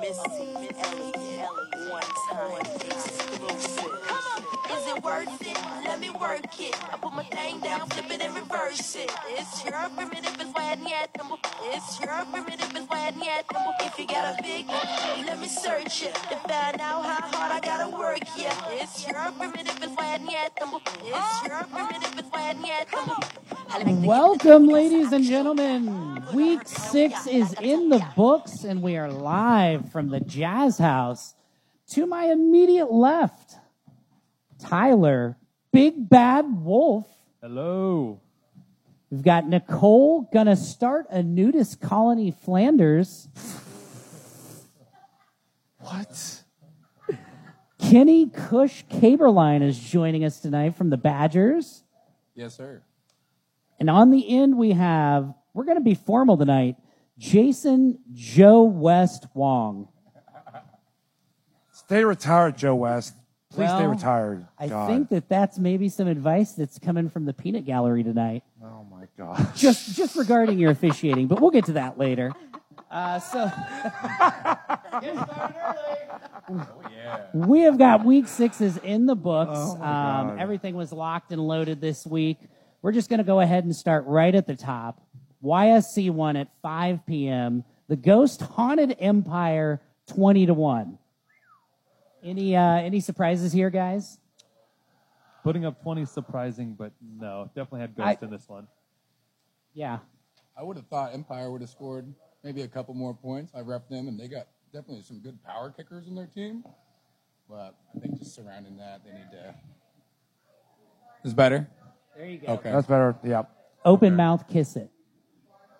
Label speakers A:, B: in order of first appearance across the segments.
A: Miss Elliot, one time exclusive. Come on, is it worth it? Let me work it. I put my thing down, flip it and reverse it. It's your primitive, it's why I need at them. It's your primitive, it's why I need at them. If you got a big one, let me search it to find out how hard I gotta work. Yeah, it's your primitive, it's why I need at them. It's your primitive, it's why I need at them. I like to keep it
B: Welcome,
A: yes,
B: ladies
A: I
B: and
A: do.
B: gentlemen. Week six is in the books, and we are live from the Jazz House. To my immediate left, Tyler, Big Bad Wolf.
C: Hello.
B: We've got Nicole, gonna start a nudist colony, Flanders.
C: What?
B: Kenny Cush Caberline is joining us tonight from the Badgers.
C: Yes, sir.
B: And on the end, we have, we're going to be formal tonight, Jason Joe West Wong.
D: Stay retired, Joe West. Please stay
B: Well,
D: retired.
B: I
D: God.
B: think that that's maybe some advice that's coming from the peanut gallery tonight,
D: Oh my God.
B: just just regarding your officiating. But we'll get to that later. Uh, so
D: Oh,
B: we have got week sixes in the books.
E: Oh,
B: um,
D: God.
B: everything was locked and loaded this week. We're just going to go ahead and start right at the top. YSC one at 5 p.m. The Ghost Haunted Empire 20 to one. Any uh, any surprises here, guys?
C: Putting up 20 is surprising, but no, definitely had Ghost in this one.
B: Yeah.
E: I would have thought Empire would have scored maybe a couple more points. I rep them, and they got definitely some good power kickers in their team. But I think just surrounding that, they need to. Is better.
B: There you go.
E: Okay.
D: That's better. Yeah.
B: Open mouth kiss it.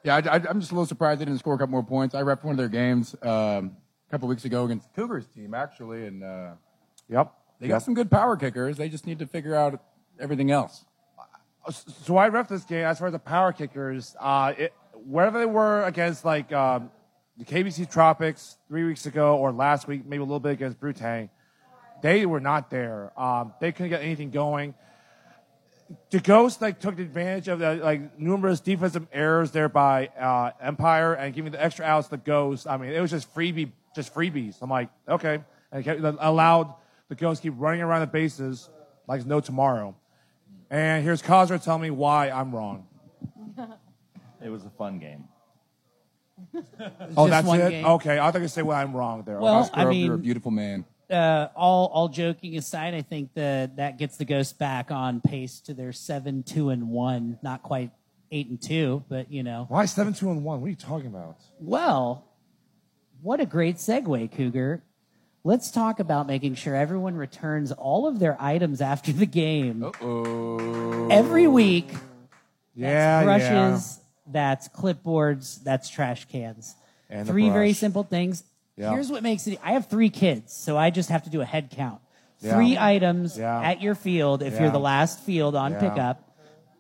E: Yeah, I, am just a little surprised they didn't score a couple more points. I repped one of their games um, a couple weeks ago against Cougars team actually, and uh,
D: Yep.
E: they got some good power kickers. They just need to figure out everything else.
D: So I ref this game as far as the power kickers. Uh, it, wherever they were against like um, the KBC Tropics three weeks ago or last week, maybe a little bit against Brutang, they were not there. Um, they couldn't get anything going. the Ghost like took advantage of the, like numerous defensive errors there by uh, Empire and giving the extra outs to Ghost. I mean, it was just freebie, just freebies. I'm like, okay, and it kept, allowed the Ghost keep running around the bases like it's no tomorrow. And here's Cosra telling me why I'm wrong.
F: It was a fun game.
D: oh,
B: just
D: that's
B: one
D: it.
B: game.
D: Okay, I thought you say why I'm wrong there.
B: Well,
D: Okay.
B: I
E: Grove,
B: mean-
E: you're a beautiful man.
B: uh, all all joking aside, I think that that gets the Ghosts back on pace to their seven two and one, not quite eight and two, but you know.
D: why seven two and one? What are you talking about?
B: Well, what a great segue, Cougar. Let's talk about making sure everyone returns all of their items after the game
E: Oh,
B: every week.
D: Yeah,
B: brushes, that's clipboards, that's trash cans.
D: And the
B: three very
D: brush.
B: simple things.
D: Yeah.
B: Here's what makes it I have three kids, so I just have to do a head count.
D: Yeah.
B: Three items
D: Yeah.
B: at your field if you're
D: Yeah.
B: the last field on
D: Yeah.
B: pickup.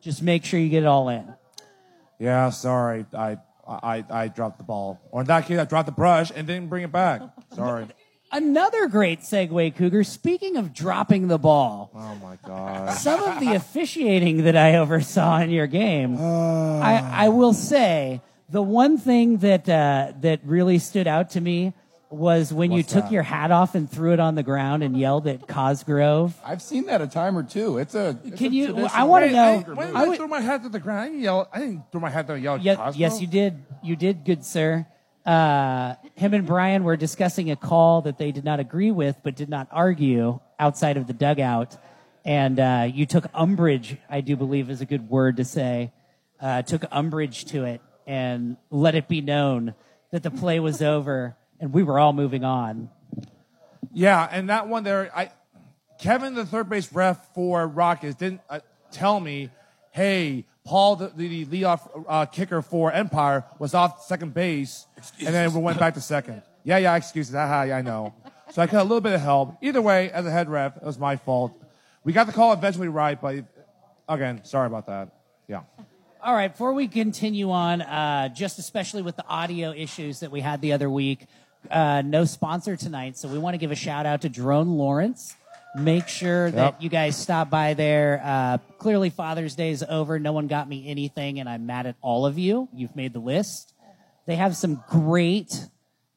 B: Just make sure you get it all in.
D: yeah, yeah. Sorry, I, I, I dropped the ball, or in that case, I dropped the brush and didn't bring it back. Sorry.
B: Another great segue, Cougar. Speaking of dropping the ball,
D: Oh my god.
B: some of the officiating that I oversaw in your game,
D: Ah.
B: I, I will say the one thing that uh, that really stood out to me was when
D: What's
B: you took
D: that?
B: your hat off and threw it on the ground and yelled at Cosgrove.
E: I've seen that a time or two. It's a. it's
B: Can
E: a
B: you-
E: tradition.
B: I wanna
D: Wait,
B: know-
D: I, when did
B: I
D: I,
B: would-
D: threw my hat to the ground, I didn't yell. I didn't throw my hat down. and Yell. at
B: Ye-
D: Cosmo.
B: yes, you did. You did, good sir. Uh, him and Brian were discussing a call that they did not agree with, but did not argue outside of the dugout. And uh, you took umbrage, I do believe is a good word to say, uh, took umbrage to it and let it be known that the play was over and we were all moving on.
D: Yeah, and that one there, I Kevin, the third base ref for Rockets, didn't uh, tell me, hey, Paul, the, the, the leadoff uh, kicker for Empire, was off second base, and then we went back to second. Yeah, yeah, excuses. Ah, yeah, I know. So I got a little bit of help. Either way, as a head ref, it was my fault. We got the call eventually right, but again, sorry about that. Yeah.
B: All right, before we continue on, uh, just especially with the audio issues that we had the other week, uh, no sponsor tonight, so we want to give a shout out to Drone Lawrence. Make sure that
D: Yep.
B: you guys stop by there. Uh, clearly, Father's Day is over. No one got me anything, and I'm mad at all of you. You've made the list. They have some great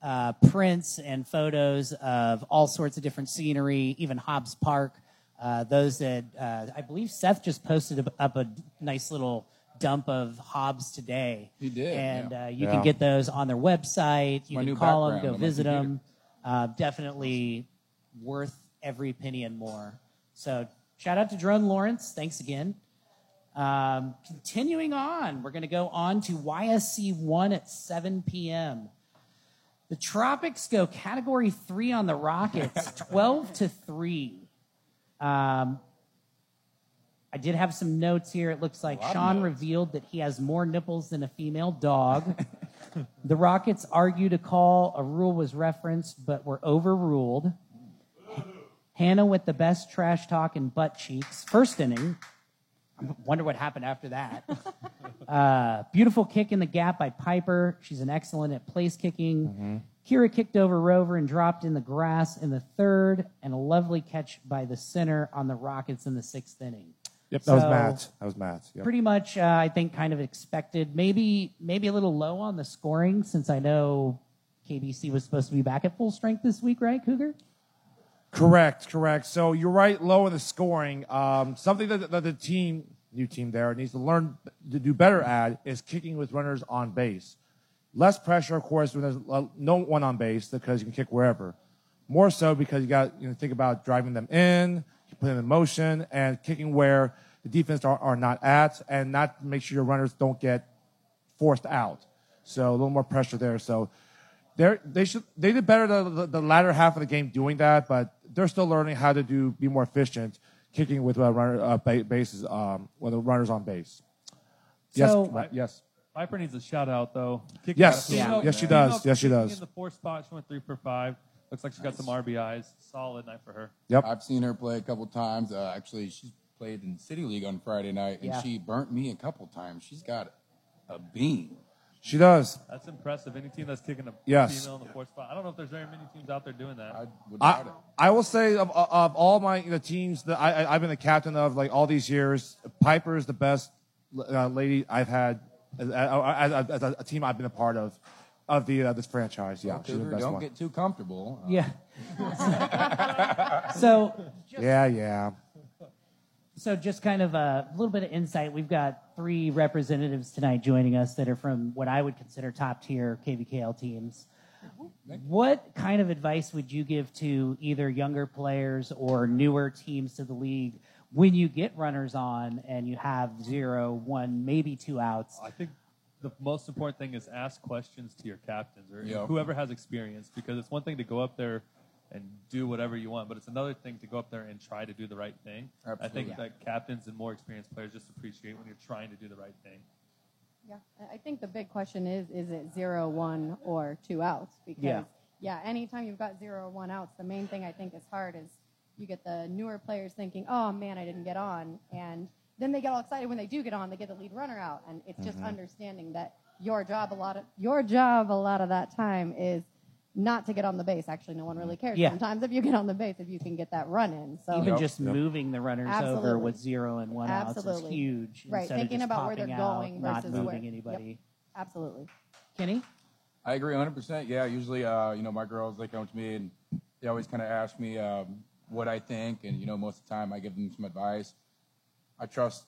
B: uh, prints and photos of all sorts of different scenery, even Hobbs Park. Uh, those that uh, I believe Seth just posted up- up a nice little dump of Hobbs today.
E: He did,
B: and
E: yeah.
B: uh, you
D: Yeah.
B: can get those on their website. You
E: my
B: can
E: new
B: call them,
E: background
B: go
E: on my
B: visit
E: computer.
B: them. Uh, definitely worth every penny and more. So shout out to Drone Lawrence. Thanks again. Um, continuing on, we're going to go on to YSC 1 at 7 p.m. The Tropics go category three on the Rockets, 12 to 3. Um, I did have some notes here. It looks like
E: lot of
B: Sean
E: notes.
B: revealed that he has more nipples than a female dog. the Rockets argued a call, a rule was referenced, but were overruled. Hannah with the best trash talk and butt cheeks, first inning. Wonder what happened after that. Uh, beautiful kick in the gap by Piper. She's an excellent at place kicking.
D: Mm-hmm.
B: Kira kicked over Rover and dropped in the grass in the third, and a lovely catch by the center on the Rockets in the sixth inning.
D: Yep, that was
B: So-
D: Matt. That was Matt. Yep.
B: Pretty much, uh, I think, kind of expected. Maybe, maybe a little low on the scoring since I know KBC was supposed to be back at full strength this week, right, Cougar?
D: Correct, correct. So you're right, low in the scoring. Um, something that, that the team, new team there, needs to learn to do better at is kicking with runners on base. Less pressure, of course, when there's uh, no one on base because you can kick wherever. More so because you got you know think about driving them in, putting them in motion, and kicking where the defense are, are not at, and not make sure your runners don't get forced out. So a little more pressure there. So they they should they did better the, the, the latter half of the game doing that, but they're still learning how to do be more efficient kicking with uh, runner uh, ba- bases um, with the runners on base. Yes,
B: So-
D: Ma- yes.
C: Piper needs a shout out though. Kick
D: Yes.
C: out.
B: Yeah.
C: Female-
D: Yes, she
C: female
D: does. Yes, she
C: kicking
D: does.
C: In the four spot, she went three for five. Looks like she got some RBIs. Solid night for her.
D: Yep.
E: I've seen her play a couple times. Uh, actually, she's played in City League on Friday night, and
B: Yeah.
E: she burnt me a couple times. She's got a beam.
D: She does.
C: That's impressive. Any team that's kicking a
D: Yes.
C: female in the fourth spot. I don't know if there's very many teams out there doing that.
E: I would
D: I,
E: doubt it.
D: I will say of, of all my the teams that I, I, I've been the captain of like all these years, Piper is the best uh, lady I've had as, uh, as, as, as a team I've been a part of of the uh, this franchise. Yeah, she's the
E: Cougar,
D: best
E: don't
D: one.
E: get too comfortable. Uh,
B: Yeah. so
D: yeah, yeah.
B: So just kind of a little bit of insight. We've got three representatives tonight joining us that are from what I would consider top tier KVKL teams. What kind of advice would you give to either younger players or newer teams to the league when you get runners on and you have zero, one, maybe two outs?
C: I think the most important thing is ask questions to your captains or
E: Yeah.
C: whoever has experience because it's one thing to go up there and do whatever you want, but it's another thing to go up there and try to do the right thing. I think
E: Absolutely.
C: that captains and more experienced players just appreciate when you're trying to do the right thing.
G: Yeah, I- I think the big question is, is it zero, one, or two outs? Because,
B: Yeah.
G: yeah. anytime you've got zero or one outs, the main thing I think is hard is you get the newer players thinking, oh man, I didn't get on. And then they get all excited when they do get on, they get the lead runner out. And it's just understanding that your job a lot of your job a lot of that time is not to get on the base. Actually, no one really cares.
B: Yeah.
G: Sometimes if you get on the base, if you can get that run in. So
B: Even just moving the runners over
G: Absolutely.
B: with zero and one outs is
G: Absolutely.
B: huge.
G: Right,
B: instead of
G: thinking
B: just
G: about where
B: popping
G: they're
B: out,
G: going
B: not
G: versus
B: moving
G: where- Yep.
B: anybody.
G: absolutely.
B: Kenny,
E: I agree 100%. Yeah, usually, uh, you know, my girls, they come to me and they always kind of ask me um, what I think. And, you know, most of the time I give them some advice. I trust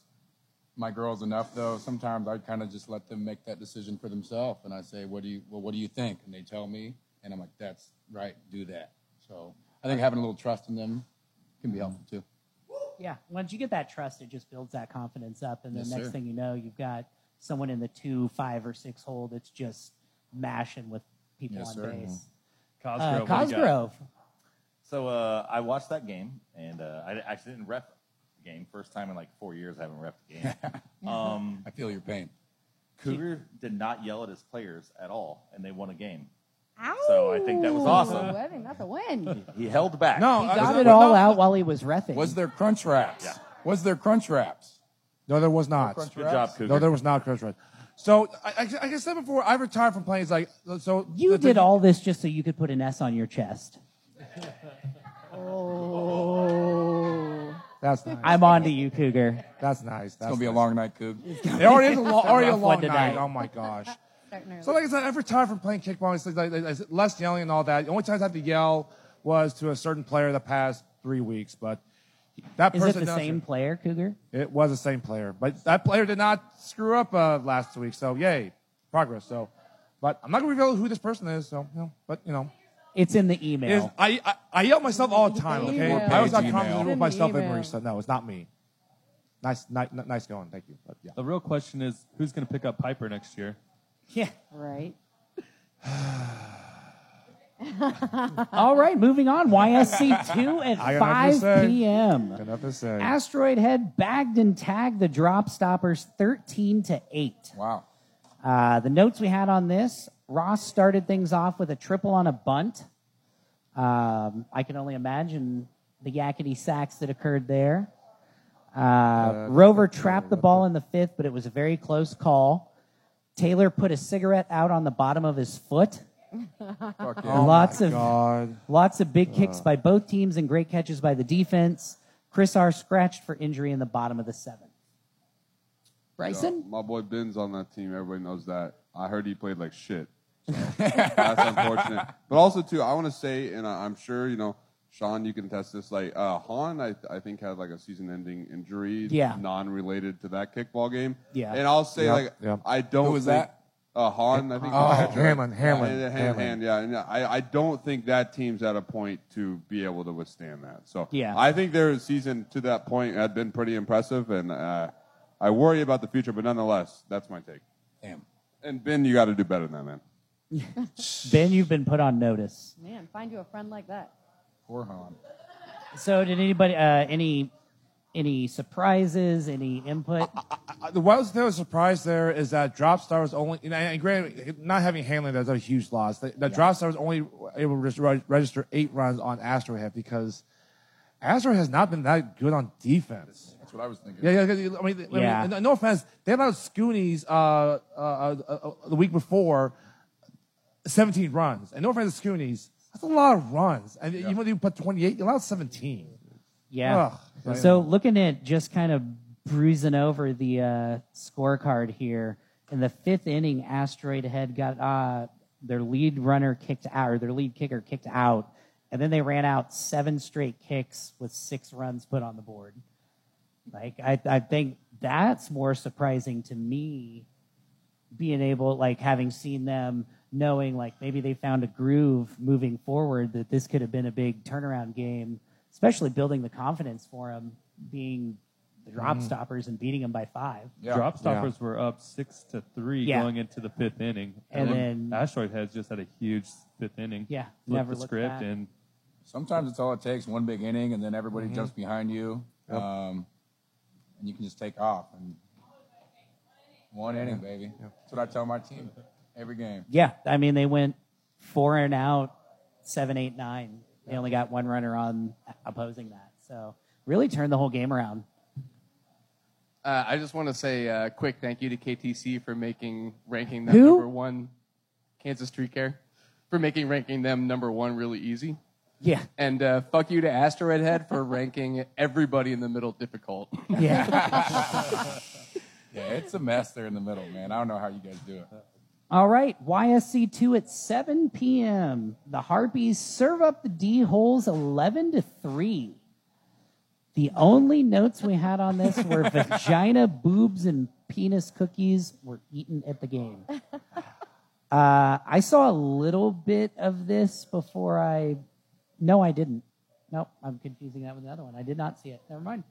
E: my girls enough, though. Sometimes I kind of just let them make that decision for themselves. And I say, what do you, well, what do you think? And they tell me. And I'm like, that's right, do that. So I think having a little trust in them can be helpful, too.
B: Yeah, once you get that trust, it just builds that confidence up, and the
E: Yes,
B: next
E: sir.
B: thing you know, you've got someone in the two, five, or six hole that's just mashing with people
E: Yes,
B: on
E: sir.
B: base.
F: Mm-hmm.
B: Uh,
C: Cosgrove. what do you got?
B: Cosgrove,
F: So uh, I watched that game, and uh, I actually didn't ref the game. First time in like four years I haven't ref the game. um,
E: I feel your pain.
F: Cougar did not yell at his players at all, and they won a game. So I think that was awesome.
G: I think that's a win.
F: He held back.
D: No,
B: he
D: I-
B: got
D: no,
B: it all
D: no,
B: out while he was refing.
E: Was there crunch wraps?
F: Yeah.
E: Was there crunch wraps?
D: No, there was not.
E: crunch
F: Good job, Cougar.
D: No, there was not crunch run. So I, I, like I said before, I retired from playing. It's like so.
B: you
D: the-
B: did
D: the-
B: all this just so you could put an S on your chest.
D: Oh. That's nice.
B: I'm on to you, Cougar.
D: that's nice. That's
E: It's going to be a
D: nice.
E: long night, Coog.
D: It already is a, lo- already a
B: rough
D: long
B: one
D: night.
B: tonight.
D: Oh my gosh.
G: starting early.
D: So like I said, every time from playing kickball, it's like, like, it's less yelling and all that. The only times I had to yell was to a certain player the past three weeks, but that
B: Is it
D: person
B: the
D: down
B: same
D: there-
B: player, Cougar?
D: It was the same player, but that player did not screw up uh, last week. So yay, progress. So, but I'm not gonna reveal who this person is. So, you know, but you know,
B: It's in the email.
D: is I, I I yell myself all the time. Okay,
G: Email.
D: I always have
E: Email.
D: confidence
G: Send
D: with
G: me
D: myself and
G: email.
D: Marie. So no, it's not me. Nice, nice, nice going. Thank you. But yeah.
C: The real question is who's going to pick up Piper next year?
B: yeah.
G: right.
B: All right, moving on. YSC 2 at
D: I got nothing to
B: 5
D: say.
B: p.m.
D: Got nothing to say.
B: Asteroid Head bagged and tagged the drop stoppers 13 to 8.
E: Wow.
B: Uh, the notes we had on this Ross started things off with a triple on a bunt. Um, I can only imagine the yakety sacks that occurred there. Uh, Rover trapped the ball in the fifth, but it was a very close call. Taylor put a cigarette out on the bottom of his foot.
E: Fuck yeah.
D: Oh
B: lots
D: my
B: of
D: God. Uh.
B: Lots of big kicks by both teams and great catches by the defense. Chris R. scratched for injury in the bottom of the seventh. Bryson?
H: My boy Ben's on that team. Everybody knows that. I heard he played like shit. So, that's unfortunate. But also, too, I want to say, and I, I'm sure, you know, Sean, you can test this. Like, uh, Han, I, I think, had like a season ending injury.
B: Yeah.
H: Non related to that kickball game.
B: Yeah.
H: And I'll say,
D: Yep,
H: like,
D: yep.
H: I don't
E: Who was
H: think-
E: that?
H: Uh, Han, I think.
D: Oh, Hamlin, Hamlin,
H: Yeah, Ham-
D: Hamlin.
H: Ham, yeah. And I, I don't think that team's at a point to be able to withstand that. So
B: Yeah.
H: I think their season to that point had been pretty impressive, and uh, I worry about the future. But nonetheless, that's my take.
E: Damn.
H: And Ben, you got to do better than that, man.
B: Ben, you've been put on notice.
G: Man, find you a friend like that.
E: Poor Han.
B: So, did anybody, uh, any, any surprises, any input?
D: Uh, The one thing I was surprised there is that Dropstar was only, and, and granted, not having Hamlin that's a huge loss. That, that Dropstar was only able to just re- register eight runs on Astrohead because Astro has not been that good on defense.
E: That's what I was thinking.
D: Yeah, yeah, yeah, I mean, I mean,
B: Yeah.
D: no- no offense, they allowed Scoonies uh, uh, uh, uh, the week before 17 runs. And no offense to Scoonies, that's a lot of runs. And even when you put 28, you allowed 17.
B: Yeah.
D: Ugh.
B: so, looking at just kind of bruising over the uh, scorecard here, in the fifth inning, Asteroid Head got uh, their lead runner kicked out, or their lead kicker kicked out, and then they ran out seven straight kicks with six runs put on the board. Like, I, I think that's more surprising to me being able like having seen them knowing like maybe they found a groove moving forward that this could have been a big turnaround game especially building the confidence for them being the drop stoppers and beating them by five
E: Yeah.
C: Drop stoppers were up six to three
B: Yeah.
C: going into the fifth inning,
B: And then-
C: Asteroid Heads just had a huge fifth inning.
B: Yeah,
C: flipped
B: never
C: the
B: looked
C: script
B: back.
C: and Mm-hmm.
E: Sometimes it's all it takes one big inning, and then everybody jumps behind you, um, and you can just take off. And one inning, baby. That's what I tell my team every game.
B: yeah i mean they went four and out seven eight nine they only got one runner on opposing that so really turned the whole game around
I: Uh, I just want to say a quick thank you to KTC for making ranking them
B: Who?
I: number one, Kansas Tree Care, for making ranking them number one really easy.
B: yeah
I: And uh, fuck you to Asteroid Head for ranking everybody in the middle difficult.
B: yeah
E: Yeah, it's a mess there in the middle, man. I don't know how you guys do it.
B: All right, YSC two at seven p.m. The Harpies serve up the D holes eleven to three. The only notes we had on this were vagina, boobs, and penis cookies were eaten at the game. Uh, I saw a little bit of this before I. No, I didn't. Nope, I'm confusing that with the other one. I did not see it. Never mind.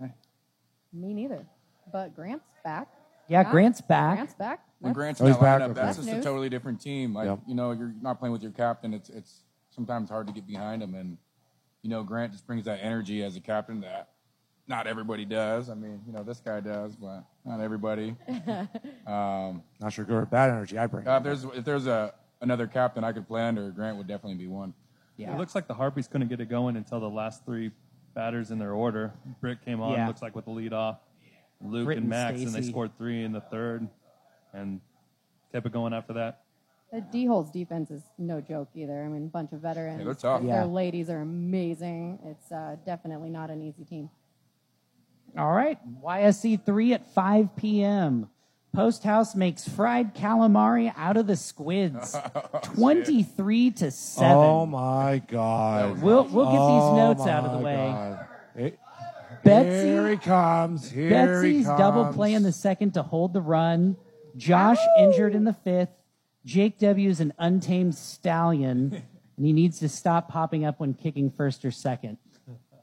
G: Me neither. But Grant's back.
B: Yeah,
G: Wow.
B: Grant's back.
G: Grant's back.
E: When
G: That's-
E: Grant's
D: Oh,
E: not
D: he's back,
E: lined up,
D: okay.
E: that's
G: That's
E: just a
G: news.
E: totally different team. Like
D: Yep.
E: you know, you're not playing with your captain. It's it's sometimes hard to get behind him, and you know, Grant just brings that energy as a captain that not everybody does. I mean, you know, this guy does, but not everybody. Um,
D: Not sure good or bad energy I bring.
E: Uh, if there's if there's a another captain I could play under, Grant would definitely be one.
B: Yeah.
C: it looks like the Harpies couldn't get it going until the last three batters in their order. Britt came on,
B: Yeah.
C: looks like with the lead off. Luke
B: Britt and
C: and Max, and they
B: Stacy.
C: scored three in the third, and kept it going after that.
G: The D holes defense is no joke either. I mean, bunch of veterans.
E: Yeah, they're tough.
B: Yeah.
G: Their ladies are amazing. It's uh, definitely not an easy team.
B: E All right. YSC 3 at 5 p.m. Post House makes fried calamari out of the squids. 23 to 7.
D: Oh my god.
B: We'll, we'll get
D: Oh
B: these notes out of the
D: my
B: way.
D: God. It-
B: Betsy-
D: Here he comes. Here he
B: Betsy's
D: comes.
B: double play in the second to hold the run. Josh injured in the fifth. Jake W is an untamed stallion, and he needs to stop popping up when kicking first or second.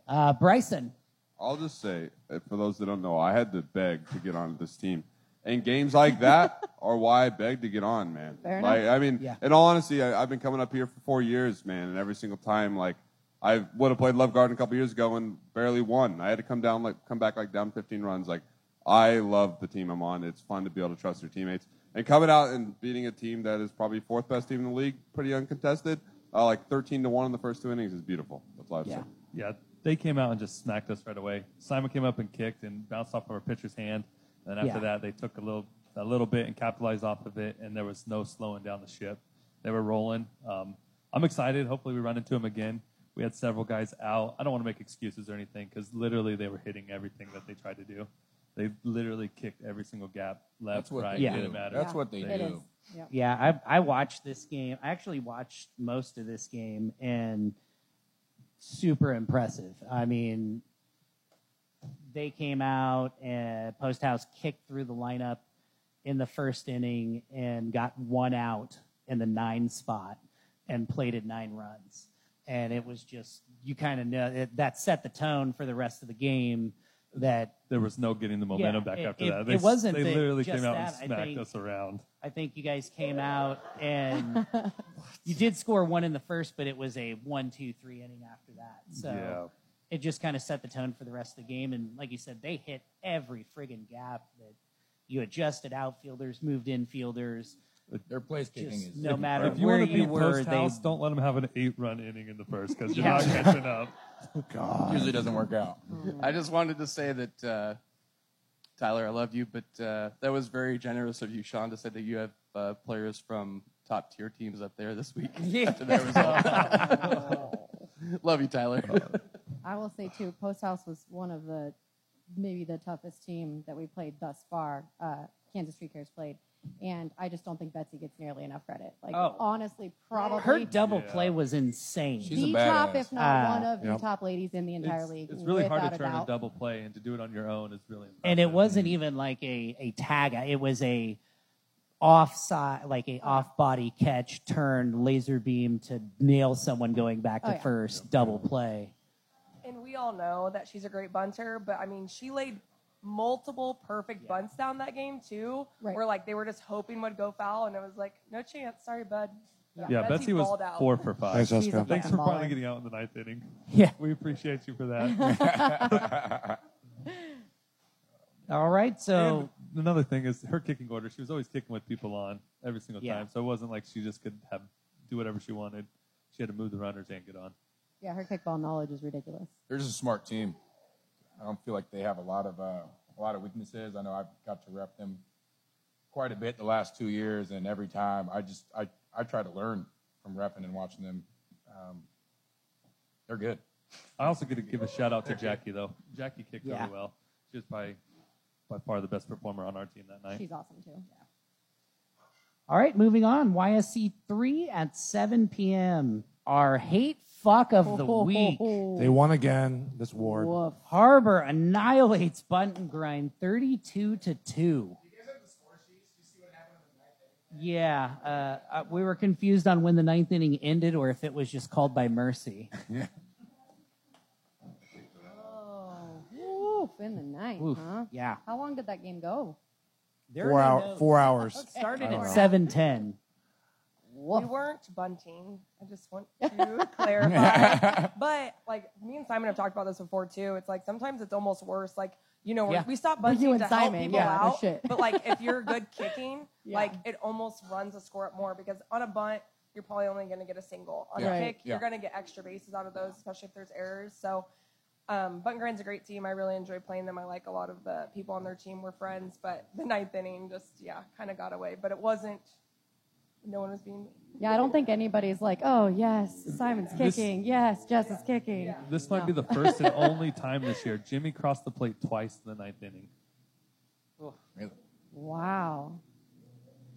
B: Uh, Bryson,
H: I'll just say, uh, for those that don't know, I had to beg to get on this team. And games like that are why I begged to get on, man.
G: Fair
H: like, I mean,
B: Yeah.
H: in all honesty, I, I've been coming up here for four years, man, and every single time, like, I would have played Love Garden a couple years ago and barely won. I had to come down, like, come back like down 15 runs. Like, I love the team I'm on. It's fun to be able to trust your teammates. And coming out and beating a team that is probably fourth best team in the league, pretty uncontested, uh, like 13 to one in the first two innings is beautiful. That's life.
B: Yeah.
C: Yeah, they came out and just smacked us right away. Simon came up and kicked and bounced off of our pitcher's hand. And then after
B: Yeah.
C: that, they took a little a little bit and capitalized off of it. And there was no slowing down the ship. They were rolling. Um, I'm excited. Hopefully, we run into them again. We had several guys out. I don't want to make excuses or anything because literally they were hitting everything that they tried to do. They literally kicked every single gap left,
E: That's what
C: right.
E: they
B: Yeah.
E: do.
C: Didn't matter.
E: That's what they
G: It
E: do.
G: is. Yep.
B: yeah, I, I watched this game. I actually watched most of this game, and super impressive. I mean, they came out and Post House kicked through the lineup in the first inning and got one out in the nine spot and played at nine runs. And it was just, you kind of know it, that set the tone for the rest of the game that
C: There was no getting the momentum back
B: it-
C: after
B: it-
C: that. They,
B: it wasn't
C: They
B: that-
C: literally
B: just
C: came out
B: that, I
C: and smacked
B: think.
C: us around.
B: I think you guys came out and you did score one in the first, but it was a one, two, three inning after that. So
C: Yeah.
B: it just kind of set the tone for the rest of the game. And like you said, they hit every friggin' gap that you adjusted outfielders, moved infielders,
E: Their place kicking
B: just
E: is
B: no matter
C: If you
B: where
C: want to
B: you
C: beat
B: were,
C: Post
B: they
C: House, don't let them have an eight-run inning in the first because you're
B: Yeah.
C: not catching up.
E: usually doesn't work out.
I: I just wanted to say that, uh, Tyler, I love you, but uh, that was very generous of you, Sean, to say that you have uh, players from top tier teams up there this week after that result. love you, Tyler.
G: I will say too, Post House was one of the maybe the toughest team that we played thus far. Uh, Kansas Street Cares played, and I just don't think Betsy gets nearly enough credit. Like
B: Oh.
G: honestly, probably
B: her double
C: Yeah.
B: play was insane.
E: She's
G: the
E: a badass.
G: top, if not
B: Ah,
G: one
C: Uh,
G: of
D: yeah.
G: the top ladies in the entire
C: it's,
G: league.
C: it's really hard
G: without
C: to turn a,
G: doubt.
C: double play and to do it on your own is really impressive.
B: and it wasn't even like a, a tag it was a offside like a off body catch turn laser beam to nail someone going back to
G: Oh, yeah.
B: first double play
J: and we all know that she's a great bunter, but I mean, she laid multiple perfect bunts down that game too,
G: Right.
J: where like they were just hoping would go foul, and it was like, no chance, sorry, bud.
C: Yeah, Betsy, was
J: balled out.
C: four for five.
D: Thanks,
G: She's a
D: Jessica.
C: Thanks for
G: baller.
C: finally getting out in the ninth inning.
B: Yeah.
C: we appreciate you for that.
B: all right so
C: And another thing is her kicking order. She was always kicking with people on every single
B: Yeah.
C: time, so it wasn't like she just could have do whatever she wanted. She had to move the runners and get on.
G: Yeah, her kickball knowledge is ridiculous.
E: They're just a smart team. I don't feel like they have a lot of uh, a lot of weaknesses. I know I've got to rep them quite a bit the last two years, and every time I just I, I try to learn from repping and watching them. Um, they're good.
C: I also got to give a shout out to Jackie though. Jackie kicked
B: Yeah.
C: really well. She was probably by far the best performer on our team that night.
G: She's awesome too.
B: all right moving on ysc 3 at 7 p.m our hate fuck of the week
D: They won again. This ward.
G: Woof.
B: harbor annihilates bunt and grind 32 to 2 yeah, uh, uh, we were confused on when the ninth inning ended, or if it was just called by mercy.
G: Woof in the night,
B: Oof,
G: huh?
B: yeah.
G: How long did that game go?
B: There
D: Four,
B: are no
D: hour,
B: notes.
D: four hours.
B: Started
D: I
B: at
D: don't
B: seven ten.
J: We weren't bunting. I just want to clarify. But like me and Simon have talked about this before too. It's like sometimes it's almost worse. Like you know,
B: Yeah.
J: we stop
G: We're
J: bunting
G: doing
J: to
G: Simon,
J: help people
G: yeah, no
J: out.
G: shit.
J: But like if you're good kicking,
G: Yeah.
J: like it almost runs the score up more because on a bunt you're probably only going to get a single. On
E: Yeah.
J: a
G: Right.
J: kick,
E: Yeah.
J: you're going to get extra bases out of those, especially if there's errors. So. Um, Bunt Grind's a great team. I really enjoy playing them. I like a lot of the people on their team. We're friends, but the ninth inning just, yeah, kind of got away. But it wasn't, no one was being mean.
G: Yeah, I don't think anybody's like, oh yes, Simon's
C: This-
G: kicking. yes, Jess is kicking.
C: This might be the first and only time this year Jimmy crossed the plate twice in the ninth inning.
G: Wow.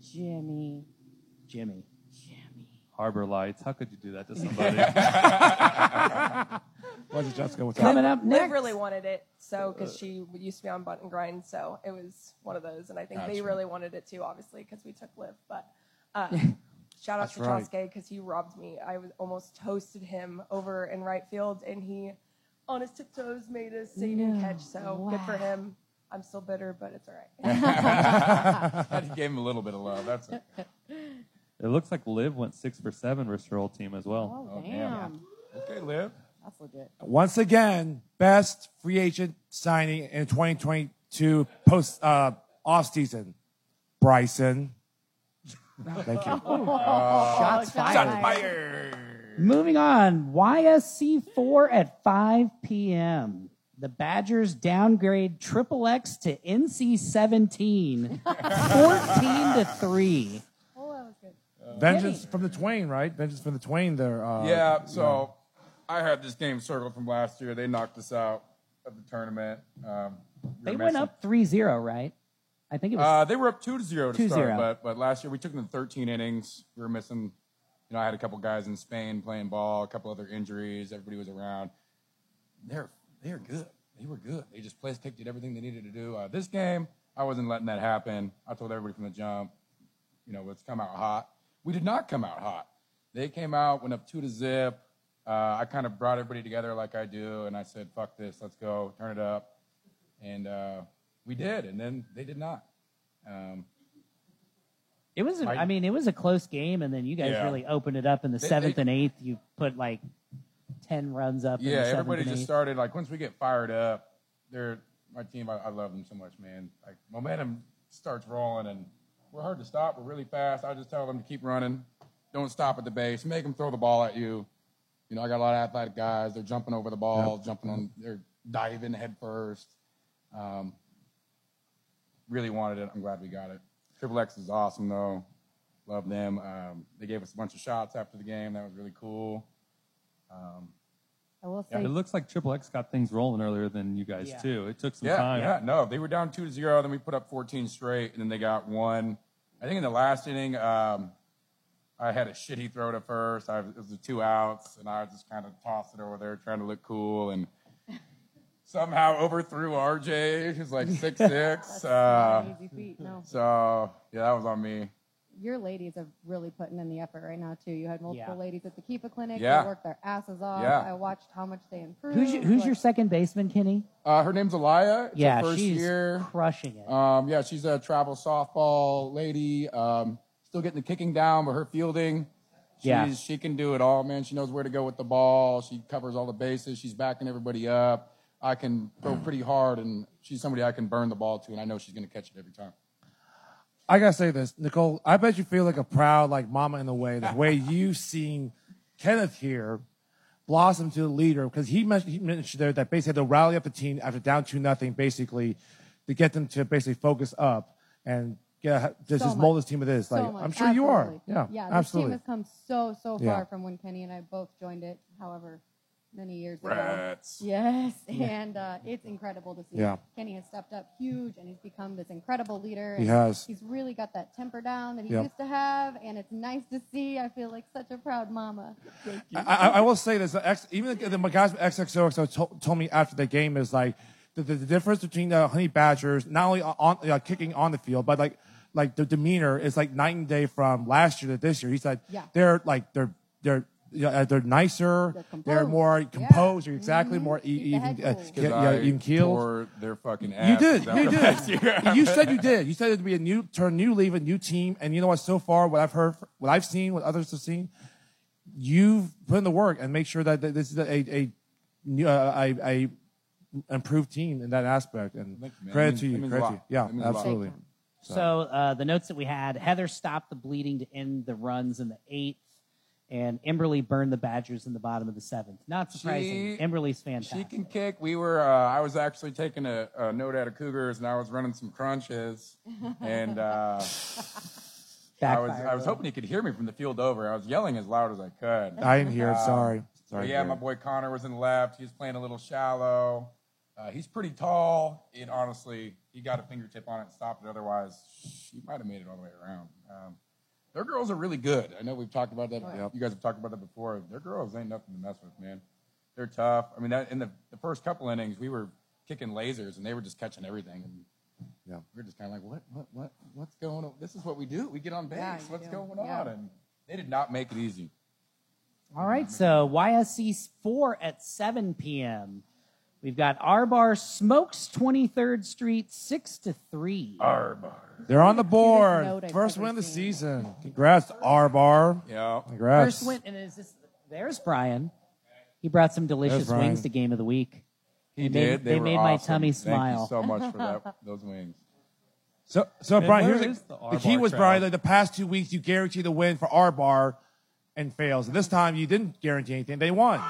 G: Jimmy.
B: Jimmy.
G: Jimmy.
C: Harbor Lights. How could you do that to somebody?
D: Was it Jessica? What's up?
B: Coming up
J: Liv
B: next.
J: really wanted it, so because she used to be on Butt and Grind, so it was one of those, and I think they
E: Gotcha.
J: really wanted it too, obviously, because we took Liv. But uh, shout out
D: That's
J: to
D: right.
J: Chaske because he robbed me. I was almost toasted him over in right field, and he, on his tiptoes, made a saving
G: No.
J: catch. So good for
G: Wow.
J: him. I'm still bitter, but it's all right.
F: I gave him a little bit of love. That's it.
C: it looks like Liv went six for seven versus her old team as well.
G: Oh, damn.
F: okay, Liv.
G: That's legit.
D: Once again, best free agent signing in 2022 post uh, off season. Bryson. Thank you.
B: Oh, Shots fired.
F: Fire.
B: Moving on, YSC4 at 5 p.m. The Badgers downgrade Triple X to NC17, 14 to 3.
G: Oh, that was good.
D: Vengeance from the Twain, right? Vengeance from the Twain. There. Uh,
K: Yeah, so I had this game circled from last year. They knocked us out of the tournament. Um, we were
B: They went
K: messing-
B: up 3 0, right? I think it was.
K: Uh, they were up two to zero to
B: 2-0.
K: start, but but last year we took them to 13 innings. We were missing, you know, I had a couple guys in Spain playing ball, a couple other injuries. Everybody was around. They're they're good. They were good. They just placed, kicked, did everything they needed to do. Uh, this game, I wasn't letting that happen. I told everybody from the jump, you know, let's come out hot. We did not come out hot. They came out, went up two to zip. Uh, I kind of brought everybody together like I do, and I said, "Fuck this, let's go, turn it up," and uh, we did. And then they did not. Um,
B: it was, a,
K: I-
B: I mean, it was a close game, and then you guys
K: Yeah.
B: really opened it up in the
K: They-
B: seventh
K: they-
B: and eighth. You put like 10 runs up. in
K: Yeah,
B: the seventh
K: everybody
B: and
K: just
B: eighth.
K: started like once we get fired up, they're my team. I, I love them so much, man. Like momentum starts rolling, and we're hard to stop. We're really fast. I just tell them to keep running, don't stop at the base, make them throw the ball at you. You know, I got a lot of athletic guys. They're jumping over the ball, jumping on, they're diving head first. Um, really wanted it. I'm glad we got it. Triple X is awesome though. Love them. Um, they gave us a bunch of shots after the game. That was really cool. Um,
G: I will say,
C: It looks like Triple X got things rolling earlier than you guys
B: Yeah.
C: too. It took some
K: yeah,
C: time.
K: Yeah, no, they were down two to zero. Then we put up 14 straight, and then they got one. I think in the last inning, um, I had a shitty throw to first. I, it was the two outs, and I just kind of tossed it over there, trying to look cool, and somehow overthrew RJ, who's like six six.
G: not
K: uh,
G: an easy feat. No.
K: so yeah, that was on me.
G: Your ladies are really putting in the effort right now, too. You had multiple
B: Yeah.
G: ladies at the Keepa Clinic.
K: Yeah.
G: They worked their asses off.
K: Yeah.
G: I watched how much they improved.
B: Who's, your, who's
G: Like,
B: your second baseman, Kenny?
K: Uh, her name's Elia. It's her
B: yeah,
K: first
B: she's
K: year.
B: crushing it.
K: Um, yeah, she's a travel softball lady. Um, still getting the kicking down, but her fielding, she's,
B: Yeah.
K: she can do it all, man. She knows where to go with the ball. She covers all the bases. She's backing everybody up. I can throw
B: Mm.
K: pretty hard, and she's somebody I can burn the ball to, and I know she's going to catch it every time.
D: I gotta say this, Nicole. I bet you feel like a proud like mama in the way the way you seen Kenneth here blossom to the leader because he mentioned he mentioned there that basically had to rally up the team after down two nothing basically to get them to basically focus up and get just
G: So
D: as mold
G: much.
D: this team it is.
G: so
D: Like
G: much.
D: I'm sure you are.
G: Absolutely.
D: Yeah,
G: Yeah. This
D: absolutely.
G: team has come so, so far
D: Yeah.
G: from when Kenny and I both joined it, however many years ago. Yes, and uh, it's incredible to see.
D: Yeah.
G: Kenny has stepped up huge, and he's become this incredible leader.
D: He
G: and
D: has.
G: He's really got that temper down that he
D: Yep.
G: used to have, and it's nice to see. I feel like such a proud mama.
D: I, I, I will say this: the X, even the, the guys from XXOXO told, told me after the game is like the, the, the difference between the Honey Badgers, not only on uh, kicking on the field, but like like the demeanor is like night and day from last year to this year. He's like
G: Yeah.
D: they're like they're they're. Yeah, uh, they're nicer.
G: They're
D: They're,
G: composed.
D: more
G: Yeah. Mm-hmm.
D: composed. You're exactly more e-
G: Keep the head
D: even, uh,
G: cool.
D: yeah,
K: 'Cause
D: yeah,
K: I
D: even keeled.
K: tore their fucking ass.
D: You did.
K: Is that
D: You
K: what-
D: did. you said you did. You said it'd be a new turn, new leave, a new team. And you know what? So far, what I've heard, what I've seen, what others have seen, you've put in the work and make sure that th- this is a a new- uh, a, a improved team in that aspect. And
K: Thank you, man.
D: credit
K: It
D: to
K: means-
D: you.
K: it means a
D: Credit to
K: lot.
D: you. Yeah,
K: It means a lot.
D: absolutely.
G: Big time.
B: So uh, the notes that we had: Heather stopped the bleeding to end the runs in the eighth, and Emberly burned the Badgers in the bottom of the seventh. Not surprising.
K: She-
B: Emberly's
K: She
B: fantastic.
K: can kick. We were. Uh, I was actually taking a, a note out of Cougars, and I was running some crunches, and. Uh, I was,
B: Backfired.
K: I was hoping he could hear me from the field over. I was yelling as loud as I could. Uh,
D: I am here. Sorry.
K: But
D: Sorry.
K: yeah, my
D: Jared.
K: boy Connor was in left. He was playing a little shallow. Uh, he's pretty tall, and honestly, he got a fingertip on it and stopped it. Otherwise, he might have made it all the way around. Um, their girls are really good. I know we've talked about that.
E: Yep.
K: You guys have talked about that before. Their girls ain't nothing to mess with, man. They're tough. I mean, that, in the, the first couple innings, we were kicking lasers, and they were just catching everything. And
D: Yeah.
K: we are just kind of like, what, what, what, what's going on? This is what we do. We get on base.
E: Yeah, you
K: what's
E: do.
K: going
E: Yeah.
K: on? And they did not make it easy.
B: All right, so YSC 4 at 7 p.m. We've got R Bar Smokes 23rd Street 6 to 3.
D: They're on the
B: note
D: board.
B: I've
D: First
B: ever
D: win of the season. Congrats, R Bar.
K: Yeah.
D: Congrats.
B: First win, and is this, there's Brian. He brought some delicious
D: There's Brian.
B: wings to Game of the Week. They
K: He
B: made-
K: did. They,
B: they
K: were
B: made my
K: awesome.
B: tummy
K: Thank you
B: smile.
K: so much for that, those wings.
D: So, so
K: And
D: Brian,
K: where
D: here's
K: is
D: the,
K: the
D: the
K: R-Bar
D: key was
K: crowd?
D: Brian. Like the past two weeks, you guaranteed the win for R Bar, and fails. And this time, you didn't guarantee anything. They won.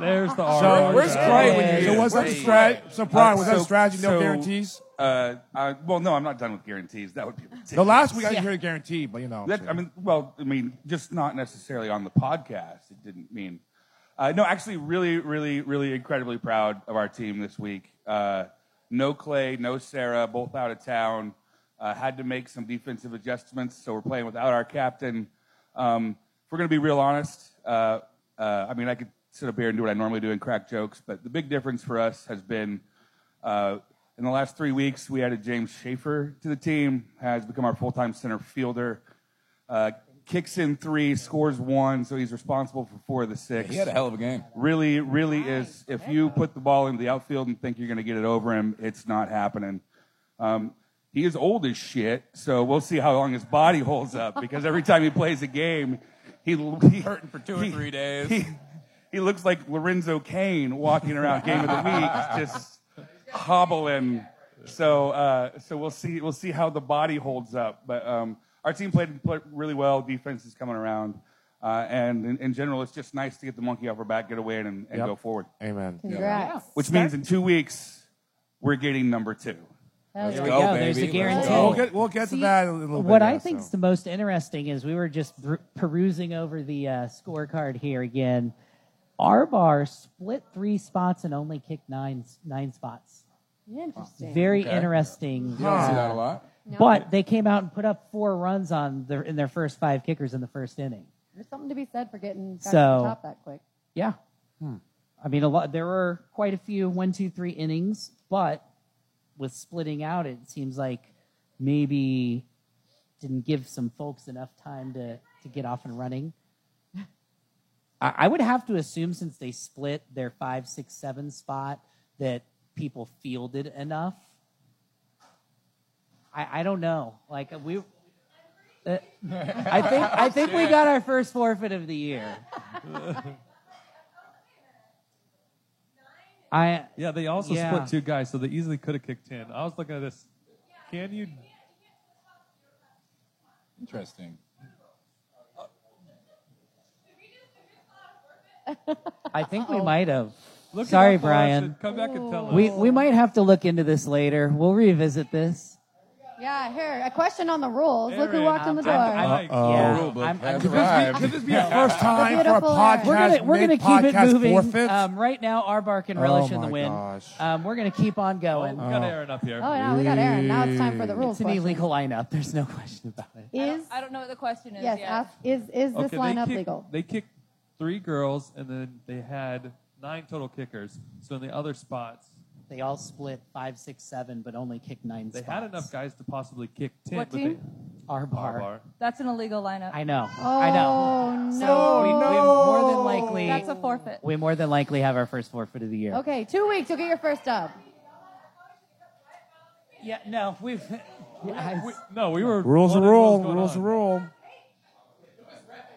C: There's the
D: So
C: R.
D: where's Brian?
C: Hey.
D: so was that the strat? So Brian, was that a strategy? No guarantees.
L: Uh, I, well, no, I'm not done with guarantees. That would be ridiculous.
D: The last week I didn't hear a guarantee, but you know.
L: That, I mean, well, I mean, just not necessarily on the podcast. It didn't mean. Uh, no, actually, really, really, really incredibly proud of our team this week. Uh, no Clay, no Sarah, both out of town. Uh, had to make some defensive adjustments, so we're playing without our captain. Um, if we're going to be real honest, uh, uh, I mean, I could sit up here and do what I normally do and crack jokes, but the big difference for us has been uh, in the last three weeks, we added James Schaefer to the team, has become our full time center fielder. Uh, kicks in three, scores one, so he's responsible for four of the six.
K: He had a hell of a game.
L: Really, really is. If you put the ball into the outfield and think you're going to get it over him, it's not happening. Um, he is old as shit, so we'll see how long his body holds up because every time he plays a game, he, he hurting
K: for two or three days.
L: He, he looks like Lorenzo Kane walking around game of the week, just hobbling. So uh, so we'll see we'll see how the body holds up. But um, our team played, played really well. Defense is coming around, uh, and in, in general, it's just nice to get the monkey off our back, get a win, and, and
D: Yep.
L: go forward.
D: Amen.
G: Congrats. Yeah.
L: Which means in two weeks, we're getting number two.
G: Hell
B: There we go. There's the guarantee.
D: We'll get we'll get to
B: See,
D: that in a little bit.
B: What
D: yeah,
B: I think
D: so.
B: is the most interesting is we were just per- perusing over the uh, scorecard here again. Arbar split three spots and only kicked nine nine spots.
G: Interesting.
B: Very
K: Okay.
B: interesting.
K: You don't see
B: uh,
K: that a lot.
G: No.
B: But they came out and put up four runs on their in their first five kickers in the first inning.
G: There's something to be said for getting back to
B: So-
G: the top that quick.
B: Yeah. I mean, a lot. There were quite a few one, two, three innings, but with splitting out, it seems like maybe didn't give some folks enough time to to get off and running. I, I would have to assume since they split their five, six, seven spot that people fielded enough. I, I don't know. Like we, uh, I think I think we got our first forfeit of the year. I
C: Yeah, they also
B: Yeah.
C: split two guys, so they easily could have kicked ten. I was looking at this. Can you?
K: Interesting.
B: I think
M: Oh.
B: we might have.
C: Look it
B: Sorry,
C: up for us
B: Brian.
C: and Come back and tell us.
B: We we might have to look into this later. We'll revisit this.
G: Yeah, here. A question on the rules. Look who
C: Aaron,
G: walked in the door.
C: I'm- I'm-
B: Oh, yeah,
K: rule book
B: I'm- I'm-
K: has
B: we're
K: arrived.
D: Could this be a first time for a
G: beautiful
D: podcast?
G: Aaron.
B: gonna we're gonna keep it
D: mid-podcast
B: moving.
D: forfeits?
B: Um, right now, Arbar can relish
D: Oh
B: in the
D: my
B: win.
D: gosh.
B: Um, we're gonna keep on going.
C: Got Aaron up here.
G: oh, yeah, we got Aaron. Now it's time for the rules
B: it's an
G: question.
B: illegal lineup. There's no question about it.
G: Is
J: I don't, I don't know what the question is
G: yes,
J: yet.
G: ask, is is this
C: they
G: lineup
C: kicked,
G: legal?
C: They kicked three girls, and then they had nine total kickers. So in the other spots,
B: They all split five, six, seven, but only kicked nine
C: they
B: spots.
C: had enough guys to possibly kick ten.
A: What
C: but
A: team?
B: Arbar.
C: They, Bar.
A: That's an illegal lineup.
B: I know.
G: Oh
B: I know.
G: no.
B: So we, we more than likely
A: That's a forfeit.
B: we more than likely have our first forfeit of the year.
G: okay, two weeks. You'll get your first dub.
B: Yeah. No, we've.
C: We, no, we were
D: Rules are
C: wondering what was
D: rule.
C: going
D: Rules are
C: on.
D: rule.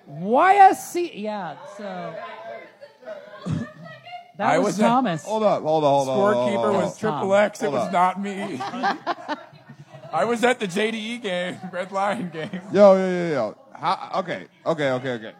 B: YSC. Yeah. So. That
K: I
B: was,
K: was a-
B: Thomas.
H: Hold up, Uh, hold on, hold on. hold on,
K: Scorekeeper
H: hold on.
K: was Triple X. It
H: Hold
K: was
H: up.
K: not me. I was at the JDE game, Red Lion game.
H: Yo, yo, yo, yo. How, okay, okay, okay, okay.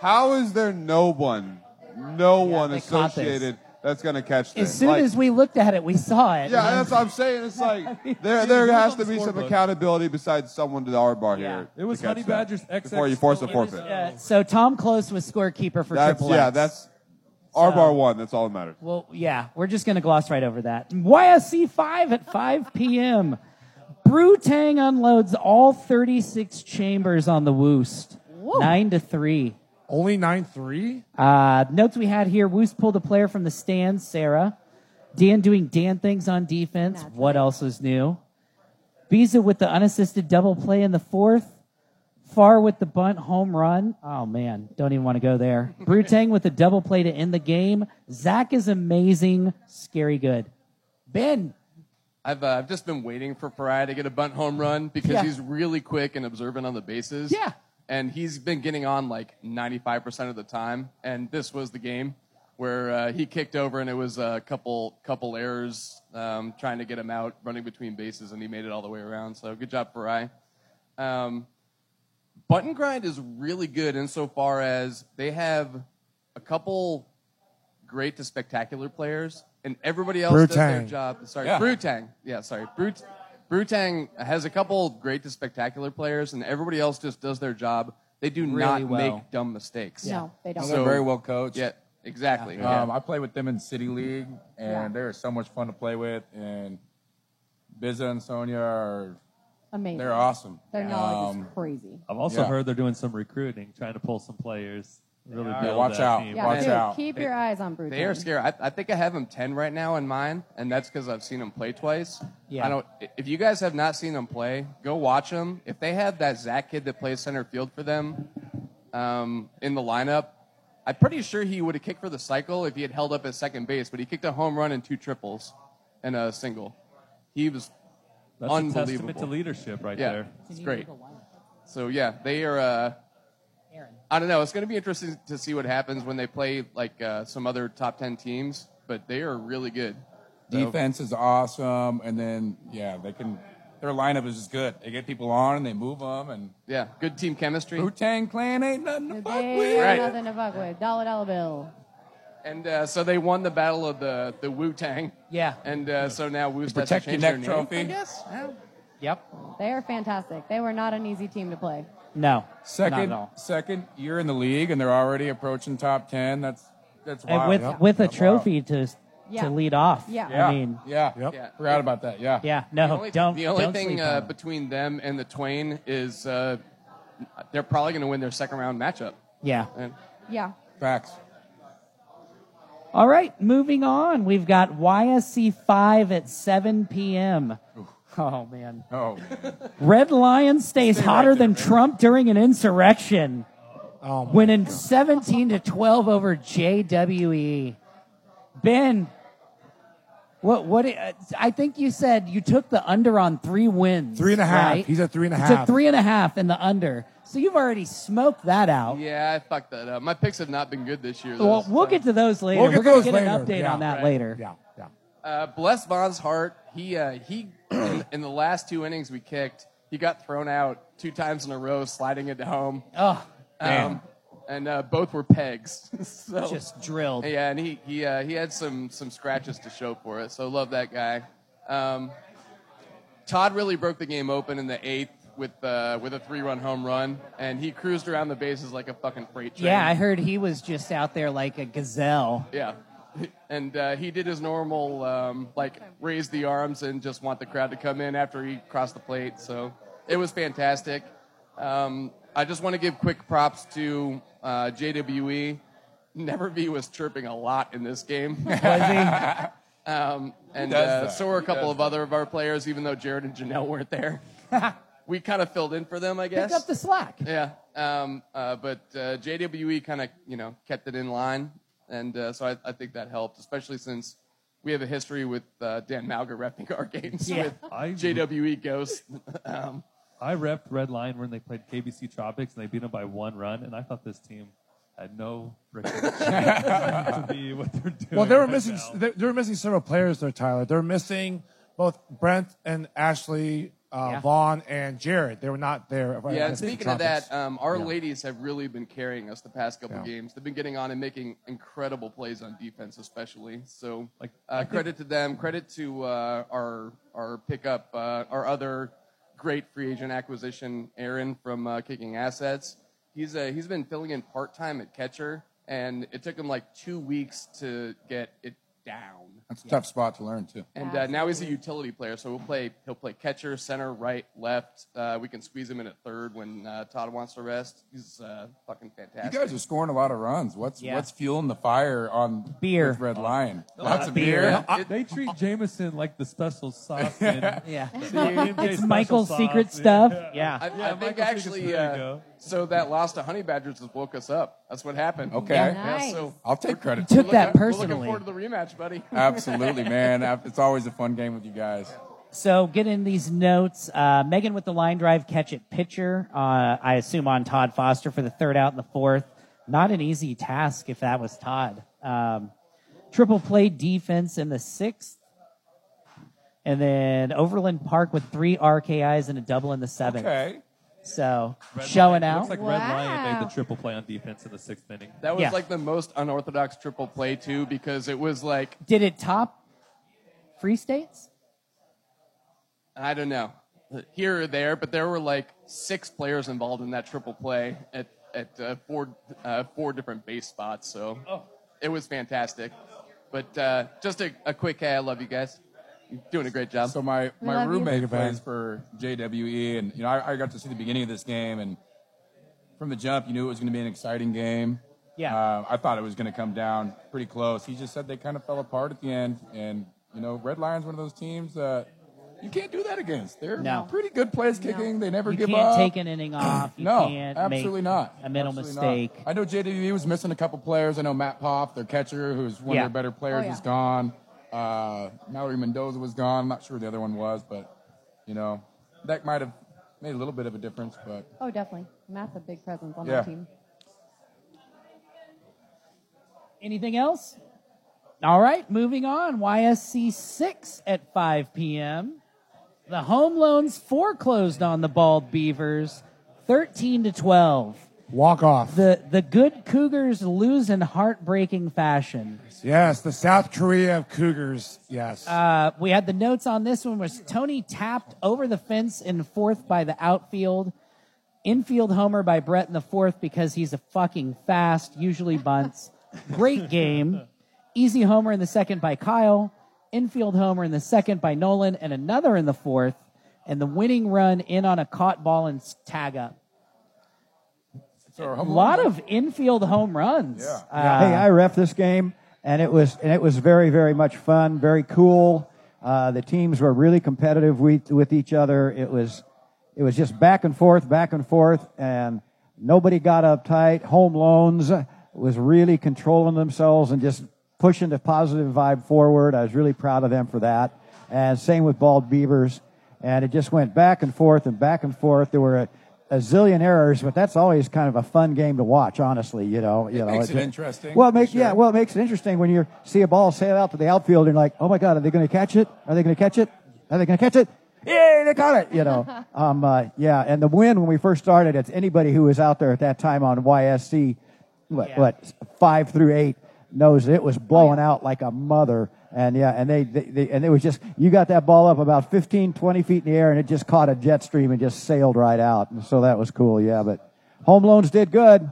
H: How is there no one, no one
B: they caught this.
H: associated that's gonna catch this?
B: as soon
H: Like-
B: as we looked at it, we saw it.
H: yeah, that's what I'm saying. It's like there, there
C: Dude,
H: has
C: look
H: to
C: on the
H: be some
C: scorebook.
H: accountability besides someone to the R bar
B: Yeah.
H: here.
C: It was
H: to catch
C: Honey
H: that
C: Badgers XX
H: before you force a
C: still in his
H: forfeit.
B: Uh, so Tom Close was scorekeeper for
H: That's
B: Triple
H: yeah,
B: X.
H: that's Our bar won. That's all that matters.
B: Well, yeah, we're just going to gloss right over that. YSC 5 at 5 p.m. Brew Tang unloads all 36 chambers on the Woost. 9 to 3.
D: Only 9 3?
B: Uh, notes we had here Woost pulled a player from the stands, Sarah. Dan doing Dan things on defense. What else is new? Biza with the unassisted double play in the fourth. Far with the bunt home run. Oh man, don't even want to go there. Brutang with the double play to end the game. Zach is amazing, scary good. Ben,
I: I've, uh, I've just been waiting for Pariah to get a bunt home run because
B: Yeah.
I: he's really quick and observant on the bases.
B: Yeah.
I: And he's been getting on like 95% of the time. And this was the game where uh, he kicked over and it was a couple couple errors um, trying to get him out, running between bases, and he made it all the way around. So good job, Pariah. Um, Button Grind is really good insofar as they have a couple great to spectacular players, and everybody else does their
D: Brutang.
I: job. Sorry,
K: Yeah.
I: Brutang. Yeah, sorry. Brut- Brutang has a couple great to spectacular players, and everybody else just does their job. They do
B: Really
I: not
B: well.
I: make dumb mistakes.
G: Yeah. No, they don't.
K: They're very well coached.
I: Yeah, exactly.
K: Um, I play with them in City League, and
G: Yeah.
K: they're so much fun to play with. And Biza and Sonia are
G: Amazing.
K: they're awesome.
G: Their knowledge
K: Um,
G: is crazy.
C: I've also
K: Yeah.
C: heard they're doing some recruiting, trying to pull some players. Really
K: are.
C: build
K: Watch
C: that
K: out.
C: team.
G: Yeah,
K: Watch
G: dude,
K: out.
G: keep your eyes on Brutang.
I: They are scary. I, I think I have them ten right now in mine, and that's because I've seen them play twice.
B: Yeah.
I: I don't. If you guys have not seen them play, go watch them. If they have that Zach kid that plays center field for them um, in the lineup, I'm pretty sure he would have kicked for the cycle if he had held up at second base. But he kicked a home run and two triples and a single. He was
C: That's a testament
I: unbelievable.
C: to leadership right
I: yeah,
C: there.
I: it's great. So yeah, they are. Uh, I don't know. It's going to be interesting to see what happens when they play like uh, some other top ten teams, but they are really good. So,
K: Defense is awesome, and then yeah, they can. Their lineup is just good. They get people on and they move them, and
I: yeah, good team chemistry.
K: Wu Tang Clan ain't nothing to fuck
G: They
K: with.
G: are
I: Right.
G: nothing to fuck with. Dollar dollar bill.
I: And uh, so they won the battle of the the Wu Tang,
B: yeah,
I: and uh, so now Wu's has to
K: Protect your
I: change their
K: neck
I: name.
K: trophy.
B: yep,
G: They are fantastic. They were not an easy team to play.
B: no, not at
K: Second,
B: all.
K: second year in the league, and they're already approaching top ten. That's that's wild.
B: And with
K: Yep.
B: with a
K: That's
B: trophy
K: wild.
B: to
G: Yeah.
B: to lead off.
G: Yeah.
K: Yeah.
B: I mean,
K: yeah,
D: Yep.
I: Yeah.
K: Forgot about that. Yeah,
B: yeah,
I: The
B: no,
I: only,
B: don't.
I: the only
B: don't
I: thing
B: sleep
I: uh,
B: on it.
I: between them and the Twain is uh, they're probably going to win their second round matchup.
B: yeah.
I: And
G: Yeah.
K: Facts.
B: All right, moving on. We've got YSC 5 at 7 p.m. Oh, man.
K: Oh,
B: Red Lion stays hotter than Trump during an insurrection,
D: Oh, my.
B: winning 17 to 12 over JWE. Ben, what, what, uh, I think you said you took the under on three wins.
D: Three and a half.
B: right?
D: He's at three and a
B: You took
D: half.
B: three and a half and the under. So you've already smoked that out.
I: yeah, I fucked that up. My picks have not been good this year.
B: Well,
I: though,
B: we'll
I: so.
B: get to those later.
D: We'll get
B: We're gonna
D: those
B: get an
D: later.
B: update
D: Yeah,
B: on that
D: right.
B: later.
D: Yeah, yeah.
I: Uh, bless Vaughn's heart. He uh, he in, in the last two innings we kicked, he got thrown out two times in a row, sliding it home,
B: Oh,
I: um, and uh, both were pegs. so
B: just drilled.
I: yeah, and he he uh, he had some some scratches to show for it. So love that guy. Um, Todd really broke the game open in the eighth with uh, with a three run home run, and he cruised around the bases like a fucking freight train.
B: Yeah, I heard he was just out there like a gazelle.
I: Yeah. And uh, he did his normal, um, like, raise the arms and just want the crowd to come in after he crossed the plate. So it was fantastic. Um, I just want to give quick props to uh, JWE. Never V was chirping a lot in this game. um, and
K: does
I: uh,
K: that?
I: so were a
K: Who
I: couple
K: does
I: of other of our players, even though Jared and Janelle weren't there. we kind of filled in for them, I guess.
B: Pick up the slack.
I: Yeah. Um, uh, but uh, JWE kind of you know kept it in line, and uh, so I, I think that helped, especially since we have a history with uh, Dan Malga repping our games
B: Yeah.
I: with
C: I-
I: JWE Ghost. um,
C: I repped Red Lion when they played KBC Tropics and they beat them by one run, and I thought this team had no freaking chance to be what they're doing.
D: Well, they were
C: right
D: missing.
C: now.
D: They, they were missing several players there, Tyler. They were missing both Brent and Ashley, uh,
B: Yeah.
D: Vaughn and Jared. They were not there.
I: yeah. And speaking of that, um, our
D: Yeah.
I: ladies have really been carrying us the past couple
D: Yeah.
I: games. They've been getting on and making incredible plays on defense, especially. So
C: Like, I
I: uh,
C: think-
I: credit to them. Credit to uh, our our pickup, uh, our other great free agent acquisition, Aaron from uh, Kicking Assets. He's uh, he's been filling in part time at catcher, and it took him like two weeks to get it down.
E: That's a tough spot to learn too.
I: And uh, now he's a utility player, so he'll play. He'll play catcher, center, right, left. Uh, we can squeeze him in at third when uh, Todd wants to rest. He's uh, fucking
E: you
I: fantastic.
E: guys are scoring a lot of runs. What's
I: Yeah.
E: what's fueling the fire on
B: beer?
E: Red Lion. Lots of
C: No,
E: beer.
C: I- they treat Jameson like the special sauce. man.
B: Yeah.
C: The MJ
B: It's
C: special
B: Michael's
C: sauce,
B: secret
C: yeah.
B: stuff. Yeah.
C: Yeah,
I: I, I think
C: Michael Seager's
I: actually,
C: there you
I: uh,
C: go.
I: so that loss to Honey Badgers just woke us up. That's what happened.
E: Okay.
I: Yeah,
G: Nice.
I: so
E: I'll take credit.
B: You
I: we're
B: took that
I: looking- We're
B: personally.
I: looking forward to the rematch, buddy.
E: Absolutely, man. Ab- It's always a fun game with you guys.
B: So get in these notes. Uh, Megan with the line drive catch it pitcher. Uh, I assume on Todd Foster for the third out and the fourth. Not an easy task if that was Todd. Um, triple play defense in the sixth. And then Overland Park with three RKIs and a double in the seventh.
E: Okay.
B: So
C: Red
B: showing
C: Lion- it
B: out.
C: Looks like Red Lion made
G: Wow.
C: the triple play on defense in the sixth inning.
I: That was
B: Yeah.
I: like the most unorthodox triple play too, because it was like
B: Did it top Free States?
I: I don't know, here or there, but there were like six players involved in that triple play at at uh, four uh, four different base spots. So
C: Oh.
I: it was fantastic. But uh, just a, a quick hey, I love you guys. You're doing a great job.
E: So my,
G: We
E: my
G: love you.
E: roommate
G: Thank you,
E: plays for JWE, and you know I, I got to see the beginning of this game, and from the jump, you knew it was going to be an exciting game.
B: Yeah.
E: Uh, I thought it was going to come down pretty close. He just said they kind of fell apart at the end, and you know Red Lions one of those teams that you can't do that against. They're
B: No.
E: pretty good plays kicking. They never
B: You
E: give
B: can't
E: up.
B: take an inning off. You
E: no,
B: can't
E: absolutely
B: make
E: not.
B: A mental
E: Absolutely not.
B: mistake.
E: I know JWE was missing a couple players. I know Matt Poff, their catcher, who's one
B: Yeah.
E: of their better players,
G: Oh, yeah.
E: is gone. Uh, Mallory Mendoza was gone. I'm not sure who the other one was, but you know that might have made a little bit of a difference. But
G: Oh, definitely. Matt's a big presence on
E: Yeah.
G: that team.
B: Anything else? All right, moving on. YSC 6 at 5 p.m. The home loans foreclosed on the Bald Beavers 13 to 12.
D: Walk off.
B: The the good Cougars lose in heartbreaking fashion.
D: yes, the South Korea of Cougars. Yes.
B: Uh, we had the notes on this one was Tony tapped over the fence in the fourth by the outfield. Infield homer by Brett in the fourth because he's a fucking fast, usually bunts. Great game. Easy homer in the second by Kyle. Infield homer in the second by Nolan and another in the fourth. And the winning run in on a caught ball and s- tag up.
E: so our
B: A
E: home
B: lot of infield home runs.
E: Yeah.
B: Uh,
N: hey, I ref this game, and it was and it was very very much fun, very cool. Uh, the teams were really competitive with with each other. It was it was just back and forth, back and forth, and nobody got uptight. Home loans was really controlling themselves and just pushing the positive vibe forward. I was really proud of them for that, and same with Bald Beavers. And it just went back and forth and back and forth. There were a, a zillion errors, but that's always kind of a fun game to watch. Honestly, you know, you know,
E: makes
N: it's
E: it
N: a-
E: interesting,
N: Well, it
E: for
N: makes yeah,
E: sure.
N: well, it makes it interesting when you see a ball sail out to the outfield and you're like, oh my god, are they going to catch it? Are they going to catch it? Are they going to catch it? Yay, they caught it! You know, um, uh, yeah. And the win when we first started, it's anybody who was out there at that time on YSC, what
B: Yeah.
N: what five through eight knows that it was blowing out like a mother. And yeah, and they, they, they and it was just you got that ball up about 15, 20 feet in the air, and it just caught a jet stream and just sailed right out. And so that was cool. Yeah, but home loans did good.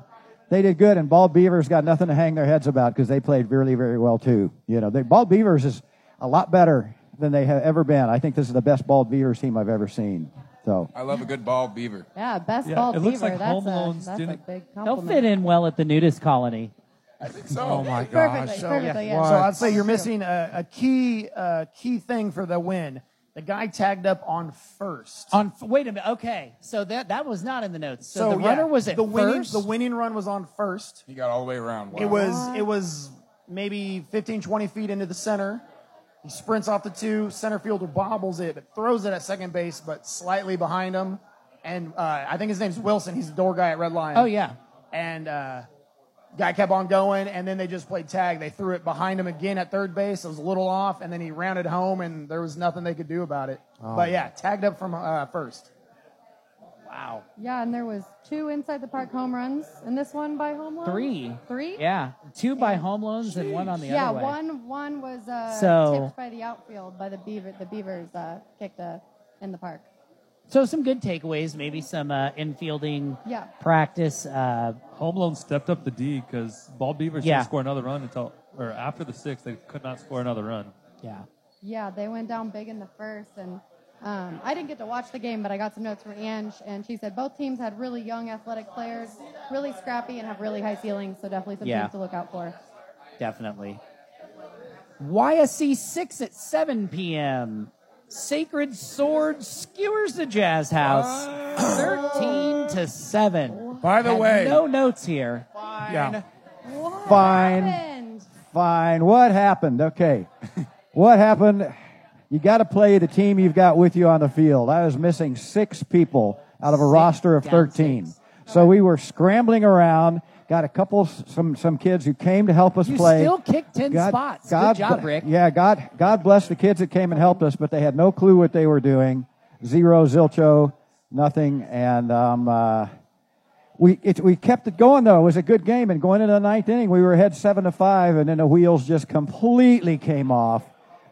N: They did good, and Bald Beavers got nothing to hang their heads about because they played really, very well too. You know, they, Bald Beavers is a lot better than they have ever been. I think this is the best Bald Beavers team I've ever seen. So
E: I love a good ball beaver.
G: Yeah, best
C: Yeah,
G: ball
C: it
G: beaver.
C: looks like
G: that's
C: Home
G: a,
C: Loans
G: that's a
C: didn't-
G: big
B: they'll
G: compliment.
B: fit in well at the nudist colony.
E: I think so.
D: oh my
G: Perfectly,
D: gosh. So,
G: perfectly, yeah.
D: what?
O: So I'd say you're missing a, a key uh, key thing for the win. The guy tagged up on first.
B: On f- wait a minute. Okay, so that that was not in the notes. So, the
O: yeah,
B: runner was at
O: the winning,
B: first.
O: The winning run was on first.
E: He got all the way around. Wow.
O: It was it was maybe 15, 20 feet into the center. He sprints off the two. Center fielder bobbles it, but throws it at second base, but slightly behind him. And uh, I think his name's Wilson. He's the door guy at Red Lion.
B: oh yeah.
O: And uh, guy kept on going, and then they just played tag. They threw it behind him again at third base. It was a little off, and then he rounded home, and there was nothing they could do about it.
D: Oh.
O: But yeah, tagged up from uh, first.
B: Wow.
G: Yeah, and there was two inside the park home runs, and this one by home run.
B: Three.
G: Three.
B: Yeah, two by home loans and one on the
G: yeah,
B: other way.
G: one one was uh,
B: So-
G: tipped by the outfield by the beaver. The beavers uh, kicked uh, in the park.
B: So some good takeaways, maybe some uh, infielding
G: Yeah.
B: practice. Uh,
C: Home Loan stepped up the D because Ball Beavers
B: Yeah.
C: didn't score another run until or after the sixth. They could not score another run.
B: Yeah.
G: Yeah, they went down big in the first, and um, I didn't get to watch the game, but I got some notes from Ange, and she said both teams had really young, athletic players, really scrappy, and have really high ceilings. So definitely some
B: Yeah.
G: teams to look out for.
B: Definitely. YSC 6 at 7 p.m. Sacred Sword skewers the Jazz House 13 to 7.
D: By the
B: Got
D: way-
B: no notes here.
D: Yeah.
N: Fine. Fine. What happened? Okay. what happened? You got to play the team you've got with you on the field. I was missing six people out of a roster of
B: down
N: 13. So we were scrambling around. Got a couple, some some kids who came to help us
B: You
N: play.
B: still kicked 10 spots. Good job, Rick.
N: Yeah, God, God bless the kids that came and helped us, but they had no clue what they were doing. Zero, zilcho, nothing, and um, uh, we it, we kept it going though. It was a good game, and going into the ninth inning, we were ahead seven to five, and then the wheels just completely came off.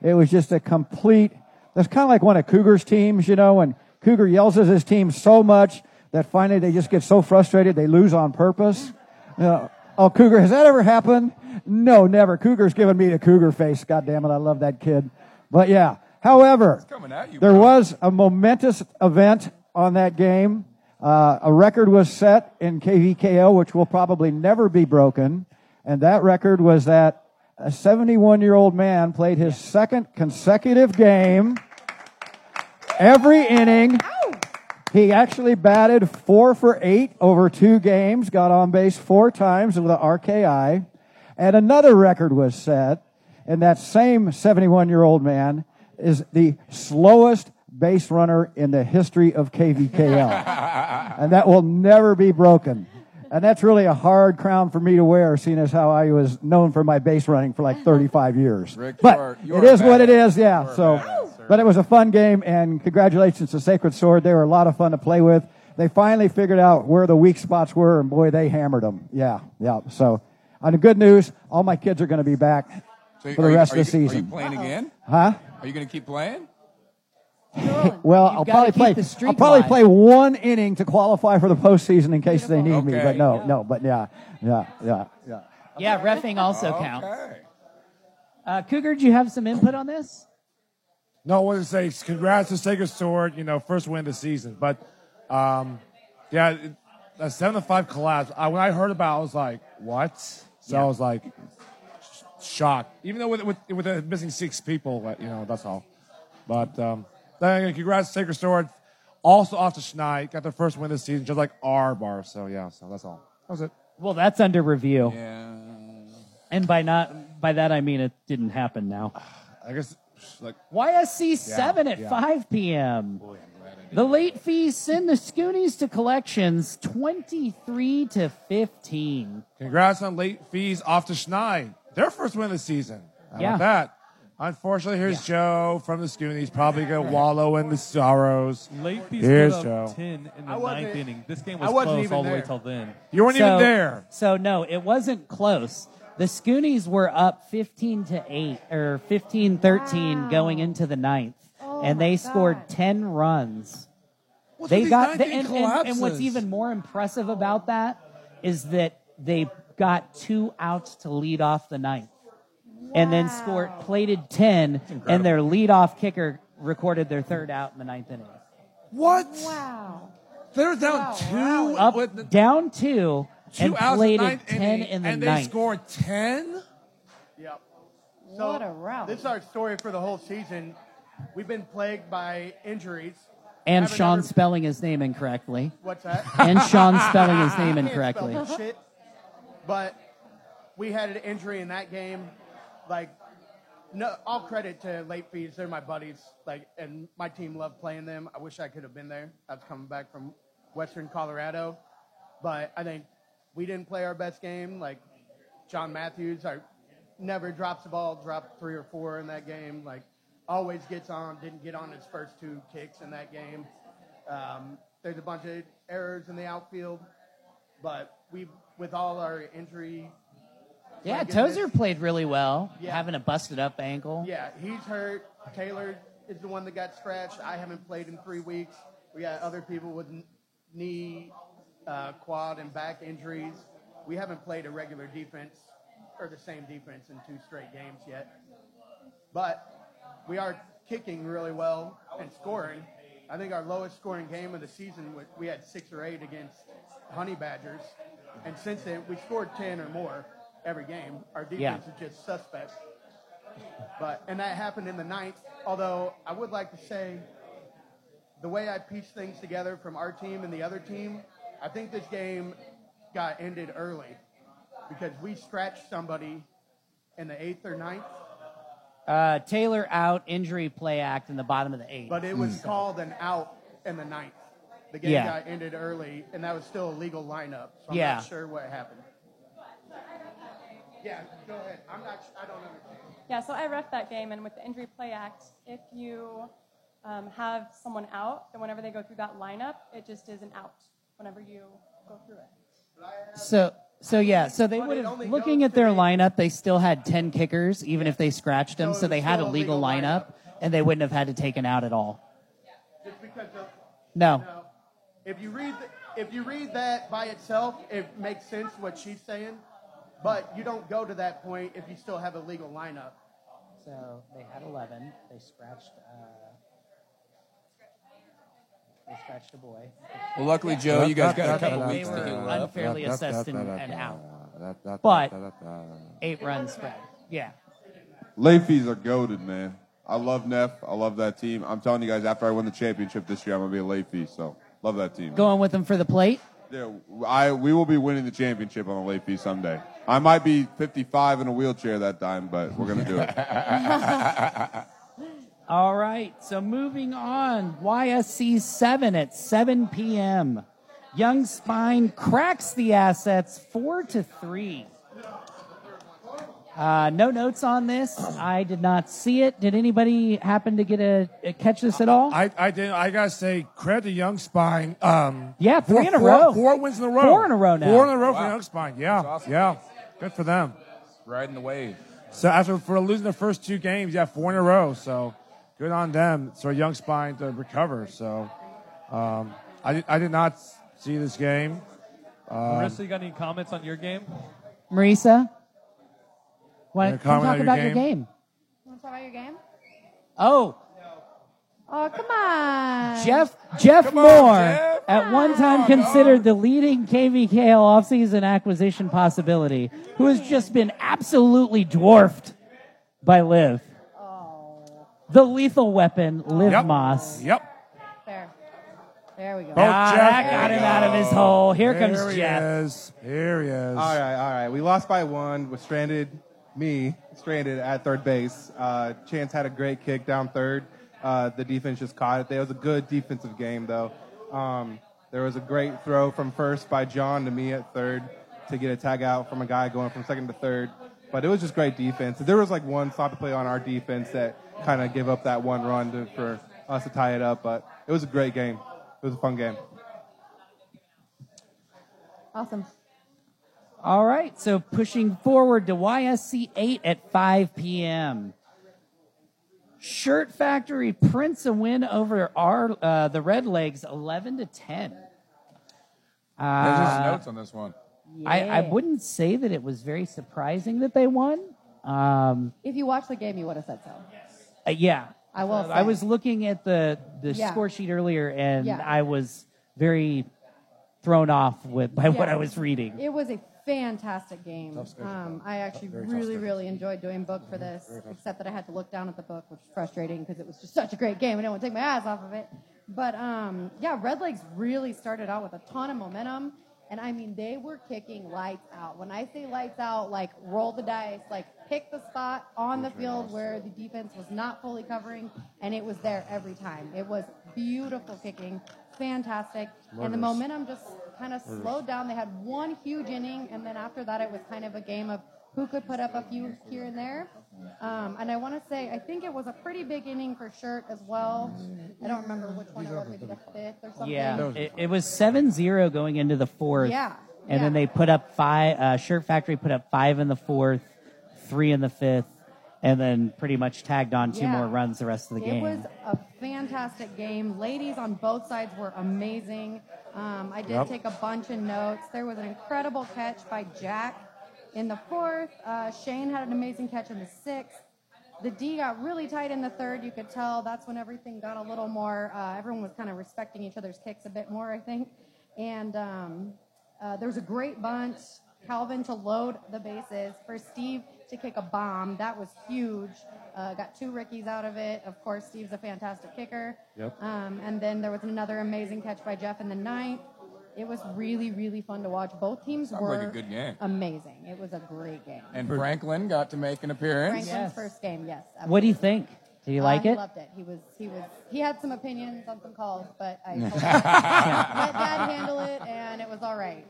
N: It was just a complete. That's kind of like one of Cougar's teams, you know, when Cougar yells at his team so much that finally they just get so frustrated they lose on purpose. You know, oh, Cougar, has that ever happened? No, never. Cougar's giving me the Cougar face. God damn it, I love that kid. But yeah, however, there was a momentous event on that game. Uh, a record was set in KVKO, which will probably never be broken. And that record was that a 71 year old man played his second consecutive game. Every inning, he actually batted four for eight over two games, got on base four times with an RKI. And another record was set, and that same 71 year old man is the slowest base runner in the history of
K: Ah.
N: KVKL. and that will never be broken. And that's really a hard crown for me to wear, seeing as how I was known for my base running for like 35 years.
K: Rick, you
N: but
K: are- you
N: it
K: are a
N: is what it
K: badass.
N: is, yeah.
K: You are a
N: so,
K: badass, sir.
N: but it was a fun game, and congratulations to Sacred Sword. They were a lot of fun to play with. They finally figured out where the weak spots were, and boy, they hammered them. Yeah, yeah. So, on the good news, all my kids are going to be back
K: So
N: for the
K: are you-
N: rest
K: are
N: of the
K: you-
N: season.
K: Are you playing again?
N: Huh?
K: Are you going to keep playing?
N: Well, I'll
K: gotta
N: probably
K: keep
N: play.
K: the streak
N: I'll probably
K: alive.
N: play one inning to qualify for the postseason in case they need me.
K: Okay.
N: But no, no. But yeah, yeah, yeah, yeah.
B: Yeah, refing also
N: Okay.
B: counts. Uh, Cougar, do you have some input on this?
D: No, I wanted to say congrats to Sacred Sword, you know, first win of the season. But um, yeah, it, a seven to five collapse. I, when I heard about, it, I was like, what? So I was like sh- shocked. Even though with with, with the missing six people, but, you know, that's all. But um, then again, congrats to Sacred Sword. Also off to Schneid, got their first win this season, just like our bar. So yeah, so that's all. That was it.
B: Well, that's under review. And by not by that I mean it didn't happen now.
D: I guess like
B: YSC
D: Yeah,
B: 7 at
D: yeah.
B: 5 p.m. the late fees send the Scoonies to collections 23 to 15.
D: Congrats on late fees off to Schneid. Their first win of the season. How
B: Yeah.
D: about that? Unfortunately, here's Joe from the Scoonies. Probably going to wallow in the sorrows.
C: Late fees
D: here's
C: put
D: Joe.
C: up ten in
K: I
C: the
K: wasn't
C: ninth
K: e-
C: inning. This game
K: I
C: was
K: wasn't
C: close
K: even
C: all the way
K: there.
C: till then.
D: You weren't even there.
B: So no, it wasn't close. The Scoonies were up 15 to 8 or 15-13 going into the ninth. and they scored 10 runs.
A: What's
B: they
A: with these
B: got
A: ninth
B: and,
A: inning
B: and, and what's
A: collapses?
B: even more impressive about that is that they got two outs to lead off the ninth. And then scored plated 10 and their leadoff kicker recorded their third out in the ninth inning.
D: What?
G: Wow.
D: They're down two.
B: Up
D: with the-
B: down 2,
D: two
B: and
D: outs in the
B: plated
D: ninth
B: 10
D: inning,
B: in the
D: and they
B: ninth.
D: scored 10?
P: Yep. So
G: what a round.
P: This is our story for the whole season. We've been plagued by injuries.
B: And
P: Haven't
B: Sean
P: ever-
B: spelling his name incorrectly.
P: What's that?
B: And Sean spelling his name
P: Can't spell
B: incorrectly.
P: shit. But we had an injury in that game. Like, no, all credit to late fees. They're my buddies. Like, and my team loved playing them. I wish I could have been there. I was coming back from Western Colorado, but I think we didn't play our best game. Like, John Matthews, our never drops the ball. Dropped three or four in that game. Like, always gets on. Didn't get on his first two kicks in that game. Um, there's a bunch of errors in the outfield, but we, with all our injury,
B: Yeah,
P: like in
B: Tozer
P: this-
B: played really well,
P: Yeah.
B: having a busted up ankle.
P: Yeah, he's hurt. Taylor is the one that got scratched. I haven't played in three weeks. We got other people with kn- knee, uh, quad, and back injuries. We haven't played a regular defense or the same defense in two straight games yet. But we are kicking really well and scoring. I think our lowest scoring game of the season was we had six or eight against Honey Badgers, and since then we scored ten or more every game. Our
B: Yeah.
P: defense is just suspect. But and that happened in the ninth. Although I would like to say, the way I pieced things together from our team and the other team, I think this game got ended early because we scratched somebody in the eighth or ninth,
B: Uh, Taylor out, injury play act in the bottom of the eighth.
P: but it was called an out in the ninth. The game
B: Hmm. Yeah.
P: got ended early, and that was still a legal lineup. So I'm
B: Yeah.
P: not sure what happened. Yeah, go ahead. I'm not. I don't understand.
Q: Yeah, so I ref that game, and with the Injury Play Act, if you um, have someone out, then whenever they go through that lineup, it just is an out whenever you go through it.
B: So so yeah, so they would have looking at their lineup, they still had ten kickers, even if they scratched them, so, they had a legal lineup, and they wouldn't have had to take an out at all.
P: Just because of
B: No.
P: If you read the, if you read that by itself, it makes sense what she's saying, but you don't go to that point if you still have a legal lineup.
R: So they had 11. They scratched. Uh, they scratched a boy.
E: Well, luckily, Joe, you guys got a couple
B: They
E: weeks to
B: were
E: heal up.
B: unfairly assessed and, and out.
H: But
B: Eight run spread. Yeah.
H: late fees are goaded, man. I love Neff. I love that team. I'm telling you guys, after I win the championship this year, I'm gonna be a late fee. So love that team.
B: Going with them for the plate.
H: Yeah, I we will be winning the championship on a late fee someday. I might be 55 in a wheelchair that time, but we're gonna do it.
B: All right, so moving on, YSC 7 at 7 p.m. Young Spine cracks the assets 4 to 3. Uh, no notes on this. I did not see it. Did anybody happen to get a, a catch this at all?
D: I, I did. I gotta say, credit to Young Spine. Um,
B: yeah, three
D: four,
B: in a
D: four-
B: row.
D: Four wins in a row.
B: Four in a row now.
D: Four in a row for
B: Wow.
D: Young Spine. Yeah,
B: That's awesome.
D: yeah, good for them.
K: Riding the wave.
D: So after for losing the first two games, yeah, four in a row. So good on them. So Young Spine to recover. So um, I did- I did not see this game. Um,
C: Marissa, you got any comments on your game?
B: Marisa? Why
D: Wanna
B: don't come talk
D: comment on your
B: about your
D: game?
B: game?
G: Want to talk about your game?
B: Oh,
G: Oh, come on.
B: Jeff Jeff
G: Come on,
B: Moore at one time considered the leading KVKL offseason acquisition possibility, who has just been absolutely dwarfed by Liv. The lethal weapon, Liv Moss.
D: Yep.
G: There. There we go.
B: Ah, that got him out of his hole. Here comes Jeff.
D: is. Here he is.
S: All right, all right. We lost by one. Was stranded. Me stranded at third base. Uh, Chance had a great kick down third. Uh, the defense just caught it. There was a good defensive game though. Um, there was a great throw from first by John to me at third to get a tag out from a guy going from second to third. But it was just great defense. There was like one sloppy play on our defense that kind of gave up that one run to, for us to tie it up. But it was a great game. It was a fun game.
G: Awesome.
B: All right, so pushing forward to YSC 8 at 5 p.m. Shirt Factory prints a win over our uh, the Red Legs 11 to 10.
K: There's
B: Uh,
K: just notes on this one.
B: I, I
G: Yeah.
B: wouldn't say that it was very surprising that they won. Um,
G: If you watched the game, you would have said so.
B: uh, yeah,
G: I will
B: Uh, I
G: say.
B: was looking at the the
G: Yeah.
B: score sheet earlier, and
G: Yeah.
B: I was very thrown off with by what
G: Yeah.
B: I was reading.
G: It was a fantastic game.
B: Tough schedule.
G: Um, I actually
B: Very tough
G: really,
B: schedule. Mm-hmm.
G: really enjoyed doing book for this,
R: very tough.
G: except that I had to look down at the book, which was frustrating because it was just such a great game. I didn't want to take my eyes off of it. But um, yeah, Red Legs really started out with a ton of momentum. And I mean, they were kicking lights out. When I say lights out, like roll the dice, like pick the spot on the field where the defense was not fully covering, and it was there every time. It was beautiful kicking, fantastic. And the
R: Murders.
G: momentum just kind of
R: Murders.
G: slowed down. They had one huge inning, and then after that, it was kind of a game of who could put up a few here and there. Um, and I want to say, I think it was a pretty big inning for Shirt as well. I don't remember which one it was, maybe the fifth or something.
B: Yeah, it, it was 7-0 going into the fourth.
G: Yeah,
B: and then
G: yeah.
B: they put up five. Uh, Shirt Factory put up five in the fourth, three in the fifth, and then pretty much tagged on two
G: Yeah.
B: more runs the rest of the
G: It
B: game.
G: was a fantastic game. Ladies on both sides were amazing. Um, I did
B: Yep.
G: take a bunch of notes. There was an incredible catch by Jack in the fourth. Uh, Shane had an amazing catch in the sixth. The D got really tight in the third. You could tell that's when everything got a little more. Uh, everyone was kind of respecting each other's kicks a bit more, I think. And um, uh, there was a great bunt. Calvin to load the bases for Steve to kick a bomb. That was huge. Uh, got two Rickies out of it. Of course, Steve's a fantastic kicker.
A: Yep.
G: Um, and then there was another amazing catch by Jeff in the ninth. It was really, really fun to watch. Both teams
E: Sounds
G: were
E: like a good game.
G: amazing. It was a great game.
E: And Franklin got to make an appearance.
G: Franklin's first game, yes.
B: What do you think? Do you
G: Uh,
B: like
G: he
B: it?
G: Loved it. He was. He was. He had some opinions on some calls, but I told him, let Dad handle it, and it was all right.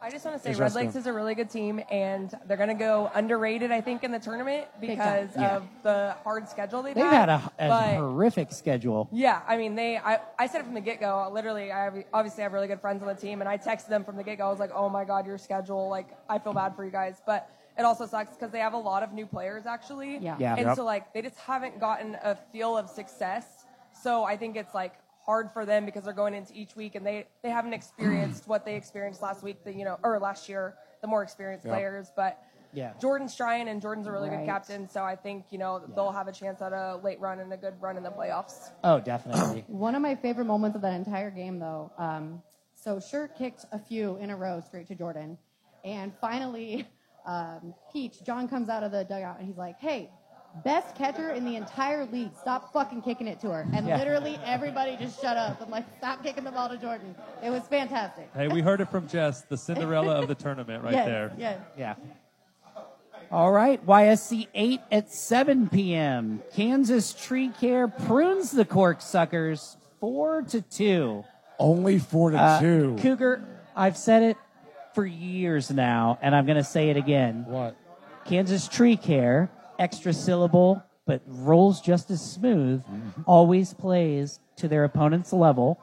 J: I just want to say Red
G: Interesting.
J: Lakes is a really good team, and they're going to go underrated, I think, in the tournament
G: Big
J: because
B: time. Yeah.
J: of the hard schedule they've,
B: They've had a, a
J: But-
B: horrific schedule.
J: Yeah, I mean, they. I, I said it from the get go. Literally, I have, obviously have really good friends on the team, and I texted them from the get go. I was like, "Oh my God, your schedule! Like, I feel bad for you guys." But it also sucks because they have a lot of new players actually.
A: Yeah. Yeah.
J: And
A: Yep.
J: so like they just haven't gotten a feel of success. So I think it's like hard for them because they're going into each week and they they haven't experienced what they experienced last week. The you know or last year, the more experienced
B: Yep.
J: players, but.
B: Yeah.
J: Jordan Stryan and Jordan's a really
B: Right.
J: good captain, so I think you know they'll have a chance at a late run and a good run in the playoffs.
B: Oh, definitely.
G: One of my favorite moments of that entire game, though. Um, so Shirt kicked a few in a row straight to Jordan, and finally, um, Peach John comes out of the dugout and he's like, "Hey." Best catcher in the entire league. Stop fucking kicking it to her. And
C: Yeah.
G: literally everybody just shut up and like, stop kicking the ball to Jordan. It was fantastic.
C: Hey, we heard it from Jess, the Cinderella of the tournament, right
G: Yes,
C: there.
G: yes.
B: Yeah. All right, YSC 8 at 7 p.m. Kansas Tree Care prunes the cork suckers 4 to 2.
T: Only 4 to
B: Uh,
T: 2.
B: Cougar, I've said it for years now, and I'm going to say it again.
T: What?
B: Kansas Tree Care, extra syllable, but rolls just as smooth,
D: Mm-hmm.
B: always plays to their opponent's level,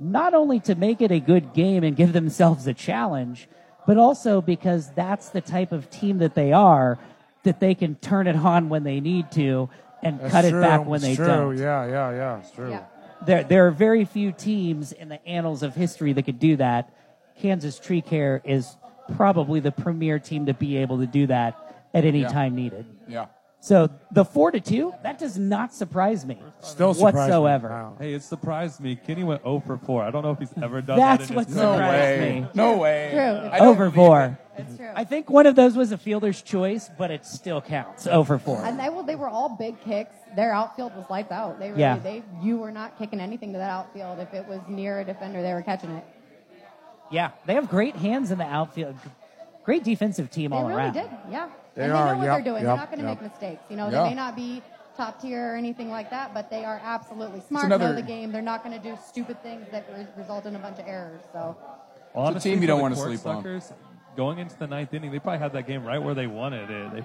B: not only to make it a good game and give themselves a challenge, but also because that's the type of team that they are, that they can turn it on when they need to and
D: That's
B: cut
D: true.
B: it back when
D: It's
B: they
D: true.
B: don't
D: Yeah, yeah, yeah. It's true.
B: there, there are very few teams in the annals of history that could do that. Kansas Tree Care is probably the premier team to be able to do that at any
E: Yeah.
B: time needed.
E: Yeah.
B: So the four to two, that does not surprise me whatsoever.
C: Hey, it surprised me. Kenny went 0 for 4. I don't know if he's ever done
B: That's
C: that. in
B: what
C: his
B: surprised
C: career.
B: me.
C: I don't
B: Over
C: believe
B: four.
C: it.
B: I think one of those was a fielder's choice, but it still counts. Over four.
G: And they, well, they were all big kicks. Their outfield was lights out. They really,
B: Yeah.
G: they, you were not kicking anything to that outfield. If it was near a defender, they were catching it.
B: Yeah, they have great hands in the outfield. Great defensive team
G: They
B: all
G: really
B: around.
G: did, yeah.
B: They
G: and
B: are,
G: they know what
B: yep,
G: they're doing.
B: yep,
G: they're not going to
B: yep.
G: make mistakes. You know,
B: Yeah.
G: they may not be top tier or anything like that, but they are absolutely smart. know
E: another-
G: the game. They're not going to do stupid things that re- result in a bunch of errors. So,
C: Well,
E: It's a
C: honestly,
E: team
C: for
E: you don't
C: the
E: wanna
C: Cork
E: sleep on.
C: Suckers, Going into the ninth inning, they probably had that game right where they wanted it. They,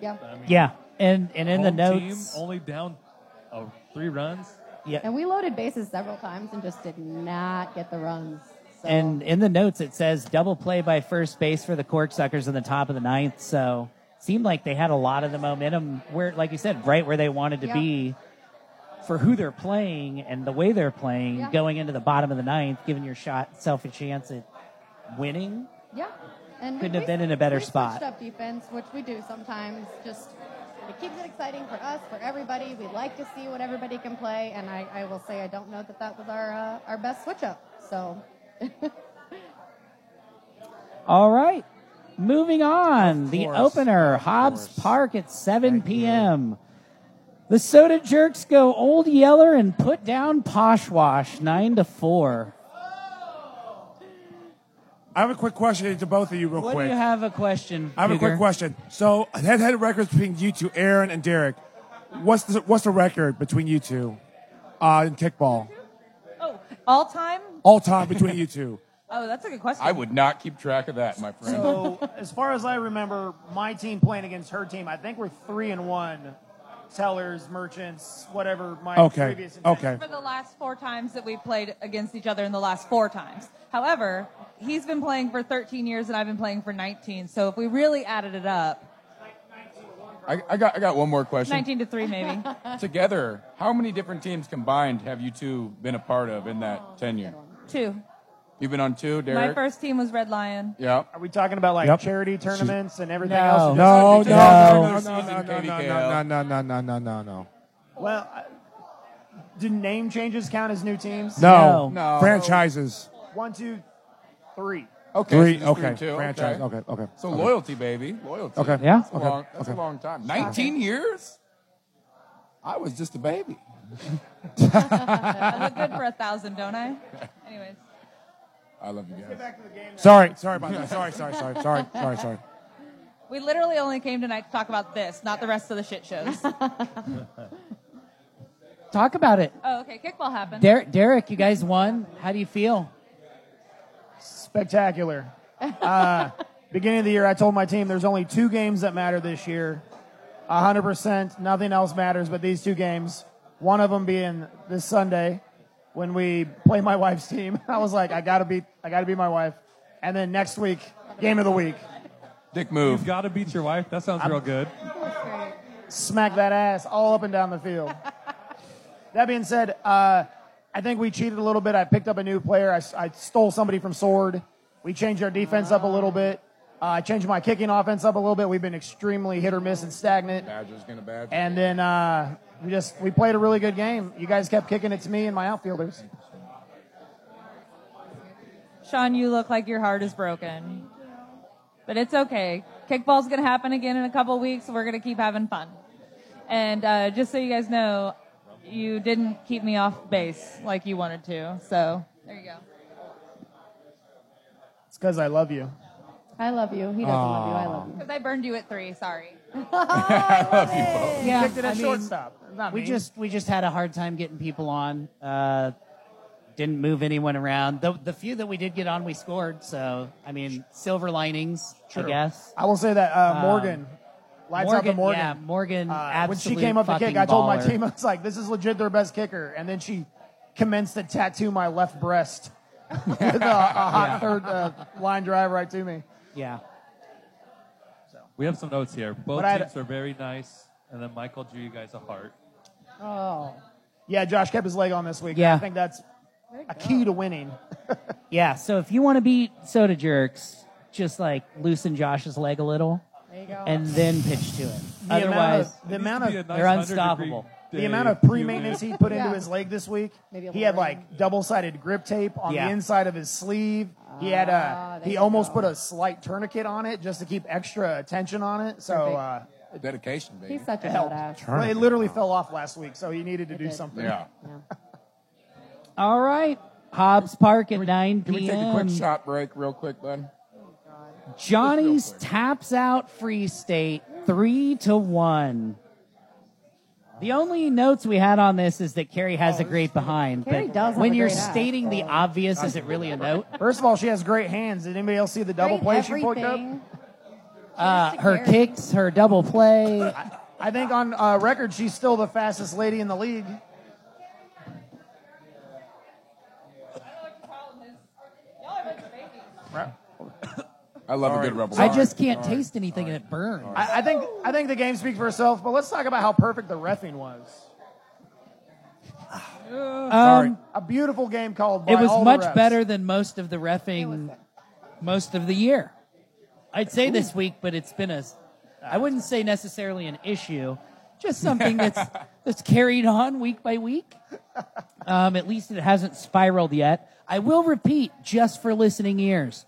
G: yeah.
C: I mean,
B: Yeah, and and in the
C: home
B: notes-
C: team only down uh, three runs.
B: Yeah.
G: And we loaded bases several times and just did not get the runs. So.
B: And in the notes, it says double play by first base for the Corksuckers in the top of the ninth. So seemed like they had a lot of the momentum where, like you said, right where they wanted to
G: Yeah.
B: be for who they're playing and the way they're playing
G: Yeah.
B: going into the bottom of the ninth, giving your shot self a chance at winning.
G: Yeah, and we-
B: Couldn't have
G: we-
B: been in a better
G: we switched
B: spot.
G: Up defense, which we do sometimes. Just it keeps it exciting for us, for everybody. We like to see what everybody can play, and I, I will say I don't know that that was our uh, our best switch up. So
B: All right. Moving on. The
A: course.
B: opener, Hobbs Park at 7 p.m. The Soda Jerks go Old Yeller and put down Poshwash 9 to 4.
D: I have a quick question to both of you, real
B: What
D: quick.
B: do you have a question?
D: I have a quick
B: Cougar?
D: question. So, head-to-head records between you two, Aaron and Derek. What's the what's the record between you two uh, in kickball
J: Oh, all time?
D: all time between you two?
J: Oh, that's a good question.
K: I would not keep track of that, my friend.
O: So, as far as I remember, my team playing against her team, I think we're three and one. Tellers, merchants, whatever. My
D: Okay,
O: Previous
D: okay.
M: For the last four times that we played against each other in the last four times. However, he's been playing for 13 years and I've been playing for 19. So if we really added it up,
K: I, I got I got one more question.
M: 19 to 3, maybe.
K: Together, how many different teams combined have you two been a part of in that tenure?
M: Two.
K: You've been on two,
M: My
K: Derek.
M: first team was Red Lion.
K: yeah.
O: Are we talking about like
K: Yep.
O: charity tournaments and everything
K: No.
O: else?
K: No,
O: Just-
K: no,
O: just-
K: no, no, no, no, no,
D: No, no, no, no, no, no, no.
O: Well, I- do name changes count as new teams?
D: No. Franchises.
O: One, two, three.
K: Okay.
D: Three,
K: so just
D: okay.
K: two,
D: Franchise, okay, okay,
K: So
D: okay.
K: loyalty, baby. Loyalty.
D: Okay. Yeah?
K: That's, a,
D: Okay,
K: long, that's a
D: okay.
K: long time. 19 years? I was just a baby.
M: I look good for a thousand, don't I? Anyways.
K: I love you guys.
D: Sorry, sorry about that. Sorry, sorry, sorry, sorry, sorry, sorry.
M: We literally only came tonight to talk about this, not the rest of the shit shows.
B: Talk about it.
M: oh, okay. Kickball happened.
B: Derek, Derek, you guys won. How do you feel?
O: Spectacular. Uh, beginning of the year, I told my team there's only two games that matter this year. 100%. Nothing else matters but these two games. One of them being this Sunday when we play my wife's team. I was like, I gotta beat, I gotta beat my wife. And then next week, game of the week.
K: Dick move.
C: You've got to beat your wife. That sounds real good.
O: smack that ass all up and down the field. that being said, uh, I think we cheated a little bit. I picked up a new player. I, s- I stole somebody from Sword. We changed our defense up a little bit. Uh, I changed my kicking offense up a little bit. We've been extremely hit or miss and stagnant.
K: Badger's gonna badger.
O: And then uh, we just we played a really good game. You guys kept kicking it to me and my outfielders.
M: Sean, you look like your heart is broken. But it's okay. Kickball's going to happen again in a couple weeks. We're going to keep having fun. And uh, just so you guys know, you didn't keep me off base like you wanted to. So there you go.
O: It's because I love you.
G: I love you. He doesn't love you. I love you.
M: Because I burned you at three. Sorry.
B: Oh,
O: I love you both.
B: Yeah,
O: kicked it
B: I
O: at
B: mean,
O: shortstop. Not
B: we
O: me.
B: just we just had a hard time getting people on. Uh, didn't move anyone around. The the few that we did get on, we scored. So I mean, silver linings, I
O: True.
B: guess.
O: I will say that uh,
B: Um,
O: Morgan, lights out to Morgan.
B: Yeah, Morgan.
O: Uh, when she came up to kick, I told my team, I was like, this is legit their best kicker. And then she commenced to tattoo my left breast with a, a hot
C: Yeah.
O: third uh, line drive right to me.
B: Yeah.
C: We have some notes here. Both
O: But I had-
C: teams are very nice, and then Michael drew you guys a heart.
O: Oh. Yeah, Josh kept his leg on this week.
B: Yeah.
O: I think that's a key to winning.
B: Yeah. So if you want to beat Soda Jerks, just like loosen Josh's leg a little,
O: There you go.
B: and then pitch to it.
O: The amount of-
B: Otherwise,
O: the It needs amount to be of- a nice
B: they're
O: 100 degree
B: unstoppable.
O: The amount of pre maintenance he put into his leg this week,
B: Maybe a
O: he
B: little
O: had like double sided grip tape on
B: Yeah.
O: the inside of his sleeve. He had
K: Ah,
O: a,
K: there
O: he
K: you
O: almost put a slight tourniquet on it just to keep extra attention on it. So, uh,
K: Dedication, baby.
O: He's such
K: a
O: a badass. Well, it literally fell off last week, so he needed to do something.
K: Yeah.
B: All right, Hobbs Park at nine
K: Can
B: p.m.
K: we take a quick shot break real quick, bud?
B: Johnny's taps out Free State three to one. The only notes we had on this is that Carrie has a great behind.
O: Carrie
B: but
O: does have
B: when
O: a
B: you're
O: great eye.
B: stating the obvious, is it really a note?
O: First of all, she has great hands. Did anybody else see the double play
B: Great
O: she picked up?
B: Uh, her kicks, her double play.
O: I think on uh, record, she's still the fastest lady in the league.
K: I love
O: Sorry.
K: a good rebel.
B: I just can't taste anything and it burns.
O: I, I think I think the game speaks for itself. But let's talk about how perfect the refing was.
B: Sorry.
O: a beautiful game called. By
B: It was
O: all the
B: much
O: refs.
B: better than most of the refing most of the year. I'd say this week, but it's been a I wouldn't say necessarily an issue, just something that's that's carried on week by week. Um, at least it hasn't spiraled yet. I will repeat just for listening ears.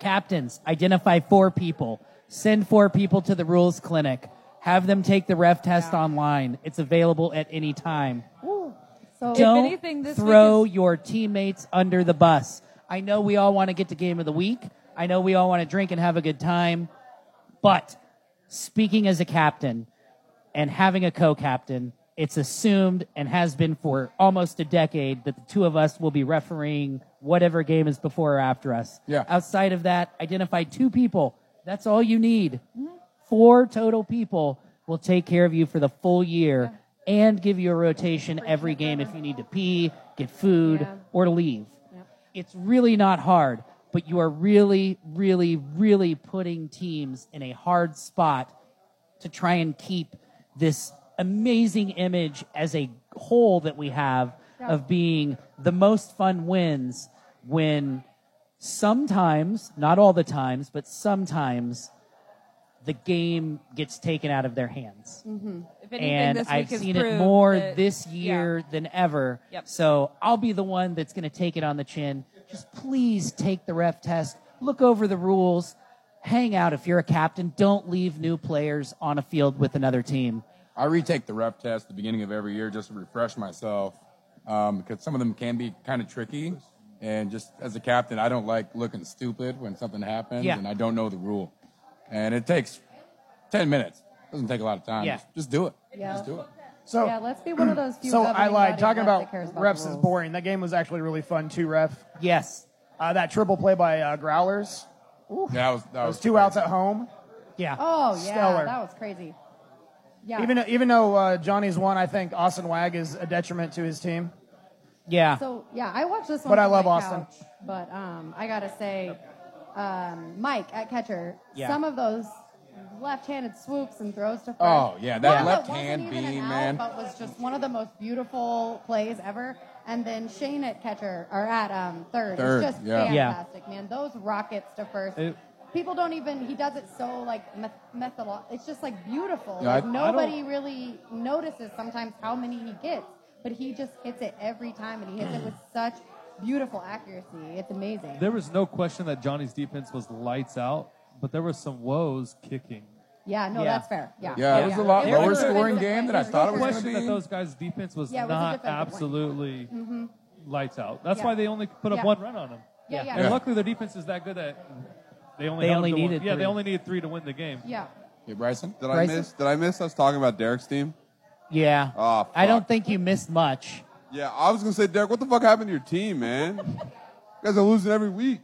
B: Captains, identify four people. Send four people to the rules clinic. Have them take the ref test online. It's available at any time.
M: So
B: Oh. Don't
M: if anything, this
B: throw
M: week
B: your teammates under the bus. I know we all want to get to game of the week. I know we all want to drink and have a good time. But speaking as a captain and having a co-captain, it's assumed and has been for almost a decade that the two of us will be refereeing whatever game is before or after us.
K: Yeah.
B: Outside of that, identify two people. That's all you need. Four total people will take care of you for the full year and give you a rotation every game if you need to pee, get food, or to leave. It's really not hard, but you are really, really, really putting teams in a hard spot to try and keep this amazing image as a whole that we have
A: Yeah.
B: of being the most fun wins when sometimes, not all the times, but sometimes the game gets taken out of their hands.
A: Mm-hmm.
M: If anything,
B: and
M: this week
B: I've
M: has
B: seen it
M: proved
B: more
M: that-
B: this
M: yeah.
B: year than ever.
M: Yep.
B: So I'll be the one that's going to take it on the chin. Just please take the ref test, look over the rules, hang out if you're a captain. Don't leave new players on a field with another team.
K: I retake the rep test at the beginning of every year just to refresh myself um, because some of them can be kind of tricky. And just as a captain, I don't like looking stupid when something happens
A: Yeah.
K: and I don't know the rule. And it takes 10 minutes. doesn't take a lot of time.
P: Yeah.
K: Just, just do it.
G: Yeah.
K: Just do it.
G: So yeah, let's be one of those few.
P: So I
G: governing
P: lied.
G: bodies
P: Talking
G: left that
P: about,
G: cares about the
P: refs is
G: rules.
P: boring. That game was actually really fun too, ref.
B: Yes.
P: Uh, that triple play by uh, Growlers. Ooh.
K: Yeah, that was, that
P: Those
K: was
P: two outs at home.
B: Yeah.
G: Oh yeah,
P: Stellar.
G: that was crazy. Yeah.
P: Even though, even though uh, Johnny's won, I think Austin Wag is a detriment to his team.
B: Yeah.
G: So yeah, I watched this one.
P: But I
G: from
P: love
G: my
P: Austin.
G: couch, but um, I gotta say, um, Mike at catcher,
K: Yeah.
G: some of those left-handed swoops and throws to first.
K: Oh, yeah, that
G: One
K: left
G: wasn't
K: hand
G: even an
K: beam,
G: out,
K: man.
G: But was just one of the most beautiful plays ever. And then Shane at catcher or at um, third,
K: Third,
G: it's just
K: yeah. Yeah.
G: fantastic, man. Those rockets to first.
K: It-
G: People don't even. He does it so like meth- method. It's just like beautiful.
K: Yeah, I-
G: like,
K: I don't-
G: nobody really notices sometimes how many he gets, but he just hits it every time, and he hits it with such beautiful accuracy. It's amazing.
C: There was no question that Johnny's defense was lights out, but there was some woes kicking.
G: Yeah, no,
C: Yeah.
G: that's fair. Yeah,
K: Yeah, it was a lot
G: It
K: lower
G: was-
K: scoring
G: it was-
K: game than I thought it was
C: No
K: going to
C: question
K: be.
C: that those guys' defense was
G: Yeah, it was a
C: not
G: defensive
C: absolutely
G: Mhm.
C: lights out. That's
G: Yeah.
C: why they only put up
G: Yeah.
C: one run on them.
G: Yeah, yeah.
C: And
G: Yeah.
C: luckily, their defense is that good that they only
H: They
C: held
H: only
C: to one-
H: needed
C: Yeah,
H: three.
C: they only needed three to win the game.
G: Yeah.
K: Hey, Bryson.
H: Did I
B: Bryson?
H: miss? Did I miss us talking about Derek's team?
B: Yeah.
H: Oh, fuck.
B: I don't think you missed much.
H: Yeah, I was gonna say, Derek, what the fuck happened to your team, man? you guys are losing every week.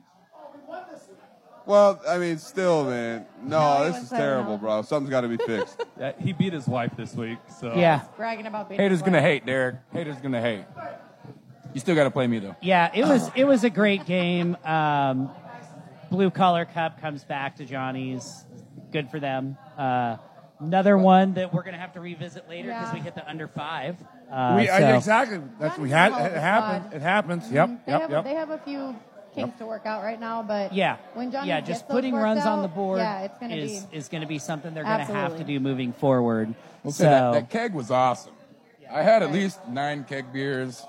H: Well, I mean, still, man. No,
G: No, it
H: this
G: was
H: is terrible, bro. Something's got to be fixed.
C: yeah, he beat his wife this week, so
G: bragging about being.
K: uh, Haters going to hate, Derek. Haters going to hate. You still got to play me, though.
B: Yeah, it was it was a great game. Um, Blue Collar Cup comes back to Johnny's. Good for them. Uh, another one that we're gonna have to revisit later because we hit the under five. Uh,
D: we,
B: so-
D: uh, exactly. That's we had. It happened. It happens. Yep.
G: Oh, Mm-hmm. They,
D: Yep.
G: have,
D: yep.
G: they have a few kinks to work out right now, but
B: Yeah.
G: when Johnny
B: yeah,
G: gets
B: just
G: those
B: putting
G: worked
B: runs on
G: out,
B: the board
G: yeah, it's gonna
B: is
G: be
B: is going to be something they're going to have to
G: Absolutely.
B: do moving forward.
K: We'll
B: so
K: say that, that keg was awesome. I had at least nine keg beers.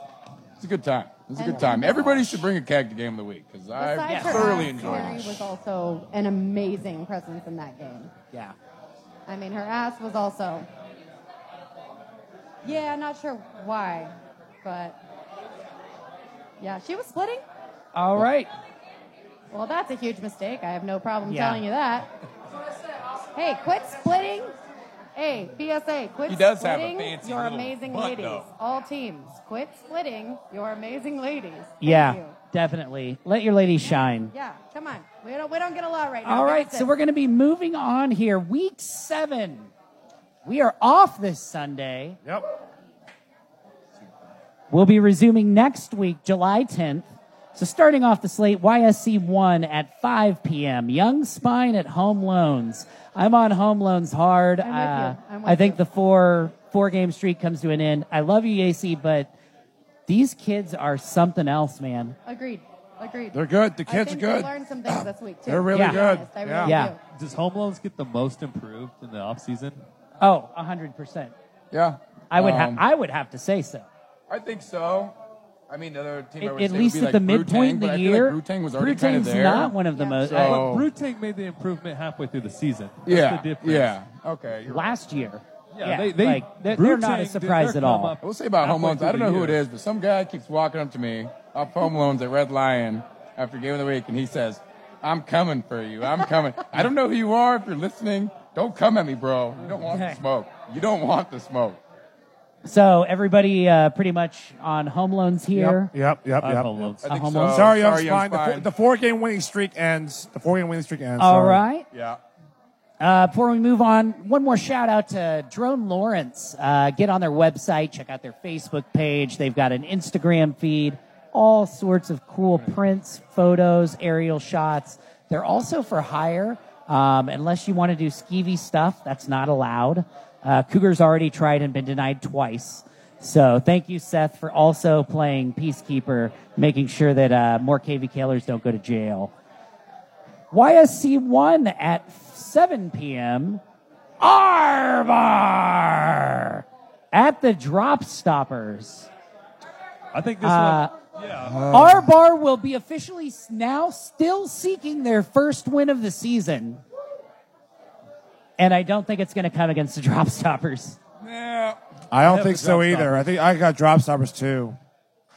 K: It's a good time. It's a
G: And-
K: good time. Everybody should bring a keg to game of the week because I
G: Besides for
K: thoroughly
G: us,
K: enjoyed
G: Carrie
K: it.
G: was also an amazing presence in that game.
B: Yeah.
G: I mean, her ass was also. Yeah, I'm not sure why, but yeah, she was splitting.
B: All right.
G: Well, that's a huge mistake. I have no problem
B: Yeah.
G: telling you that. Hey, quit splitting. Hey, PSA, quit
K: He does have a
G: splitting
K: fancy
G: your
K: little
G: amazing
K: butt,
G: ladies.
K: though.
G: All teams, quit splitting your amazing ladies. Thank
B: yeah,
G: you.
B: definitely. Let your lady shine.
G: Yeah, come on. We don't, we don't get a lot right now.
B: All
G: Give
B: right,
G: us
B: so
G: this.
B: we're going to be moving on here. Week seven. We are off this Sunday.
D: Yep.
B: We'll be resuming next week, July 10th. So starting off the slate, YSC 1 at 5 p.m. Young Spine at Home Loans. I'm on Home Loans hard.
A: I'm with you.
B: Uh,
A: I'm
B: I
A: with
B: think
A: you.
B: the four four game streak comes to an end. I love you, AC, but these kids are something else, man.
G: Agreed. Agreed.
B: They're good. The
G: I
B: kids are
G: think
B: good.
G: They learned some things this week too.
C: They're really
G: to be
C: good.
G: honest. I really
B: Yeah.
G: do.
C: Does home loans get the most improved in the offseason?
B: Oh, 100%.
K: Yeah.
B: I would
C: Um,
B: have I would have to say so.
K: I think so. I mean, the other team I
B: At-
K: would
B: at
K: say
B: least
K: would be
B: at
K: like
B: the
K: Brutang,
B: midpoint of the
K: but I
B: year,
K: Feel like Brutang was already kind of
B: Brutang's
K: there. Oh.
B: not one of the Yeah. most- uh, I-
C: But Brutang made the improvement halfway through the season. That's
K: Yeah,
C: the difference.
K: yeah. Okay, you're right.
B: Last year.
C: Yeah, they, they,
B: like, they're, they're not a
C: Brutang did
B: surprise at
C: their come
B: all.
C: up
K: We'll say about home
C: halfway
K: loans.
C: through
K: I don't
C: the
K: know who it
C: year.
K: is, but some guy keeps walking up to me off home loans at Red Lion after game of the week, and he says, "I'm coming for you. I'm coming. I don't know who you are. If you're listening, don't come at me, bro. You don't want the smoke. You don't want the smoke."
B: So everybody uh, pretty much on home loans here.
D: Yep, yep, yep.
B: Uh, home loans.
D: Sorry, young spine. The four- The four-game winning streak ends. The four-game winning streak ends.
B: All
D: Sorry.
B: right. Uh, before we move on, one more shout out to Drone Lawrence. Uh, get on their website, check out their Facebook page. They've got an Instagram feed, all sorts of cool prints, photos, aerial shots. They're also for hire. Um, unless you want to do skeevy stuff, that's not allowed. Uh, Cougars already tried and been denied twice. So thank you, Seth, for also playing peacekeeper, making sure that uh, more KV killers don't go to jail. YSC1 at 7 p.m. Arbar at the Drop Stoppers.
C: I think this
B: Uh,
C: one. Yeah.
K: Uh,
B: Arbar will be officially s- now still seeking their first win of the season. And I don't think it's going to come against the Drop Stoppers.
D: I don't
B: Yeah,
D: think
B: but
D: so
B: drop
D: either. I think I got drop stoppers too.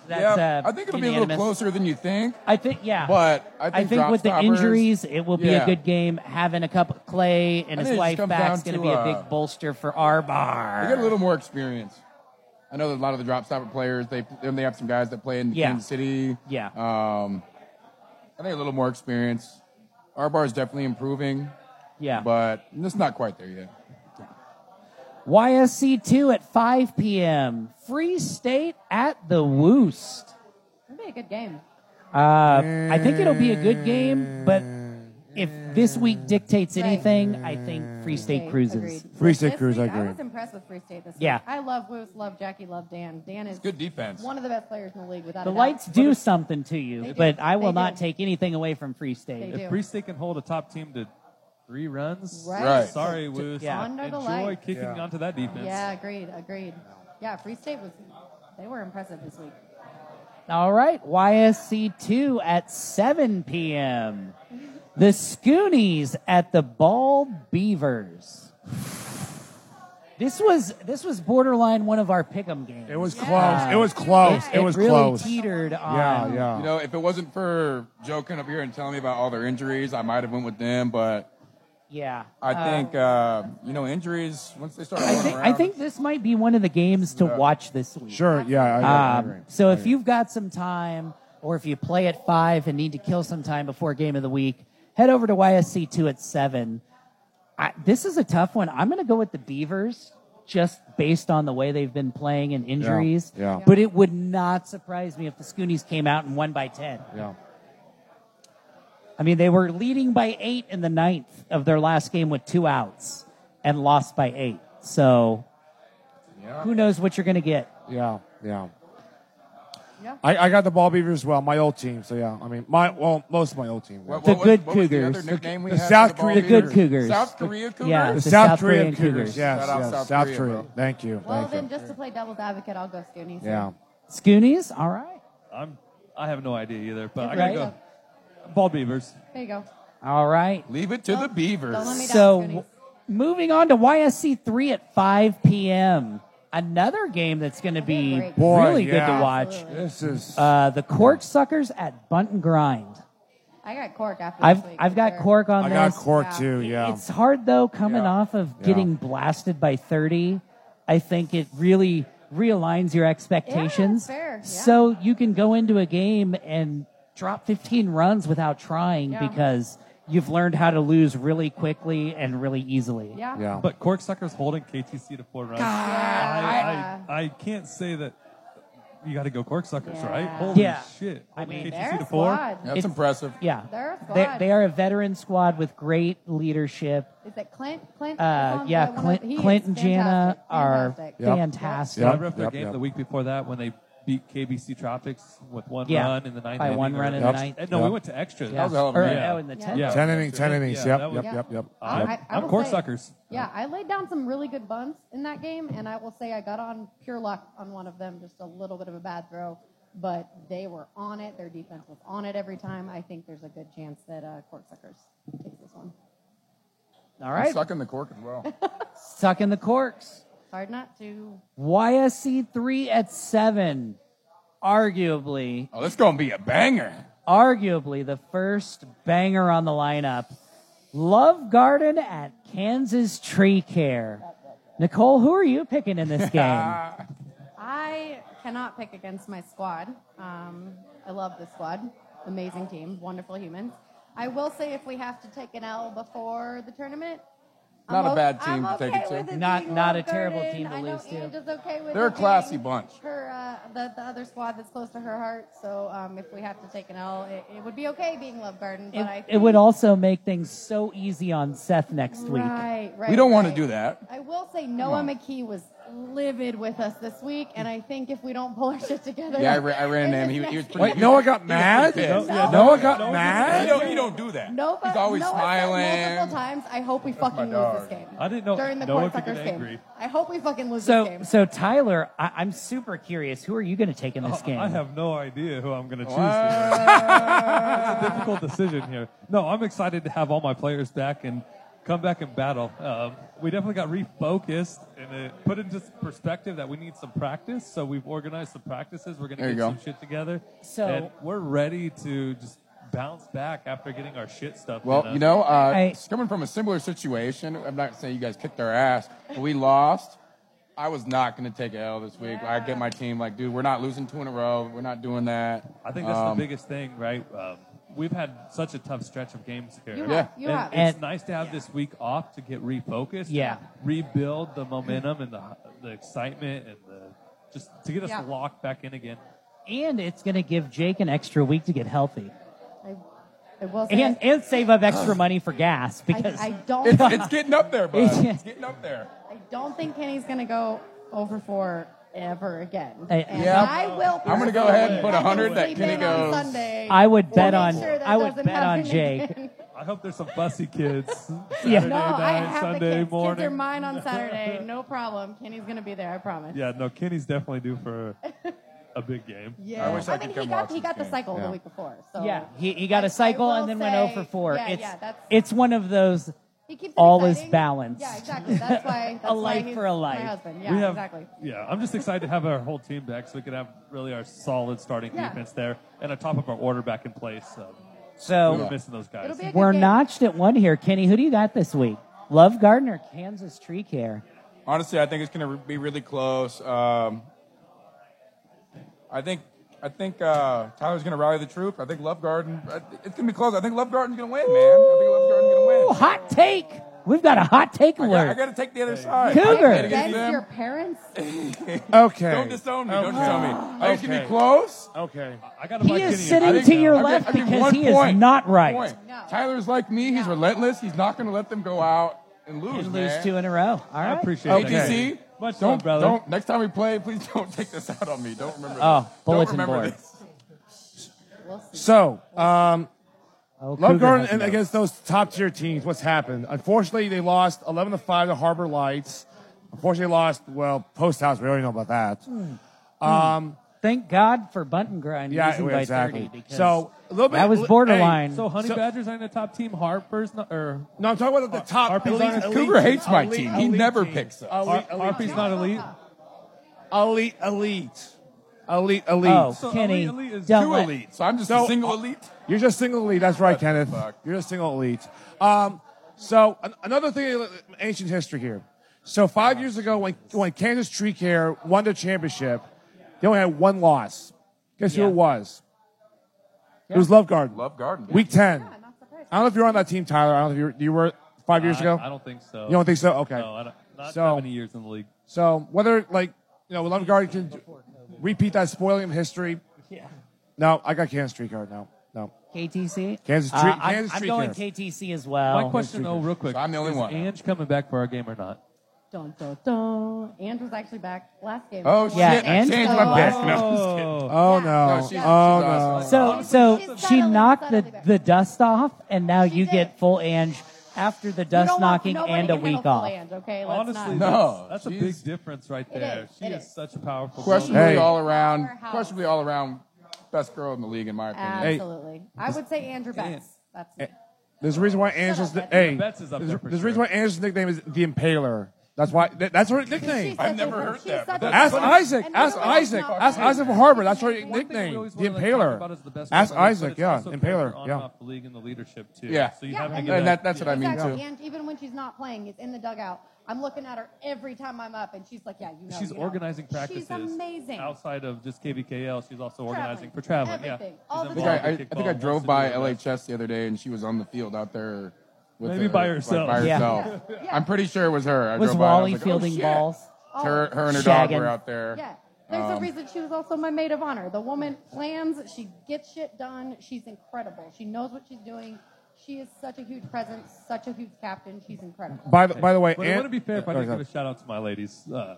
B: That's,
K: yeah,
B: uh,
K: I think it'll be a little
B: unanimous.
K: closer than you think.
B: I think, yeah.
K: But I think, Drop
B: with the
K: Stoppers-
B: injuries, it will be
K: Yeah.
B: a good game. Having a cup of Clay and
K: I
B: his
K: think it just
B: wife
K: comes
B: back
K: down
B: is going to
K: to,
B: be a
K: uh,
B: big bolster for Arbar.
K: They get a little more experience. I know that a lot of the drop stopper players, they then they have some guys that play in
B: Yeah.
K: Kansas City.
B: Yeah.
K: Um, I think a little more experience. Our bar is definitely improving.
B: Yeah.
K: But it's not quite there yet.
B: YSC2 at 5 p.m. Free State at the Woost.
G: It'll be a good game.
B: Uh, I think it'll be a good game, but if this week dictates anything, I think Free State
G: Agreed.
B: cruises.
D: Free State
G: This
D: Crews, I
G: week, I
D: agree.
G: was impressed with Free State this week.
B: Yeah.
G: I love Woos, love Jackie, love Dan. Dan is
K: good defense.
G: One of the best players in the league, without
B: The
G: a doubt.
B: lights do something to you,
G: They do.
B: but I will
G: They
B: not
G: do.
B: take anything away from Free State.
G: They
C: If
G: do.
C: Free State can hold a top team to three runs,
G: Right. Right.
C: Sorry,
G: To-
C: Woos.
G: yeah. Under the
C: Enjoy
G: light.
C: kicking
G: Yeah.
C: onto that defense.
G: Yeah, agreed, agreed. Yeah, Free State was, they were impressive this week.
B: All right, YSC2 at 7 p.m. The Scoonies at the Bald Beavers. This was this was borderline one of our pick'em games. It
D: was close. It was close. It was
B: really
D: close.
B: Teetered on.
K: You know, if it wasn't for Joe coming up here and telling me about all their injuries, I might have went with them. But
B: Yeah.
K: I
B: Uh,
K: think uh, you know injuries once they start. rolling
B: I think, Uh, I
K: around-
B: think this might be one of the games to watch this week. Um,
D: Sure, yeah, I agree, I agree.
B: so
D: I
B: if you've got some time, or if you play at five and need to kill some time before game of the week, head over to YSC two at seven. I, this is a tough one. I'm going to go with the Beavers, just based on the way they've been playing and injuries.
D: yeah.
B: But it would not surprise me if the Scoonies came out and won by ten.
D: Yeah.
B: I mean, they were leading by eight in the ninth of their last game with two outs and lost by eight. So who knows what you're going to get?
D: Yeah, yeah.
G: Yeah.
D: I, I got the ball beavers as well, my old team. So yeah, I mean my well most of my old team.
K: What-
B: The what was- good what was the other Cougars. nickname we
D: The
B: had for
D: South
B: the Ball
D: Korea
B: Beavers? The good Cougars.
K: South Korea Cougars.
B: Yeah,
D: the
B: the
D: South,
B: South
D: Korean
B: Korean
D: Cougars.
B: Cougars.
D: Yes,
K: Shout out
D: yes,
K: South
D: South,
K: Korea,
D: Korea.
K: bro.
D: Thank you.
G: Well,
D: thank
G: then, just to play devil's advocate, I'll go Scoonies.
D: Yeah.
B: Scoonies? All right.
C: I'm. I have no idea either, but I
B: Right.
C: gotta go. Bald Beavers.
G: There you go.
B: All right.
K: Leave it to the Beavers.
G: Don't let me down,
B: So,
G: Scoonies.
B: w- moving on to YSC 3 at 5 p.m. Another game that's going to be
D: great. Boy,
B: really good
D: yeah.
B: to watch.
D: Absolutely. This is-
B: uh, the Cork Suckers at Bunt and Grind.
G: I got Cork after
B: I've
G: this week.
B: I've got Cork on
D: I
B: this.
D: got Cork, too, yeah.
B: It's hard though coming
D: Yeah.
B: off of
D: Yeah.
B: getting blasted by 30. I think it really realigns your expectations.
G: fair, yeah.
B: So you can go into a game and drop 15 runs without trying
G: Yeah.
B: because you've learned how to lose really quickly and really easily.
G: Yeah.
D: Yeah.
C: But Corksucker's holding KTC to four runs. I, I, I can't say that you got to go Corksuckers, right? Holy
B: Yeah.
C: shit.
B: I
C: Holding
B: mean,
C: KTC
G: they're
C: to
G: a
C: four.
G: squad.
K: That's
B: It's-
K: impressive.
B: Yeah.
G: They're a
B: They,
G: squad.
B: they are a veteran squad with great leadership.
G: Is that Clint? Clint?
B: Uh,
G: Alonzo,
B: yeah,
G: one of-
B: Clint,
G: he is
B: Clint and Jana
G: fantastic,
B: are
G: fantastic.
B: fantastic.
C: So I ref their game the week before that when they beat KBC Tropics with one
B: Yeah.
C: run in the ninth
B: By
C: inning
B: one
C: or-
B: run in the
C: Yep.
B: ninth.
C: Uh, No, we
B: Yep.
C: went to extras.
B: Yeah. That was a hell of a Or, game. oh, in the tenth.
C: Yeah.
D: Ten innings, ten innings.
C: Yeah,
D: Yep,
C: that
D: yep,
C: was-
D: yep, yep.
G: I-
C: I'm,
G: I
C: I'm
G: will
C: Cork
G: say-
C: Suckers.
G: Yeah, I laid down some really good bunts in that game, and I will say I got on pure luck on one of them, just a little bit of a bad throw, but they were on it. Their defense was on it every time. I think there's a good chance that uh, Corksuckers takes this one.
B: All right.
K: Suck in the cork as well.
B: Sucking the corks.
G: Hard not to.
B: YSC 3 at 7. Arguably,
K: oh, this gonna be a banger.
B: arguably the first banger on the lineup. Love Garden at Kansas Tree Care. Nicole, who are you picking in this game?
G: I cannot pick against my squad. Um, I love this squad. Amazing team, wonderful humans. I will say if we have to take an L before the tournament,
K: Not
G: I'm
K: a bad
G: o-
K: team to
G: I'm
K: take it
G: okay with
K: to.
G: it being Olive Garden. I know Angel's okay with
K: They're a
G: it
K: classy
G: being
K: bunch.
G: Her, uh, the, the other squad that's close to her heart. So um, if we have to take an L, it, it would be okay being Love Garden. But I
B: It would also make things so easy on Seth next week.
G: Right, right, We don't wanna right. do
K: that.
G: I will say Noah McKee was livid with us this week, and I think if we don't pull our shit together,
K: Yeah, I ran, I ran into him. He, he was pretty.
D: Wait, Noah got
K: he was pretty
D: mad?
K: pissed.
D: No- yeah, Noah got
K: Noah-
D: mad?
K: You don't, you don't do that.
G: Nova,
K: He's always
G: Noah said
K: smiling.
G: multiple times. I hope we fucking lose
K: dog.
G: this game.
B: I didn't know
G: during the
B: Noah could
G: court
B: get
G: suckers game.
B: angry.
G: I hope we fucking lose this
B: So,
G: game.
B: so Tyler, I, I'm super curious. Who are you going to take in this
C: I-
B: game?
C: I have no idea who I'm going to choose. Here. it's a difficult decision here. No, I'm excited to have all my players back and come back and battle. Um, we definitely got refocused and it put into perspective that we need some practice. So we've organized some practices. We're going
K: There
C: to
K: you
C: get
K: go.
C: some shit together.
K: So-
C: and we're ready to just bounce back after getting our shit stuff.
K: Well, you know, uh, it's coming from a similar situation, I'm not saying you guys kicked our ass, but we lost. I was not going to take a L this week. I get my team like, dude, we're not losing two in a row. We're not doing that.
C: I think that's
K: Um,
C: the biggest thing, right? Um, we've had such a tough stretch of games here.
K: You have- Yeah. you
C: and
K: have.
C: It's
K: And-
C: nice to have this week off to get refocused.
B: Yeah.
C: Rebuild the momentum and the, the excitement and the just to get us
B: Yeah.
C: locked back in again.
B: and it's going to give Jake an extra week to get healthy
G: I, I will say
B: and and save up extra money for gas because
G: I don't- It's- it's
K: getting up there,
B: bud.
K: It's getting up there.
G: I don't think Kenny's gonna go over four ever again.
B: Hey,
G: and
B: yeah.
G: I will.
K: I'm gonna go ahead and put
G: I can
K: 100 that
G: sleep
K: Kenny
G: in on
K: goes.
G: Sunday.
B: I would
G: We'll
B: bet
G: make
B: on
G: sure that
B: I would
G: doesn't
B: bet on
G: happen
B: Jake.
G: again.
C: I hope there's some fussy kids Saturday
B: Yeah.
G: No, I
C: night,
G: have
C: Sunday
G: the kids.
C: morning.
G: Kids are mine on Saturday. No problem. Kenny's gonna be there. I promise.
C: Yeah, no, Kenny's definitely due for a big game.
G: Yeah. mean, he got he got the cycle the week before. So
B: yeah, he, he got a cycle and then went
G: say-
B: over for four.
G: yeah,
B: it's
G: yeah, that's-
B: it's one of those
G: He keeps it
B: all is
G: exciting.
B: balanced.
G: Yeah, exactly. That's why. That's
B: a
G: why
B: life
G: he's
B: for a life.
G: My husband. Yeah,
C: We have-
G: exactly.
C: Yeah, I'm just excited to have our whole team back so we can have really our solid starting
G: Yeah.
C: defense there and on top of our order back in place. Um,
B: So-
C: we were missing those guys.
B: We're notched at one here, Kenny. Who do you got this week? Love Gardner, Kansas Tree Care.
K: Honestly, I think it's going to be really close. Um,
L: I think I think uh, Tyler's going to rally the troop. I think Love Garden. I th- It's going to be close. I think Love Garden's going to win, man. I think Love Garden's going to win.
B: Oh, hot take! We've got a hot take
L: I got, I
B: alert.
L: got to take the other side.
B: Cougar.
L: I gotta get
G: Against
L: them.
G: your parents.
D: Okay.
L: Don't disown me. Don't
D: Okay.
L: disown me. I think it's going to
D: Okay.
L: be close.
D: Okay.
C: I got
B: He is sitting to your left because he is not right.
K: Tyler's like me. He's relentless. He's not going to let them go out and lose.
B: And lose
K: man.
B: two in a row. All right.
K: ATC,
C: Much
K: don't,
C: love, brother.
K: Don't, next time we play, please don't take this out on me. Don't remember.
B: Oh,
K: this.
B: bulletin
K: don't remember
B: board.
K: This.
D: So, um,
B: Cougar
D: Love Garden
B: has
D: and
B: notes.
D: against those top tier teams, what's happened? Unfortunately, they lost 11 to 5 to Harbor Lights. Unfortunately, lost, well, Post House, we already know about that. Um,
B: Hmm. Thank God for Bunting Grind
D: Yeah,
B: losing by
D: exactly.
B: 30. because
D: So, a little bit-
B: That was
D: hey,
B: borderline.
D: so
C: Honey Badgers aren't a top team. Harper's not, or
D: no, I'm talking about the top.
C: Harper's
D: elite-
C: not
D: elite
C: Cougar
D: team.
C: hates my
D: Elite-
C: team. He
D: elite
C: never
D: team.
C: picks us.
D: Elite-
C: Har-
D: elite
C: Harper's
D: team.
C: not elite.
D: Elite, elite, elite, elite.
B: Oh, So Kenny, elite- elite is don't two let-
D: elite.
B: elite.
K: So I'm just
D: a
K: single elite.
D: You're just single elite. That's right, Kenneth. You're just single elite. Um, so an- another thing, uh, ancient history here. So five years ago, when when Kansas Tree Care won the championship, they only had one loss. Guess who
K: Yeah.
D: it was? It was Love Garden.
K: Love Garden.
D: Week ten. I don't know if you were on that team, Tyler. I don't know if you were, you were five years
C: I-
D: ago.
C: I don't think so.
D: You don't think so? Okay.
C: No, I don't, not
D: So-
C: that many years in the league.
D: So whether like you know, Love Garden can d- repeat that spoiling of history.
B: Yeah.
D: No, I got Kansas Tree Guard. No, no.
B: KTC?
D: Kansas Tree-
B: Uh, I'm-
D: Kansas
B: I'm
D: Tree
B: going
D: Care.
B: KTC as well.
C: My question, though, real quick.
K: I'm the only
C: is
K: one.
C: Ange coming back for our game or not?
G: Dun, dun, dun. And was actually back last game.
C: Oh,
B: Yeah, shit, I and- changed my pick. No, I'm just kidding.
D: Oh, no.
B: No, she's- she's
D: oh, no.
B: So, so she knocked the, the dust off, and now you get full Ange after the
G: You
B: dust
G: don't want-
B: knocking
G: nobody
B: and a
G: can handle
B: week off.
G: Land, okay? Let's
C: Honestly,
G: not.
C: that's, that's a big difference right there.
G: is,
C: She
G: it
C: is, such a powerful.
K: Questionably
C: woman.
K: all around. Questionably all around. Best girl in the league, in my opinion.
G: Absolutely. I would say Andrew Betts. That's
D: Eh, There's a reason why Angela's hey.
C: Betts is up
D: There's,
C: there for
D: there's a reason why Angela's nickname is the Impaler. That's why. that- that's her nickname.
K: I've never heard that. but
D: Ask
K: that's funny.
D: Isaac. Ask Isaac. Ask Isaac from Harvard. That's her nickname. The
C: About is the
D: Impaler.
C: best
D: Ask
C: player, but
D: Isaac.
C: it's
D: Yeah,
C: also players
D: Impaler.
C: on
D: Yeah.
C: top of the league and the leadership too.
K: Yeah.
C: So you have to
K: and
C: get
K: that- that's what I mean
G: Exactly.
K: too.
G: And even when she's not playing, it's in the dugout. I'm looking at her every time I'm up, and she's like, "Yeah, you know."
C: She's
G: you know."
C: organizing practices.
G: She's amazing.
C: Outside of just KBKL, she's also organizing for traveling.
G: Everything.
C: Yeah.
G: All
C: She's
K: I
G: the
K: think I,
C: involved
K: I, I
C: in
K: think
C: kickball,
K: I
C: wants
K: drove
C: to
K: by
C: do her best.
K: LHS the other day and she was on the field out there with
C: Maybe
K: her,
C: by
K: like,
C: herself.
K: by
C: Yeah.
K: herself.
C: Yeah.
K: I'm pretty sure it was her. I
B: Was
K: drove by, I
B: Wally
K: like, oh,
B: fielding
K: shit.
B: balls?
K: Her, her and her dog
B: Shagging.
K: were out there.
G: Yeah. There's a
K: Um,
G: reason she was also my maid of honor. The woman plans, she gets shit done, she's incredible. She knows what she's doing. She is such a huge presence, such a huge captain. She's incredible.
D: By the- by the way,
C: but
D: and-
C: it wouldn't be fair if I
D: Sorry,
C: didn't
D: sorry.
C: give a shout out to my ladies. Uh,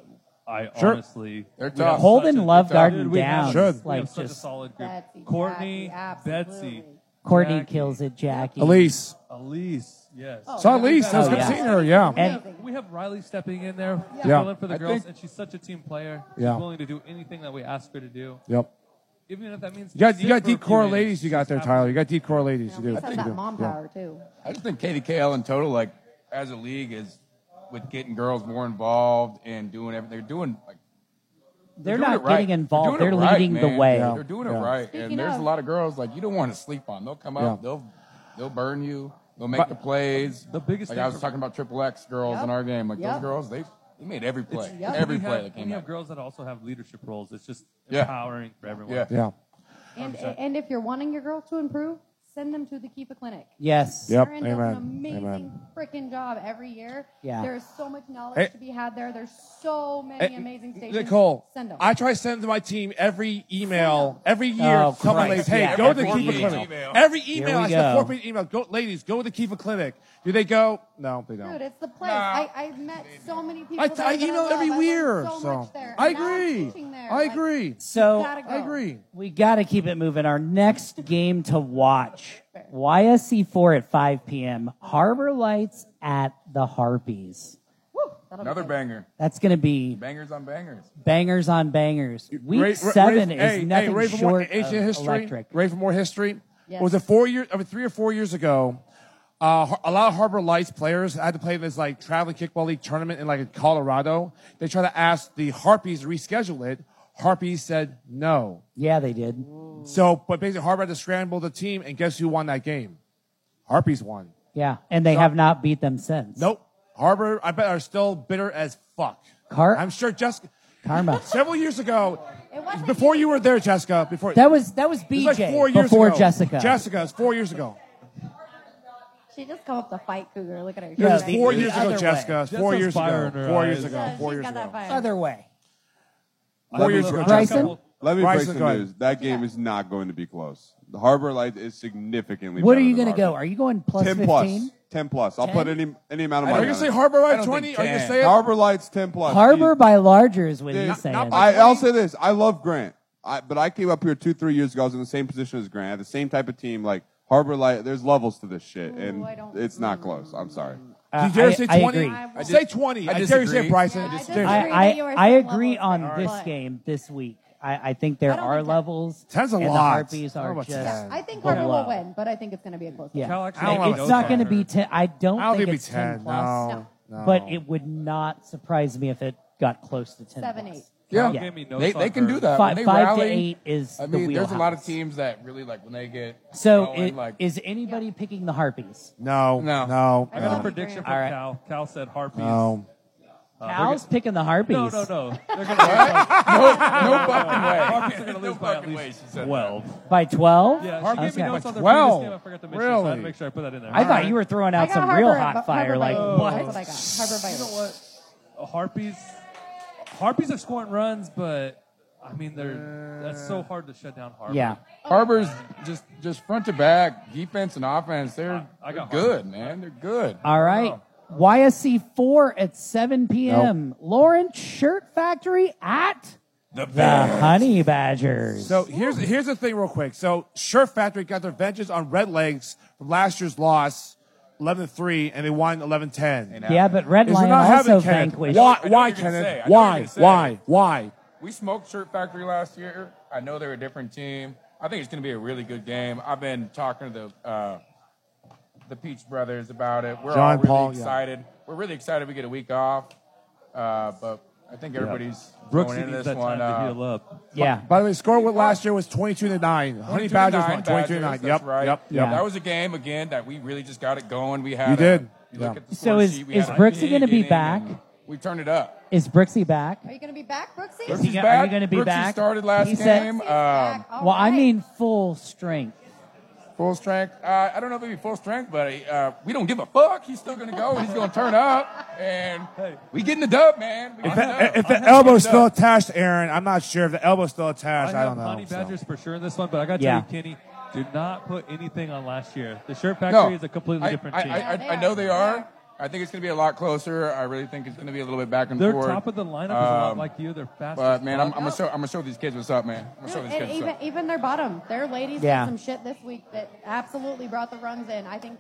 C: I
D: Sure.
C: honestly
D: They're
C: we
D: tough.
C: have
D: Holding
C: such a-
D: Love
C: Dude,
D: Garden
C: we have-
D: down
C: we have
D: is
C: such
D: like
C: a
D: just-
C: solid group.
G: Betsy,
C: Courtney,
G: Jackie,
C: Betsy,
B: Courtney kills it, Jackie.
D: Elise.
C: Elise, yes.
D: Oh, Saw yeah. Elise. That was
B: Oh,
D: good seeing her, yeah.
C: We
D: And-
C: have- we have Riley stepping in there,
D: Yeah.
C: filling for the
D: I
C: girls,
D: think-
C: and she's such a team player. She's
D: Yeah.
C: willing to do anything that we ask her to do.
D: Yep.
C: Even if that means
D: You got,
C: sit
D: you got
C: for a
D: deep
C: few
D: core
C: minutes.
D: ladies. You got there, Tyler. You got deep core ladies. You do.
G: She's got
D: You
G: that
D: do.
G: mom
D: Yeah.
G: power, too.
K: I just think KDKL in total, like as a league, is with getting girls more involved and doing everything. They're doing like
B: They're
K: doing
B: not
K: it right.
B: getting involved.
K: doing it
B: They're
K: right,
B: leading the
K: man.
B: way.
K: They're- They're doing it
B: Yeah.
K: right,
B: Speaking
K: and there's
B: of-
K: a lot of girls like you don't want to sleep on. They'll come up.
D: Yeah.
K: They'll they'll burn you. They'll make the plays. The biggest. Like
C: thing
K: I was
C: for-
K: talking about triple X girls
C: Yep.
K: in our game. Like
C: Yep.
K: those girls, they they made every play.
C: It's-
K: Every
C: we
K: play
C: Have,
K: that
C: and
K: came
C: you
K: out.
C: have girls that also have leadership roles. It's just
K: Yeah.
C: empowering for everyone.
K: Yeah. Yeah.
G: And,
C: 100%.
G: and if you're wanting your girls to improve, send them to the Kifa Clinic.
B: Yes.
D: Yep.
G: Karen does an
D: Amen.
G: amazing
D: Amen.
G: freaking job every year.
D: Yeah.
G: There is so much knowledge
D: Hey-
G: to be had there. There's so many
D: Hey,
G: amazing stations.
D: Nicole,
G: send them.
D: I try to send to my team every email, every year.
B: Oh,
D: come on,
B: Christ,
D: ladies, hey,
B: yeah.
D: go to the
B: Every
D: Kiva
B: email.
D: Clinic.
B: Email.
D: Every
B: Here
D: email,
B: we
D: I send
B: go.
D: four page email. Go, ladies, go to the Kiva Clinic. Do they go? No, they don't.
G: Dude, it's the place. I, I've met so many people.
D: I,
G: that are
D: I
G: gonna
D: email
G: love.
D: every
G: I learned
D: year,
G: so much there.
D: I
G: And now I'm
D: agree.
G: teaching there.
D: I
G: Like,
D: agree.
B: So
G: Gotta go.
D: I agree.
B: We got to keep it moving. Our next game to watch YSC4 at 5 p.m. Harbor Lights at the Harpies.
K: Another banger.
B: That's going to be
K: Bangers on bangers.
B: bangers on bangers. Week
D: Ray- Ray-
B: seven
D: Ray-
B: is
D: hey,
B: nothing
D: hey, Ray for more
B: short
D: ancient
B: of
D: history.
B: electric.
D: Ray for more history.
B: Yes.
D: Was it four years? I mean, three or four years ago? Uh, Har- a lot of Harbor Lights players had to play this like traveling kickball league tournament in like Colorado. They tried to ask the Harpies to reschedule it. Harpies said no.
B: Yeah, they did.
D: So, but basically, Harbor had to scramble the team, and guess who won that game? Harpies won.
B: Yeah, and they have not beat them since.
D: Nope. Harbor, I bet, are still bitter as fuck.
B: Car-
D: I'm sure Jessica.
B: Karma.
D: Several years ago, before you were there, Jessica. Before
B: That was- that was
D: It like
B: BJ
D: four years
B: before
D: ago.
B: Jessica.
D: Jessica, it's four years ago.
G: She just come up to fight Cougar. Look at her.
D: It was
G: She's
D: four
G: like-
D: years
B: other
D: ago,
B: way.
D: Jessica. It's Four
B: Jessica's
D: years
B: fire
D: ago.
B: in her
D: Four
B: eyes.
D: years ago. Four years
G: got
D: ago.
G: that vibe.
B: Other way.
D: Four years ago.
B: Bryson?
H: Let me
D: Bryson,
H: break
D: go
H: some
D: ahead.
H: news. That game is not going to be close. The Harbor Lights is significantly.
B: What are
H: better
B: you
H: than
B: going to go?
H: Harbor.
B: Are you going plus
H: ten
B: 15?
H: plus? Ten plus. I'll
B: 10?
H: put any any amount of
D: Are
H: money.
D: you gonna
H: on
D: say
H: it.
D: Harbor
H: I
D: Lights
H: don't think
D: 20? Are you gonna
H: 10.
D: say it?
H: Harbor Lights ten plus?
B: Harbor by larger is what
H: Dude,
B: he's saying.
H: I, I'll say this. I love Grant. I, but I came up here two, three years ago. I was in the same position as Grant. I had the same type of team. Like Harbor Light, there's levels to this shit, and it's not close. I'm sorry.
B: Uh,
D: Did you dare say
B: I
D: 20?
B: agree.
D: I say 20. I, dare you say it, Bryson. Dare you say it.
B: I, I, I agree on this game this week. I, I think there are levels.
D: Ten's a
B: and The
D: lot.
B: Harpies
D: I
B: are
D: don't know about
B: just.
D: ten.
G: I think
B: below.
G: Harbor will win, but I think it's going to be a close
B: Yeah,
G: game.
D: I don't know
B: it's
D: about
B: not
D: ten.
B: going to be ten. I don't,
D: I don't
B: think,
D: think
B: it's
D: it'll be
B: ten,
D: 10.
B: plus.
D: No, No. no.
B: But it would not surprise me if it got close to ten.
G: Seven,
B: plus.
G: eight.
K: Yeah,
B: Yeah.
K: they, they can do that.
B: Fi-
K: When they
B: five to
K: rally,
B: eight is
K: I
B: the
K: mean, there's a lot of
B: wheelhouse.
K: teams that really like when they get
B: So,
K: going,
B: it-
K: like
B: is anybody picking the Harpies?
D: No. No. No.
C: I got a prediction from
B: Um, All right.
C: Cal. Cal said Harpies.
D: No.
C: Uh, they're
B: Cal's picking the Harpies.
C: No, no, no. They're gonna lose by-
B: No- no
C: fucking
B: way.
C: Harpies are going to lose by at least 12.
B: By twelve?
C: Yeah, she gave me notes on their previous game. I forgot to mention it, so I had to make sure I put that in there.
B: I thought you were throwing out some real hot fire, like
C: What?
B: what?
C: You know what? Uh, Harpies, Harpies are scoring runs, but I mean, they're that's so hard to shut down Harpies.
K: Oh. Harbor's just just front to back, defense and offense. They're
C: I got
K: they're good,
C: Harbor.
K: man. They're good.
B: All right. YSC four at seven p.m. Lawrence Shirt Factory at
K: The
B: Honey Badgers.
D: So here's here's the thing, real quick. So Shirt Factory got their vengeance on Red Legs from last year's loss, 11-3, and they won 11-10.
B: Yeah, but Red
D: Is it
B: Lion
D: not
B: also
D: happening, Kenneth?
B: vanquished.
D: Why?
K: I know
D: Why,
K: what you're
D: Kenneth?
K: gonna say. I know what you're
D: Why?
K: gonna say.
D: Why? Why?
K: We smoked Shirt Factory last year. I know they're a different team. I think it's going to be a really good game. I've been talking to the uh, the Peach Brothers about it. We're all
D: John
K: really
D: Paul, yeah.
K: excited. We're really excited we get a week off. Uh, but I think everybody's
C: Brooks
K: going into
C: needs
K: this
C: that
K: one.
C: time
K: uh,
C: to heal up.
D: By, by the way, score with last year was twenty two to nine. Honey
K: 22
D: Badgers
K: nine
D: won twenty two to nine.
K: Badgers,
D: Yep.
K: that's right.
D: Yep. Yep.
K: That was a game again that we really just got it going. We had.
D: You
K: a-
D: did.
K: you look
D: Yeah.
K: at the
B: So
K: score
B: is-
K: sheet, we
B: is
K: had a
B: Brooks gonna
K: big
B: be
K: inning,
B: back?
K: and We turned it up.
B: Is Brooksy back?
G: Are you going to be back, Brooksy?
B: Is
K: Brooks
B: he
K: is
B: go-
K: back.
B: Are you going to be
K: Brooks, he
B: back?
K: started last
G: Oh,
B: He said-
K: game. Um,
B: well, I mean full strength.
K: Full strength? Uh, I don't know if he'd be full strength, but uh, we don't give a fuck. He's still going to go. He's going to turn up. And we getting the dub, man. We
D: If,
K: getting
D: the- if the
K: dub.
D: elbow's still attached, Aaron, I'm not sure if the elbow's still attached. I,
C: have
D: don't know.
C: Honey
D: so.
C: Badgers for sure in this one, but I got to
D: Yeah.
C: tell you, Kenny, do not put anything on last year. The Shirt Factory is a completely
K: I-
C: different
K: I,
C: team.
K: I, I, I know they are. I think it's going to be a lot closer. I really think it's going to be a little bit back and
C: Their
K: forth.
C: top of the lineup is a lot
K: Um,
C: like you. They're fast.
K: But man, I'm, I'm
C: going
K: gonna show I'm gonna show these kids what's up, man. I'm gonna show these
G: And
K: kids what's
G: even,
K: up.
G: even their bottom, their ladies
K: Yeah.
G: did some shit this week that absolutely brought the runs in. I think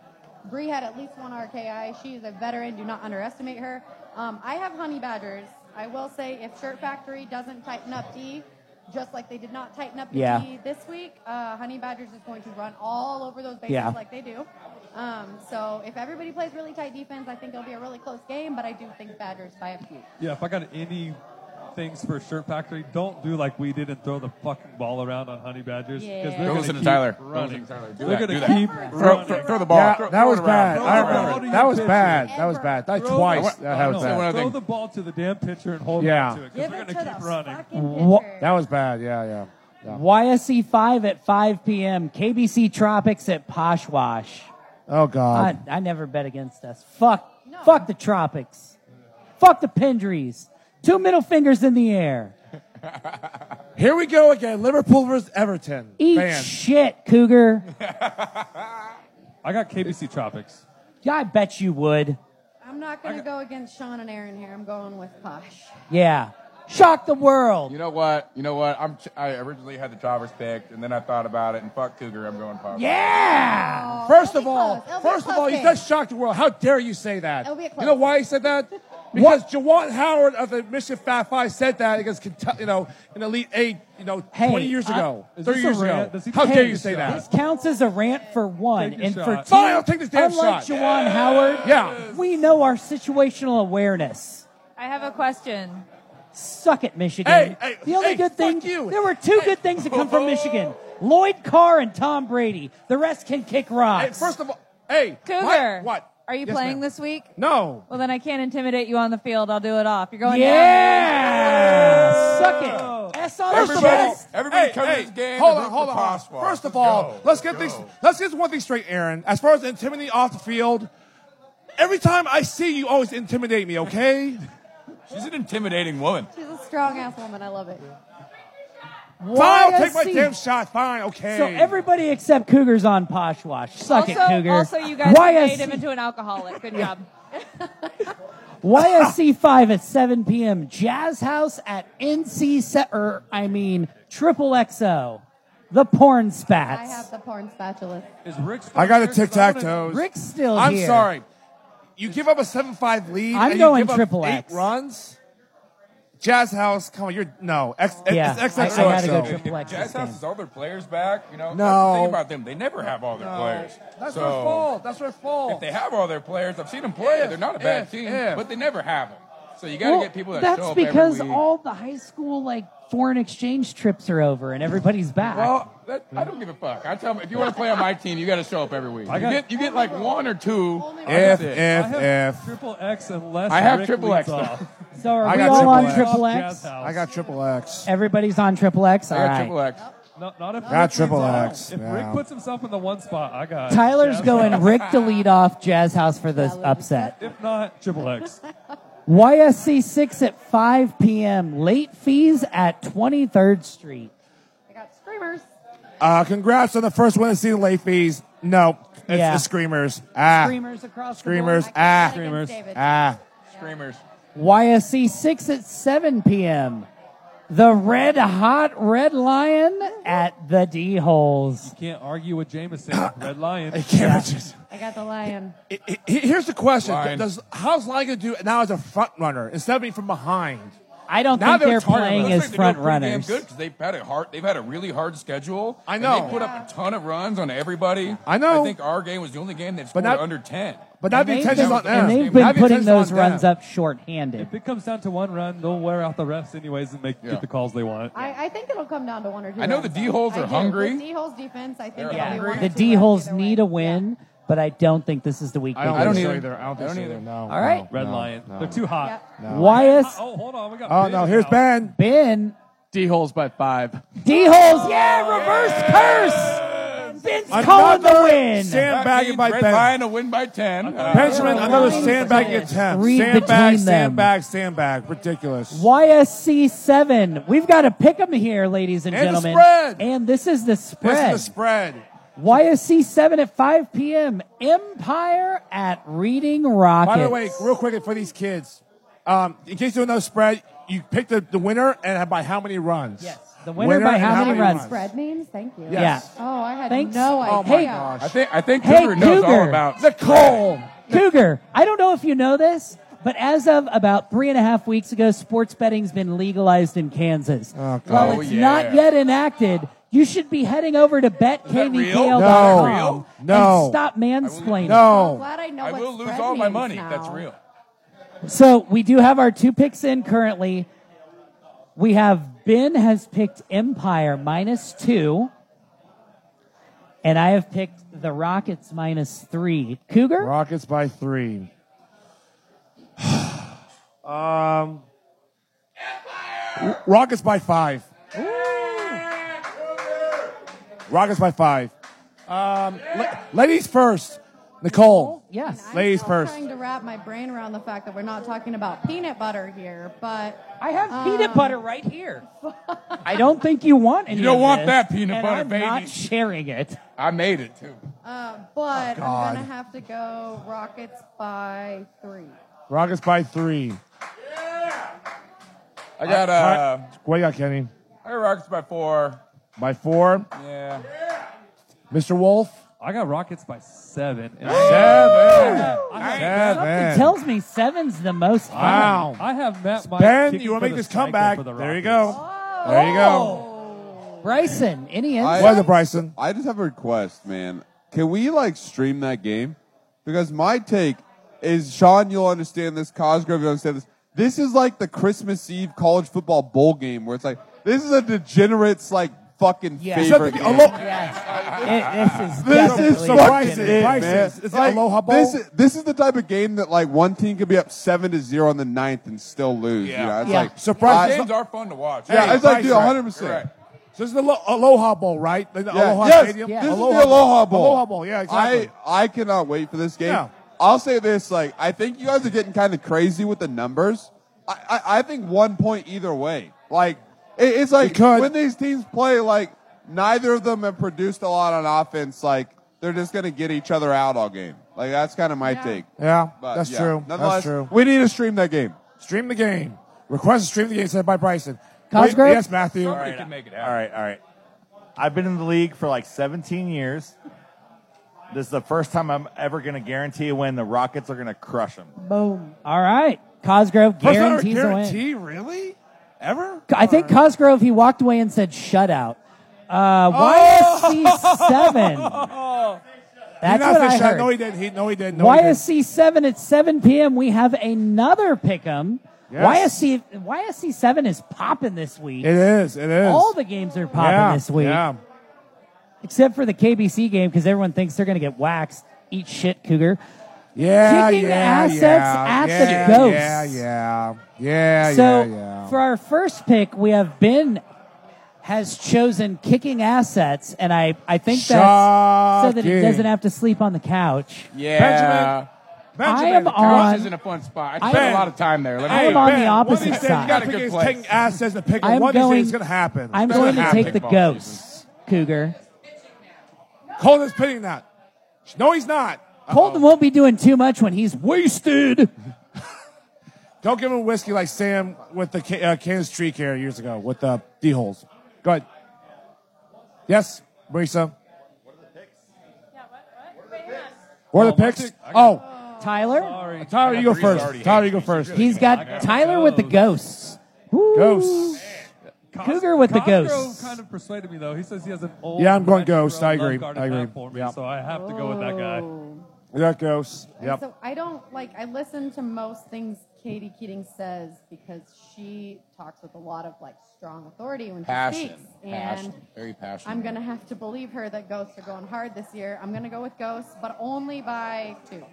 G: Bree had at least one RKI. She is a veteran. Do not underestimate her. Um, I have honey badgers. I will say, if Shirt Factory doesn't tighten up D, just like they did not tighten up the
B: Yeah.
G: D this week, uh, honey badgers is going to run all over those bases
B: Yeah.
G: like they do. Um, so if everybody plays really tight defense, I think it'll be a really close game. But I do think Badgers by a few.
C: Yeah, if I got any things for Shirt Factory, don't do like we did and throw the fucking ball around on Honey Badgers.
G: Yeah.
C: because they're
G: Don't
C: gonna
K: listen to
C: keep
K: Tyler. Don't
C: Running.
K: listen to Tyler. Do
C: They're
K: that.
C: going
K: Do
C: to
K: that.
C: keep
K: Throw-
C: running.
K: throw- throw the ball. Yeah, Throw- that throw was it around. bad. Throw I the remember. ball to
D: That
K: your
D: was
K: pitcher.
D: bad. That was bad. That
C: Throw the-
D: twice. That
C: I
D: had
C: know.
D: was bad.
C: Throw the ball to the damn pitcher and hold
D: Yeah.
C: on to it because they're going to keep running.
D: That was bad. Yeah, yeah. yeah.
B: YSC 5 at 5 p.m. KBC Tropics at Poshwash.
D: Oh, God.
B: I, I never bet against us. Fuck. Fuck the Tropics. Fuck the Pendries. Two middle fingers in the air.
D: Here we go again. Liverpool versus Everton.
B: Eat
D: Fans.
B: shit, Cougar.
C: I got KBC Tropics.
B: Yeah, I bet you would.
G: I'm not going to go against Sean and Aaron here. I'm going with Posh.
B: Yeah. Shock the world.
K: You know what? You know what? I'm ch- I originally had the Travers picked, and then I thought about it, and fuck Cougar, I'm going
B: Oh,
K: Pops.
D: Yeah. First of all, first of all, you just shocked the world. How dare you say that?
G: It'll be a close
D: You know why he said that? Because Jawan Howard of the Mission Fat Five said that against Kentucky, you know, in Elite Eight, you know,
B: Hey,
D: 20 years
B: I-
D: ago,
B: Is
D: 30
B: this a
D: years
B: rant?
D: ago.
B: Does he
D: How
B: take
D: dare
B: the
D: you say
B: shot?
D: that?
B: This counts as a rant for one,
D: Take the
B: and
D: shot.
B: for two.
D: Fine, I'll take this damn
B: unlike
D: shot.
B: Jawan Howard,
D: Yeah.
B: we know our situational awareness.
M: I have a question.
B: Suck it, Michigan.
M: Hey, hey,
B: the only
M: hey,
B: good thing there were two good things that come from Michigan: Lloyd Carr and Tom Brady. The rest can kick rocks.
D: first of all, hey,
M: Cougar, Are you
B: Yes,
M: playing
B: ma'am.
M: this week?
D: No.
M: Well, then I can't intimidate you on the field. I'll do it off. You're going.
B: Yeah. Suck it.
M: That's
B: all
D: First
M: the
D: of all,
M: best.
K: Everybody
D: hey,
K: come to
D: hey,
K: this game
D: Hold
K: and
D: on,
K: root
D: hold
K: for
D: on.
K: Crosswalk.
D: First of
K: Let's
D: all,
K: go.
D: let's get things. Let's get one thing straight, Aaron. As far as intimidating off the field, every time I see you, always intimidate me. Okay?
K: She's an intimidating woman.
G: She's a strong ass woman. I love it.
D: Fine, I'll take my
B: YSC.
D: damn shot. Fine, okay.
B: So everybody except Cougars on Poshwash. Suck
M: also,
B: it, Cougar.
M: also, you guys made him
B: YSC,
M: into an alcoholic. Good job.
B: YSC five at seven p.m. Jazz House at NC se- or I mean Triple XO, the porn
G: I
B: spats.
G: have the porn spatula.
C: Is Rick?
D: I got a tic tac toes.
B: Rick's still
D: I'm
B: here.
D: sorry. You give up a seven five lead.
B: I'm
D: and
B: going
D: you give
B: triple
D: up eight
B: X.
D: runs. Jazz House, come on, you're no. X,
B: Yeah,
D: it's
B: I- I
D: XXXO.
B: gotta go triple X
K: Jazz
B: this game.
K: House is all their players back. You
D: No.
K: know, That's the thing about them, they never have all their
D: No.
K: players.
D: That's
K: so,
D: their fault. That's their fault.
K: If they have all their players, I've seen them play.
D: If,
K: They're not a bad
D: if,
K: team,
D: if.
K: but they never have them. So you got to
B: Well,
K: get people that
B: that's
K: show up
B: because
K: every week.
B: all the high school like foreign exchange trips are over and everybody's back.
K: Well, that, I don't give a fuck. I tell them if you want to play on my team, you got to show up every week.
C: I
K: You
C: got-
K: get you get like one or two.
D: If,
K: That's it.
D: if,
C: I have triple X unless
K: I have
C: Rick
K: triple
C: leads
K: X,
C: off.
B: so are
D: I
B: we
D: got
B: all
D: triple
B: on
D: X.
B: triple X?
D: I got triple X.
B: Everybody's on triple X. All right.
K: X.
C: No, not if
D: Not
C: Rick leads
D: triple
C: off.
D: X,
C: If
D: yeah.
C: Rick puts himself in the one spot, I got
B: Tyler's
C: Jazz
B: going
C: House.
B: Rick to lead off Jazz House for this upset.
C: If not, triple X.
B: YSC 6 at 5 p.m. Late fees at 23rd Street.
G: I got screamers.
D: Uh, congrats on the first win of the season, late fees. No, it's
B: Yeah.
D: the Screamers. Ah.
B: Screamers across the
D: Screamers.
B: board. I
D: Ah.
B: can't bet against David.
D: Ah.
K: Screamers.
B: YSC 6 at 7 p.m. The Red Hot Red Lion at the D Holes.
C: Can't argue with Jameson. Red Lion. I
D: can't. Just,
G: I got the lion.
D: He- Here's the question:
C: Line.
D: Does how's Lion gonna do now as a front runner instead of being from behind?
B: I don't
D: now
B: think they're
D: targeting
B: playing
D: us.
B: as
K: They're doing
B: front
K: pretty damn
B: runners.
K: Good because they've had a hard, they've had a really hard schedule.
D: I
K: and
D: know.
K: they put up a ton of runs on everybody.
D: I know.
K: I think our game was the only game that
D: But
K: scored
D: not-
K: under ten.
D: but not
B: And
D: the
B: they've
D: intentions
B: been-
D: on them.
B: and they've
D: Not
B: been
D: the
B: putting
D: intentions
B: those
D: on them.
B: runs up shorthanded.
C: If it comes down to one run, they'll wear out the refs anyways and make get the calls they want.
G: I, I think it'll come down to one or two.
C: I know the
G: runs, though.
C: D-holes
G: I
C: are
G: do.
C: hungry.
G: The D holes defense, I think.
K: They're
G: it'll be
K: hungry.
G: one or
B: The
G: two
B: D
G: runs.
B: holes need a win, but I don't think this is the week.
D: I don't
B: they
D: think
B: do.
D: so either. I don't think so either. No.
B: All right.
C: Red Lion. They're too hot.
B: YS.
C: Oh, hold on. We got
D: Oh no, here's Ben.
B: Ben.
I: D holes by five.
B: D holes. Yeah. Reverse curse. Vince calling the win.
K: That means Red Lion will win by 10. Uh,
D: Benjamin, another sandbag attempt.
B: Read
D: Sandbag,
B: between them.
D: sandbag, sandbag. Ridiculous.
B: YSC7. We've got to pick 'em here, ladies and,
D: And the
B: gentlemen.
D: spread.
B: And this is the spread.
D: This is the spread.
B: YSC7 at 5 p.m. Empire at Reading Rocket.
D: By the way, real quick for these kids, um, in case you don't know spread, you pick the, the winner and by how many runs. Yes,
B: the winner by how many runs.
G: Spread means? Thank you.
D: Yes.
G: Oh, I had
B: Thanks.
G: no idea.
B: Oh, my
D: uh,
B: gosh.
K: I think I think
B: Hey,
K: Cougar knows all
B: Cougar.
K: about
D: the coal.
B: Cougar, I don't know if you know this, but as of about three and a half weeks ago, sports betting's been legalized in Kansas. While
A: Oh,
B: it's
A: yeah.
B: not yet enacted, you should be heading over to betkvdl.com
D: No. Real? No.
B: and stop mansplaining.
D: No.
G: Glad I know
K: I
G: what
K: will lose
G: spread
K: all my
G: means
K: money.
G: now.
K: That's real.
B: So we do have our two picks in currently. We have Ben has picked Empire minus two, and I have picked the Rockets minus three. Cougar
D: Rockets by three. Um, Rockets by five. Rockets by five. Um, la- ladies first. Nicole.
G: Yes.
D: Ladies
G: I'm
D: first.
G: trying to wrap my brain around the fact that we're not talking about peanut butter here, but um, uh,
B: I have peanut butter right here. I don't think you want any.
K: You don't
B: of
K: want
B: this,
K: that peanut
B: and
K: butter,
B: I'm
K: baby.
B: Not sharing it.
K: I made it too.
G: Uh, but I'm
D: Oh, God.
G: gonna have to go Rockets by three.
D: Rockets by three.
K: I got uh,
D: What you got, Kenny?
K: I got Rockets by four.
D: By four.
K: Yeah.
D: Mr. Wolf.
C: I got Rockets by seven. And
D: Seven.
C: I-
B: Something tells me seven's the most. fun.
D: Wow.
C: I have met my
D: Ben,
C: kicking
D: you want
C: for
D: to
C: the
D: make this
C: cycle
D: comeback?
C: for the
D: there you
C: Rockets.
D: go. There you go.
B: Oh. Bryson, any
H: I-
B: insight?
D: Bryson?
H: I just have a request, man. Can we like stream that game? Because my take is Sean, you'll understand this. Cosgrove, you'll understand this. This is like the Christmas Eve college football bowl game where it's like this is a degenerates like fucking
A: Yes.
H: favorite.
A: Is that
H: Game.
A: the- Alo- Yes. It- this is
H: this is
A: definitely
H: fucking
A: degenerate.
H: it,
A: Price
H: man.
A: is- is it
H: Like,
A: Aloha Bowl?
H: This is, this is the type of game that like one team could be up seven to zero on the ninth and still lose. You know, it's like
K: Those
H: I-
K: games are fun to watch.
H: Yeah,
K: Hey,
H: it's like,
K: Bryson,
H: dude,
K: right?
H: 100%.
K: You're right.
D: So this is the Alo- Aloha Bowl, right? The
H: Yeah.
D: Aloha
H: yes,
D: Stadium.
H: This is the Aloha Bowl.
D: Aloha Bowl. Yeah, exactly.
H: I, I cannot wait for this game.
D: Yeah.
H: I'll say this: like, I think you guys are getting kind of crazy with the numbers. I, I, I think one point either way. Like, it, it's like
D: Because-
H: when these teams play, like neither of them have produced a lot on offense. Like, they're just going to get each other out all game. Like, that's kind of my take.
D: yeah,
H: But,
D: that's
H: yeah.
D: true.
H: Nonetheless,
D: That's true.
H: We need to stream that game.
D: Stream the game. Request to stream the game said by Bryson.
B: Cosgrove?
D: Wait, yes, Matthew.
F: All right,
D: All right.
F: all right. I've been in the league for like 17 years. This is the first time I'm ever going to guarantee a win. The Rockets are going to crush them.
B: Boom. All right. Cosgrove
F: That's not a
B: guarantees a win.
D: Guarantee, really? Ever?
B: I think Cosgrove, he walked away and said shutout.
D: Oh!
B: Uh, YSC7. That's
D: He not
B: what I
D: fish out.
B: heard.
D: No, he didn't. He, no, he didn't. No, he didn't.
B: YSC7 at 7 p.m. We have another pick'em.
D: Yes.
B: YSC, YSC7 is popping this week.
D: It is. It is.
B: All the games are popping
D: Yeah,
B: this week.
D: yeah.
B: Except for the KBC game because everyone thinks they're going to get waxed. Eat shit, Cougar.
D: Yeah,
B: Kicking
D: yeah,
B: assets
D: yeah,
B: at
D: yeah,
B: the Ghosts.
D: Yeah, yeah, yeah,
B: so
D: yeah, yeah.
B: for our first pick, we have Ben has chosen kicking assets, and I, I think that's so that he
K: Shocking.
B: doesn't have to sleep on the couch.
K: Yeah.
B: I am
K: the
B: on-
K: Couch is in a fun spot. I spent
B: Ben.
K: a lot of time there. Let me
B: I am
K: tell you.
B: on the opposite
K: One of these days,
B: side.
K: You got a
D: Pick
K: good
D: is
K: place.
D: taking assets to pick.
B: I'm
D: one of these
B: going.
D: things is going to happen.
B: I'm
D: It's
B: going to
D: gonna
B: take
D: happen.
B: the ghosts, Cougar.
D: Colton's picking that. No, he's not.
B: Colton won't be doing too much when he's wasted.
D: Don't give him whiskey like Sam with the Ca- uh, Kansas Tree Care years ago with the D holes. Go ahead. Yes, Marisa. What are the picks? Oh,
B: Tyler.
D: Tyler, you go first. Tyler, you go first.
B: He's got Tyler with the ghosts.
D: Ghosts.
B: Cougar with the
C: Cosgrove
B: ghosts.
C: kind of persuaded me though. He says he has an old.
D: Yeah, I'm going
C: retro
D: ghost. I agree.
C: love
D: I agree.
C: garden platform,
D: Yeah.
C: So I have to go with that guy.
D: You got ghosts.
G: And
D: Yep.
G: So I don't like I listen to most things Katie Keating says because she talks with a lot of like strong authority when she
K: Passion.
G: speaks.
K: Passion.
G: And
K: Very passionate.
G: I'm gonna have to believe her that ghosts are going hard this year. I'm gonna go with ghosts, but only by two.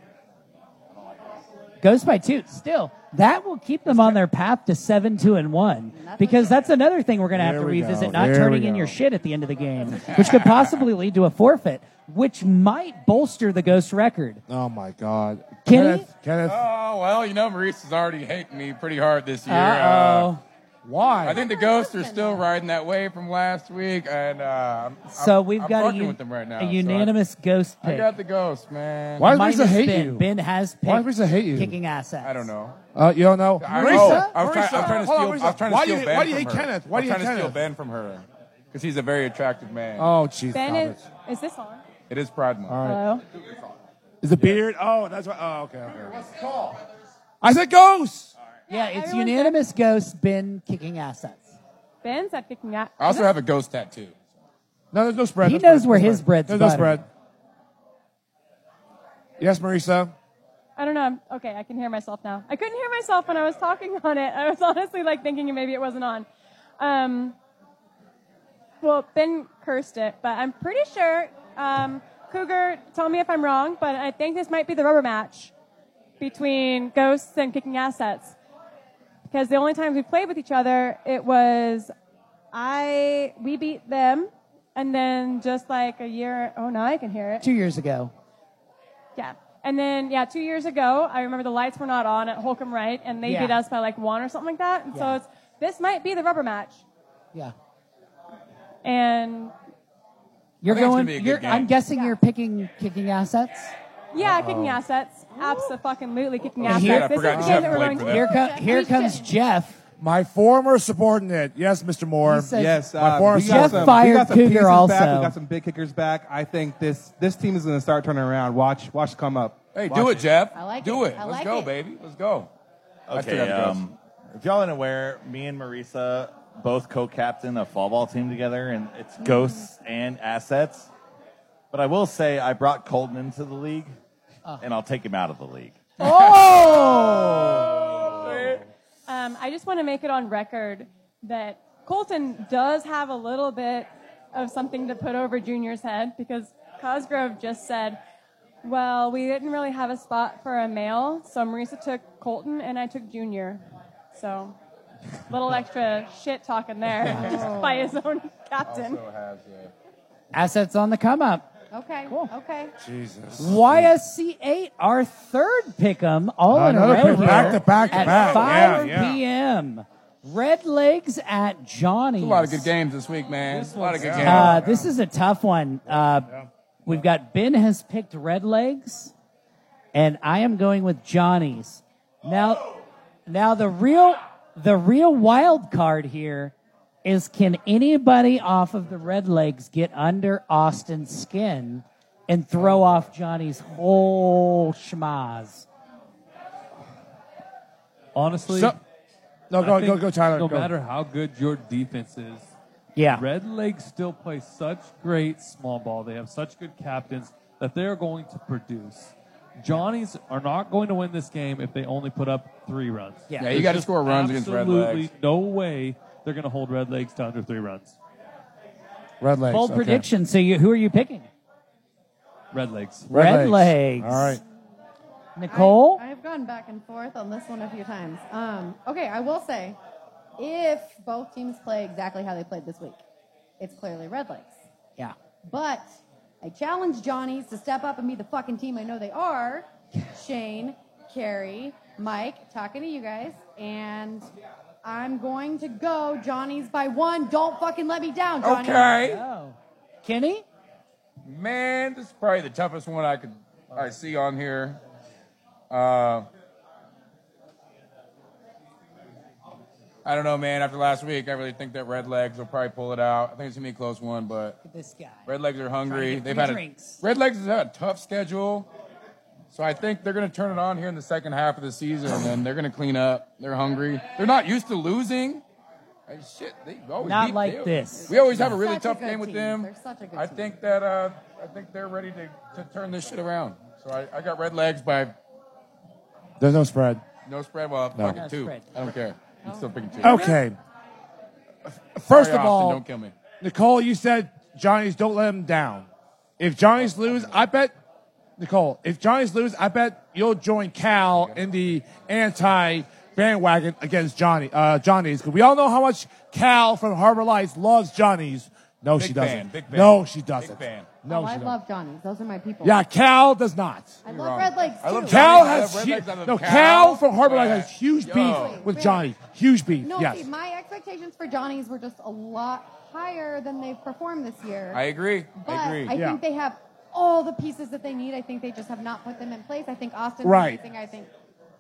B: Ghost by two. Still, That will keep them on their path to seven, two, and one. Because that's another thing we're going to have
N: There
B: to
N: we go.
B: revisit: not
N: There we
B: turning in
N: go.
B: your shit at the end of the game, which could possibly lead to a forfeit, which might bolster the ghost record.
D: Oh my God,
B: Kenny?
D: Kenneth, Kenneth,
K: Oh well, you know Maurice is already hating me pretty hard this year.
B: Uh-oh.
K: Why? I think the ghosts are still riding that wave from last week, and uh, I'm-
B: So
K: I'm-
B: we've
K: I'm
B: got a,
K: fucking
B: un-
K: with them right now.
B: a
K: so I-
B: unanimous ghost
K: I
B: pick.
K: got the ghost, man.
D: Why does Lisa hate
B: ben.
D: you?
B: Ben has picked.
D: Why does Lisa hate you?
B: Kicking assets.
K: I don't know.
D: uh, you don't know.
K: I- oh, I was trying, I'm trying to steal.
D: Hold on,
K: I'm
D: Marisa.
K: trying to
D: why
K: steal
D: do you,
K: ben
D: why do you
K: from
D: hate
K: her.
D: Kenneth? Why do you
K: I'm
D: hate
K: trying to steal
D: Kenneth?
K: Ben from her because he's a very attractive man.
D: Oh, jeez.
Q: Ben
D: stop
Q: is, is this on?
K: it. it is Pride Month.
Q: Hello?
D: Is the beard? Oh, that's why. Oh, okay. okay.
Q: What's the call?
D: I said ghosts.
B: Yeah, it's
Q: everyone
B: unanimous ghost, Ben kicking assets.
Q: Ben's at kicking out.
K: I also have a ghost tattoo.
D: No, there's no spread.
B: He
D: There's no
B: knows
D: spread.
B: where
D: There's no
B: his bread's
D: spread. There's no
B: buttered.
D: spread. Yes, Marisa.
Q: I don't know. I'm, okay, I can hear myself now. I couldn't hear myself when I was talking on it. I was honestly like thinking maybe it wasn't on. Um, well, Ben cursed it, but I'm pretty sure. Um, Cougar, tell me if I'm wrong, but I think this might be the rubber match between ghosts and kicking assets. Because the only times we played with each other, it was I we beat them, and then just like a year. Oh, now I can hear it.
B: Two years ago.
Q: Yeah. And then, yeah, two years ago, I remember the lights were not on at Holcomb Wright, and they
B: Yeah.
Q: beat us by like one or something like that. And so
B: Yeah.
Q: it's, this might be the rubber match.
B: Yeah.
Q: And
B: You're
Q: I think it's gonna
B: going.
Q: be a good
B: You're,
Q: game.
B: I'm guessing you're picking kicking assets.
Q: yeah,
B: Uh-oh.
Q: kicking assets. Absolutely kicking
D: Oh,
Q: assets.
D: shit, I
Q: this is the
D: forgot
Q: game
D: Jeff
Q: that we're
D: played
Q: going
D: for
Q: to.
D: that. Here co-
B: Here comes Jeff.
D: My former subordinate. Yes, Mr. Moore.
B: He said-
S: yes,
D: my
S: uh,
D: former
S: we got
D: subordinate.
S: some, we got some pieces Back. We got some big kickers back. I think this this team is going to start turning around. Watch, watch, come up.
K: Hey,
S: Watch
K: do it, Jeff.
S: I like
K: do
S: it.
K: it.
S: I
K: Let's
S: like
K: go,
S: it.
K: baby. Let's go. I still
F: Okay,
K: got the ghost.
F: um, if y'all aren't aware, me and Marisa both co-captain a fall ball team together, and it's
B: Mm.
F: ghosts and assets. But I will say, I brought Colton into the league,
B: Ah.
F: and I'll take him out of the league.
Q: Oh! Um, I just want to make it on record that Colton does have a little bit of something to put over Junior's head because Cosgrove just said, well, we didn't really have a spot for a male, so Marisa took Colton and I took Junior. So, little extra shit talking there just by his own captain.
B: Assets on the come up.
G: Okay. Okay.
D: Jesus.
B: YSC8, our third pick'em, all in a
D: Another
B: row.
D: pick, back to back to
B: at
D: back.
B: 5
K: Yeah, yeah.
B: p.m. Red Legs at Johnny's.
K: a lot of good games this week, man. a lot of good games.
D: Ah,
B: Uh, this is a tough one. Uh, We've got Ben has picked Red Legs, and I am going with Johnny's. Now, now the real the real wild card here is can anybody off of the Red Legs get under Austin's skin and throw off Johnny's whole schmaz?
C: Honestly,
B: So-
D: No, go-
C: I think
D: go- go, Tyler,
C: No
D: go.
C: matter how good your defense is,
B: Yeah.
C: Red Legs still play such great small ball. They have such good captains that they are going to produce. Johnnies are not going to win this game if they only put up three runs.
K: Yeah. Yeah, you gotta
C: There's
K: score runs against Red
C: absolutely
K: Legs.
C: No way they're going to hold Red Legs to under three runs.
D: Red legs.
B: Bold
D: okay.
B: prediction. So, you, who are you picking?
C: Red Legs.
B: Red, legs.
D: All right.
B: Nicole?
G: I, have gone back and forth on this one a few times. Um, okay, I will say, if both teams play exactly how they played this week, it's clearly Red Legs.
B: Yeah.
G: But I challenge Johnny's to step up and be the fucking team I know they are. Shane, Carrie, Mike, talking to you guys, and I'm going to go Johnny's by one. Don't fucking let me down, Johnny.
K: Okay.
B: Kenny?
K: Man, this is probably the toughest one I could I see on here. Uh, I don't know, man. After last week, I really think that Red Legs will probably pull it out. I think it's gonna be a close one, but
B: This guy.
K: Red Legs are
B: Trying to
K: hungry.
B: get
K: They've
B: free
K: had a,
B: drinks.
K: Red Legs has had a tough schedule, so I think they're gonna turn it on here in the second half of the season, and they're gonna clean up. They're hungry. They're not used to losing. And shit, they
I: Oh,
K: always
B: Not
K: beat-
B: like
K: they-
B: this.
K: We always have a
G: They're
K: really
G: such a
K: tough
G: good
K: game with
G: team.
K: them.
G: They're such a good
K: I
G: team.
K: think that uh, I think they're ready to, to turn this shit around. So I, I got red legs by
D: There's no spread.
K: no spread. Well,
D: No.
K: fuck
D: No
K: it, two.
D: spread.
K: I don't care. I'm still picking two.
D: Okay. First
K: Sorry,
D: of
K: Austin,
D: all,
K: don't kill me.
D: Nicole, you said Johnny's don't let him down. If Johnny's lose, I bet Nicole, if Johnny's lose, I bet you'll join Cal in the anti bandwagon against Johnny. Uh, Johnny's because we all know how much Cal from Harbor Lights loves Johnny's. No,
O: Big
D: she
O: fan,
D: doesn't.
O: big fan.
D: No, she doesn't. No,
G: oh,
D: she
G: I
D: doesn't.
G: love Johnny's. Those are my people.
D: Yeah, Cal does not.
G: I love Red Legs too.
D: Cal has hu- no Cal from Harbor Lights has huge beef with Johnny. Huge beef.
G: No,
D: yes.
G: see, my expectations for Johnny's were just a lot higher than they've performed this year.
I: I agree.
G: But
I: I agree.
G: I think they have all the pieces that they need. I think they just have not put them in place. I think Austin's
I: Right.
G: amazing. I think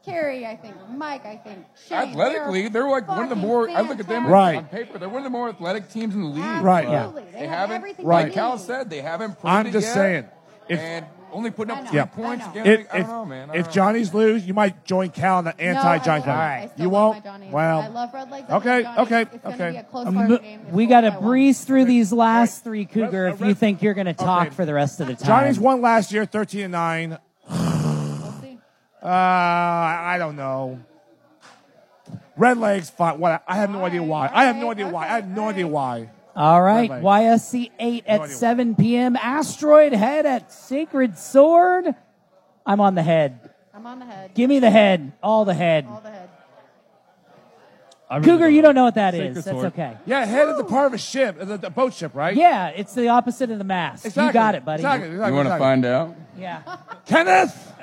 G: Carrie. I think Mike. I think Shane.
I: Athletically, they're like one of the
G: fucking
I: more. I look at them
D: Right.
I: on paper. They're one of the more athletic teams in the league.
D: Right.
I: Uh,
D: Absolutely.
I: They,
D: They have
I: haven't.
D: everything they
I: Like
D: need.
I: Cal said, they haven't. Proved
D: I'm
I: it
D: just
I: yet,
D: saying, if-
I: and only putting up three
D: Yeah.
I: points.
D: If,
I: Again, I
D: if-
I: don't know, man. I
D: if
I: don't know.
D: Johnny's lose, you might join Cal in the anti Johnny
G: I
D: fan.
G: still
D: You
G: love my
D: won't.
G: Johnny's.
D: Well,
G: I love Red Legs. I love
D: okay,
G: Johnny's.
D: okay,
G: It's gonna
D: okay.
G: be a close
B: Um,
G: fire
B: look,
G: game.
B: we got to breeze through these last three, Cougar, if you think you're going to talk
D: Okay.
B: for the rest of the time.
D: Johnny's won last year, thirteen and nine. Uh, I don't know. Red legs, fine. What? I have no idea why. I have no idea why. I have no idea why.
B: All right,
D: Red
B: YSC 8 at 7 p.m. Asteroid Head at Sacred Sword. I'm on the head.
G: I'm on the head.
B: Give me the head. All the head.
G: All the head.
B: Cougar, you don't know what that
D: that
B: is.
D: is.
B: That's okay.
D: Yeah, head is a part of a ship, a, a boat ship, right?
B: Yeah, it's the opposite of the mass. You
D: Exactly.
B: got it, buddy.
D: Exactly, exactly, You wanna exactly.
I: find out?
B: Yeah.
D: Kenneth!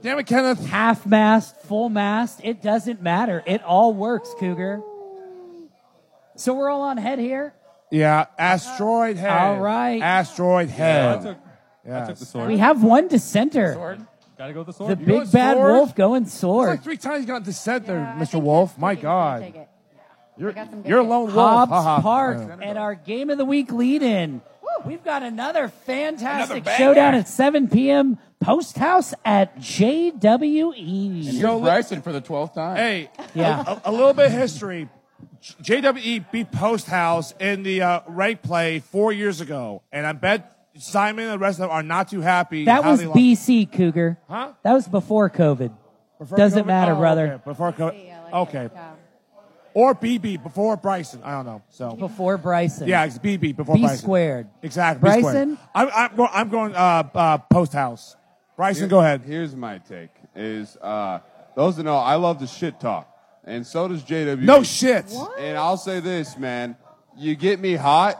D: Damn it, Kenneth.
B: Half mast, full mast, it doesn't matter. It all works, Cougar. So we're all on head here.
D: Yeah, asteroid head.
B: All right.
D: Asteroid head.
B: Yeah, I took-
D: Yes.
B: We have one dissenter.
C: Gotta go with the sword.
B: The
D: You
B: big
D: want
B: bad
D: sword?
B: wolf going
D: It's
B: sword.
D: like three times you got dissent there, Mr. Wolf. My God. You're,
G: some good
D: you're a lone wolf.
B: Hobbs
D: Ha ha.
B: Park
D: Yeah.
B: and our game of the week lead in. We've got another fantastic
I: Another banger.
B: showdown at 7 p.m. Post House at E. JWE.
I: And here's Bryson for the twelfth time.
D: Hey,
B: Yeah.
D: a, a little bit of history. J- JWE beat Post House in the uh, rank play four years ago, and I bet Simon and the rest of them are not too happy.
B: that
D: how
B: was
D: they lost.
B: BC Cougar.
D: Huh?
B: That was before COVID.
D: Before
B: Doesn't
D: COVID?
B: matter,
D: Oh,
B: brother.
D: Okay. Before COVID. okay. Or BB before Bryson. I don't know. So
B: before Bryson.
D: Yeah, it's BB before
B: B
D: Bryson.
B: squared.
D: Exactly. B
B: Bryson?
D: squared. I'm, I'm, go- I'm going uh, uh, post house. Bryson,
H: Here-
D: go ahead.
H: Here's my take: is uh, those that know, I love the shit talk, and so does JW.
D: No shit. What?
H: And I'll say this, man: you get me hot,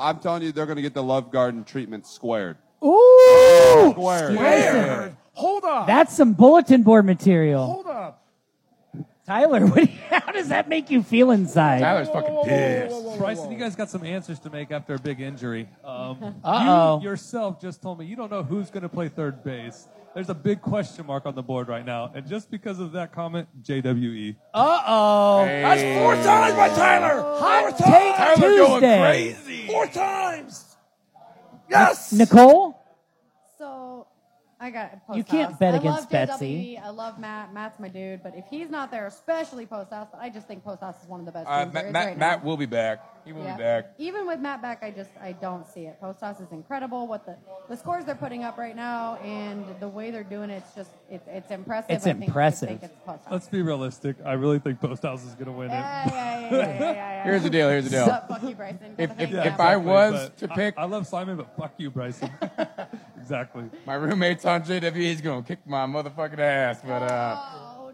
H: I'm telling you, they're gonna get the Love Garden treatment squared.
B: Ooh!
H: Squared.
B: Bryson.
D: Hold up.
B: That's some bulletin board material.
D: Hold up.
B: Tyler, what do you- how does that make you feel inside?
C: Bryson, you guys got some answers to make after a big injury. Um,
B: Uh-oh.
C: You yourself just told me you don't know who's going to play third base. There's a big question mark on the board right now, and just because of that comment, E. JWE.
B: Uh oh.
C: That's four times by Tyler.
D: Hot
B: take Tuesday.
D: Four times.
B: Yes. Nicole,
G: So I got. Post
B: You can't
G: house.
B: bet
G: I
B: against
G: love
B: Betsy.
G: JWE, I love Matt. Matt's my dude. But if he's not there, especially post house, I just think post house is one of the best.
I: Uh,
G: teams there
I: Matt,
G: is
I: Matt,
G: right now.
I: Matt will be back. He will
G: Yeah.
I: be back.
G: Even with Matt back, I just I don't see it. Post House is incredible. What the the scores they're putting up right now and the way they're doing it, it's just it's it's impressive.
B: It's
G: I think- I
B: impressive.
G: think it's Post House.
C: Let's be realistic. I really think Post House is going to win it.
I: Here's the deal. Here's the deal.
G: Fuck you, Bryson.
I: If, if,
C: Yeah,
I: if I
C: exactly,
I: was
C: but
I: to
C: I-
I: pick,
C: I, love Simon, but fuck you, Bryson. exactly.
I: my roommates on JWE is gonna kick my motherfucking ass. But uh,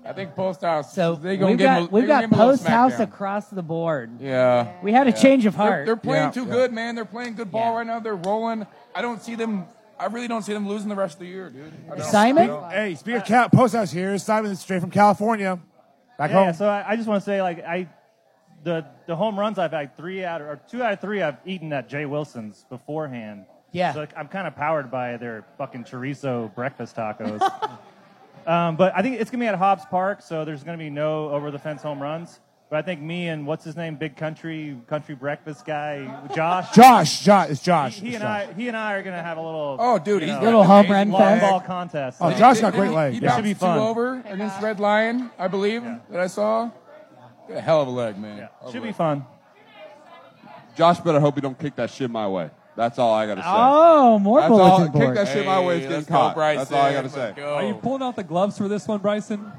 I: I think Post House. So they gonna
B: we've
I: give him.
B: got
I: a- they
B: we've
I: gonna
B: got
I: give him a little
B: post house
I: smackdown.
B: across the board.
I: Yeah.
B: We had a
I: Yeah.
B: change of
I: They're-
B: heart.
I: They're, playing too good, man. They're playing good ball right now. They're rolling. I don't see them. I really don't see them losing the rest of the year, dude. I don't. I don't.
D: Hey, speak of Cal- post house here. Simon is straight from California. Back
T: yeah,
D: home.
T: So I, I just want to say, like, I the the home runs I've had three out or two out of three I've eaten at Jay Wilson's beforehand.
B: Yeah.
T: So like, I'm kind of powered by their fucking chorizo breakfast tacos. um, but I think it's gonna be at Hobbs Park, so there's gonna be no over the fence home runs. But I think me and what's his name, big country country breakfast guy, Josh.
D: Josh, Josh, it's Josh.
T: He
D: It's
T: and
D: Josh.
T: I, he and I are gonna have a little.
I: Oh, dude,
T: you
I: he's
T: know,
I: got Little an home
B: run
T: long
B: fest.
T: ball contest.
D: Oh,
T: Like,
D: Josh got
T: didn't
D: great
T: he-
D: leg.
I: He
D: Yeah.
I: bounced
D: Should be
I: two
D: fun.
I: over against Red Lion, I believe, that I saw. Got a hell of a leg, man.
T: Should be fun.
H: Josh, better hope you don't kick that shit my way. That's all I gotta say.
B: Oh, more
H: That's all.
B: bulletin
H: Kick
B: board.
H: that shit my way. It's
I: Hey,
H: getting
I: let's go,
H: caught. That's all I gotta
I: Bryson.
H: say.
C: Are you pulling out the gloves for this one, Bryson?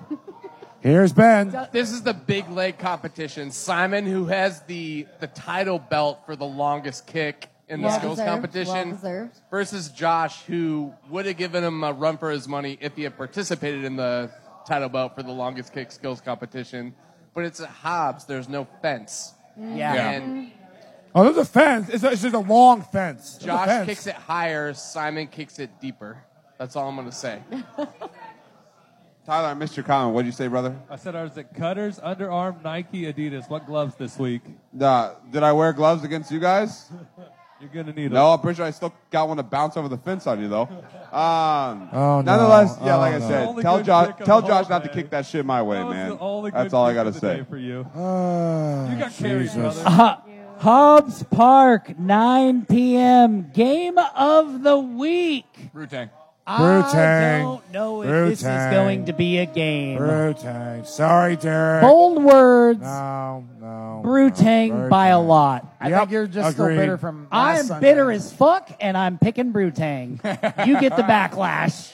D: Here's Ben.
E: This is the big leg competition. Simon, who has the the title belt for the longest kick, in the
G: Well
E: skills
G: deserved, well
E: competition
G: deserved.
E: versus Josh, who would have given him a run for his money if he had participated in the title belt for the longest kick skills competition. But it's at Hobbs. There's no fence.
D: Mm. Yeah.
E: And
D: Oh, there's a fence. It's, a, it's just a long fence. There's a
E: Josh
D: fence.
E: kicks it higher. Simon kicks it deeper. That's all I'm going to say.
H: Tyler, I missed your comment. What did you say, brother?
C: I said, I was at Cutters, Underarm, Nike, Adidas. What gloves this week?
H: Uh, did I wear gloves against you guys?
C: You're gonna need
H: No, I'm pretty sure I still got one to bounce over the fence on you though. Um,
D: Oh, no.
H: nonetheless, yeah,
D: Oh,
H: like I
D: no.
H: said,
D: Only
H: tell
D: good
H: Josh,
D: kick of
H: tell
D: the
H: Josh
D: whole
H: not to kick that shit my way, man. That's
C: good
H: all I
C: kick
H: gotta
C: of the
H: say.
C: day for you.
D: you
C: got carried, brother.
B: Uh, Hobbs Park, 9 p.m. Game of the week.
K: Brutang.
B: I
D: Brutang.
B: don't know if this is
D: Brutang.
B: going to be a game.
D: Brutang. Sorry, Derek.
B: Bold words.
D: No, no.
B: Brutang
D: no.
B: by a lot.
D: I think Yep, you're just still agreed. bitter
O: from
B: I
O: last
B: am
O: Sunday.
B: bitter as fuck, and I'm picking Brutang. you get the backlash.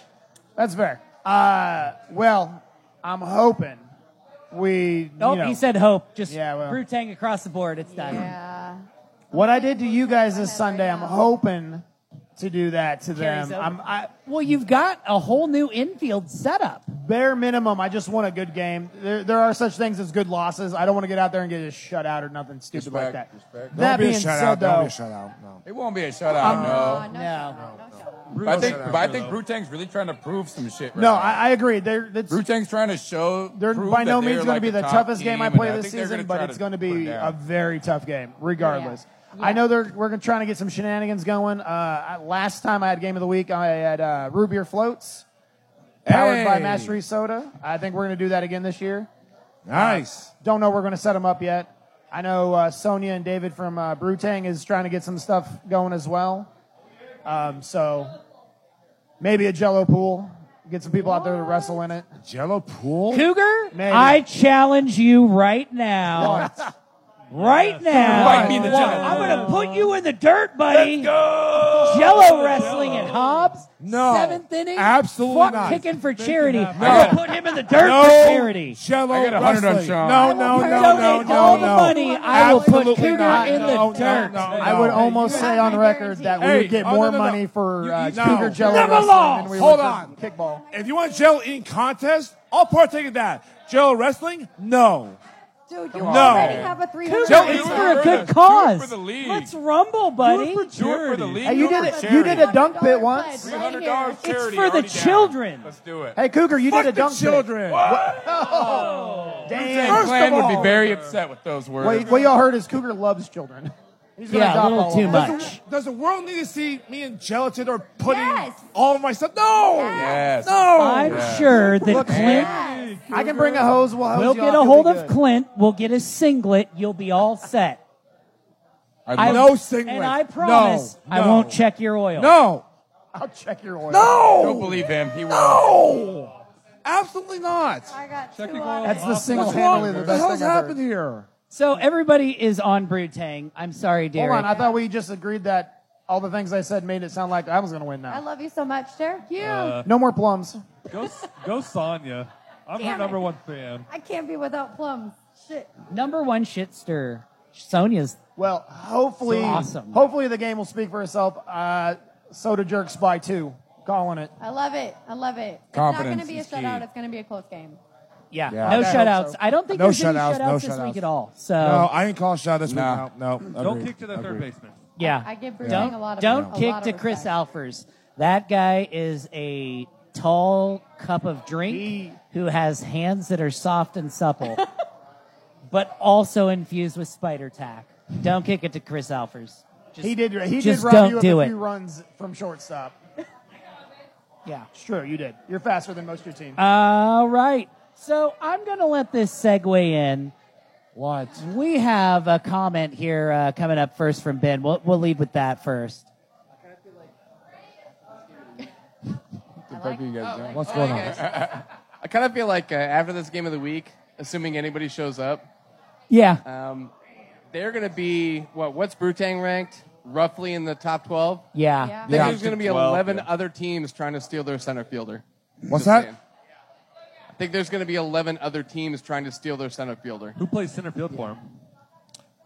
O: That's fair. Uh, well, I'm hoping we.
B: Nope,
O: you know-
B: Oh, he said hope. Just
O: yeah, well.
B: Brutang across the board. It's done.
O: What I did to you guys this Sunday, I'm hoping to do that to
B: Carries
O: them.
B: over.
O: I'm, I,
B: well, you've got a whole new infield setup.
O: Bare minimum, I just want a good game. There, there are such things as good losses. I don't want to get out there and get a shutout or nothing stupid like that.
K: Respect.
O: That
K: Don't be a
O: being
K: shutout, don't
O: said, though,
K: be a
D: shutout. No.
K: It won't be a shutout. no. But I
O: No
K: think,
O: shutout,
K: but I think Brutang's really trying to prove some shit. Right
O: No,
K: now.
O: I, I agree. They're, that's,
K: Brutang's trying to show.
O: they're
K: prove
O: by
K: that
O: no
K: they're
O: means going to
K: like
O: be the
K: top
O: toughest game I
K: team,
O: play
K: and
O: this
K: think they're
O: season,
K: gonna
O: but
K: try
O: it's going to
K: put it
O: be
K: down.
O: a very tough game, regardless. I know they're, we're going to try to get some shenanigans going. Uh, I- last time I had game of the week, I had uh, root beer floats, powered by
D: Hey.
O: Mastery Soda. I think we're going to do that again this year.
D: Nice.
O: Uh, don't know we're going to set them up yet. I know uh, Sonia and David from uh, Brewtang is trying to get some stuff going as well. Um, so maybe a Jello pool. Get some people out there to wrestle in it.
D: Jello pool.
B: Cougar,
O: Maybe.
B: I challenge you right now. right now.
O: Invite me to
B: Well,
O: Jello.
B: I'm going to put you in the dirt, buddy. Jello wrestling at Hobbs.
D: No.
B: Seventh inning.
D: Absolutely
B: Fuck
D: not.
B: kicking for charity.
D: happen.
B: I'm going to
D: No.
B: put him in the dirt
D: No
B: for charity.
D: Jello I got a hundred on wrestling. Sean. No,
B: I
D: no,
B: will
D: no,
B: donate
D: no,
B: all
D: no,
B: the
D: no.
B: money. I will put
D: Absolutely
B: Cougar
D: not.
B: in the
D: No, no,
B: dirt.
D: no,
O: I would almost say on record that we
D: Hey,
O: would get
D: oh, no,
O: more
D: no, no.
O: money for uh,
D: No.
O: Cougar Jello
D: Never
O: wrestling
D: lost.
O: than we
D: Hold
O: would
D: on.
O: for kickball.
D: If you want Jello eating contest, I'll partake in that. Jello wrestling? No.
G: Dude,
D: you
G: already have a $300
B: Cougar, it's for a good cause.
D: for the league.
B: Let's rumble, buddy.
D: Do it for charity.
O: Hey, you did a, you did a dunk bit once.
B: It's for the children.
K: Let's do it.
O: Hey, Cougar, you
D: Fuck
O: did a
D: the
O: dunk
D: children.
O: bit. Oh, damn.
K: First Glenn would be
O: all-
K: very upset with those words.
O: What, what y'all heard is Cougar loves children. He's gonna adopt all of them.
D: Does the- Does the world need to see me in gelatin or pudding all of my stuff? No.
K: Yes.
D: No.
B: I'm sure that Clint
O: I can bring a hose. We'll, hose
B: We'll
O: you
B: get a
O: off, you'll
B: hold
O: be
B: of
O: good.
B: Clint. We'll get a singlet. You'll be all set. I-
D: no singlet.
B: And I promise
D: No,
B: I
D: no.
B: won't check your oil.
D: No.
O: I'll check your oil.
D: No.
K: Don't believe him. He
D: No. Absolutely not. I
G: got
D: Checking
O: That's the
D: What's
O: single-handedly
D: wrong?
O: the
D: the
O: best
D: hell's
O: thing I've heard.
D: happened here?
B: So everybody is on Brutang. I'm sorry,
O: Hold
B: Derek.
O: on. I thought we just agreed that all the things I said made it sound like I was going to win
G: I
O: now.
G: love you so much, Derek. You.
C: Uh,
O: No more plums.
C: Go, go, Sonya. I'm her
G: Damn it.
C: number one fan.
G: I can't be without plums. Shit.
B: Number one shitster. Sonia's.
O: Well, hopefully,
B: So awesome.
O: hopefully the game will speak for itself. Uh, Soda jerks by two, calling it.
G: I love it. I love it.
O: Confidence
G: it's
O: is
G: not going to be a shutout.
O: key.
G: It's going to be a close game.
B: Yeah.
D: Yeah.
B: No
D: I hope
B: shutouts.
D: so.
B: I don't think
D: No
B: there's any
D: shutouts,
B: shutouts
D: no
B: this
D: shutouts.
B: week at all. So
D: no, I ain't calling shot this
B: Nah.
D: week. No, no.
C: Don't
D: agreed.
C: kick to the third
D: Agreed.
C: baseman.
B: Yeah.
G: I give Brutang
B: don't,
G: a lot of-
B: Don't
G: a
B: kick
G: lot
B: to
G: of
B: Chris Alfers. That guy is a tall cup of drink who has hands that are soft and supple, but also infused with spider tack. Don't kick it to Chris Alfers. Just,
O: he did. He
B: just
O: did rob
B: don't
O: you of
B: do
O: a
B: it.
O: few runs from shortstop.
B: yeah,
O: it's true. You did. You're faster than most of your team.
B: All right. So I'm going to let this segue in. What? We have a comment here uh, coming up first from Ben. We'll, we'll lead with that first.
E: What's going on? Oh, I kind of feel like uh, after this game of the week, assuming anybody shows up,
B: Yeah.
E: um, they're going to be what? What's Brutang ranked? Roughly in the top twelve.
B: Yeah.
E: I think there's going to be eleven other teams trying to steal their center fielder.
D: What's that?
E: I think there's going to be eleven other teams trying to steal their center fielder.
C: Who plays center field for him?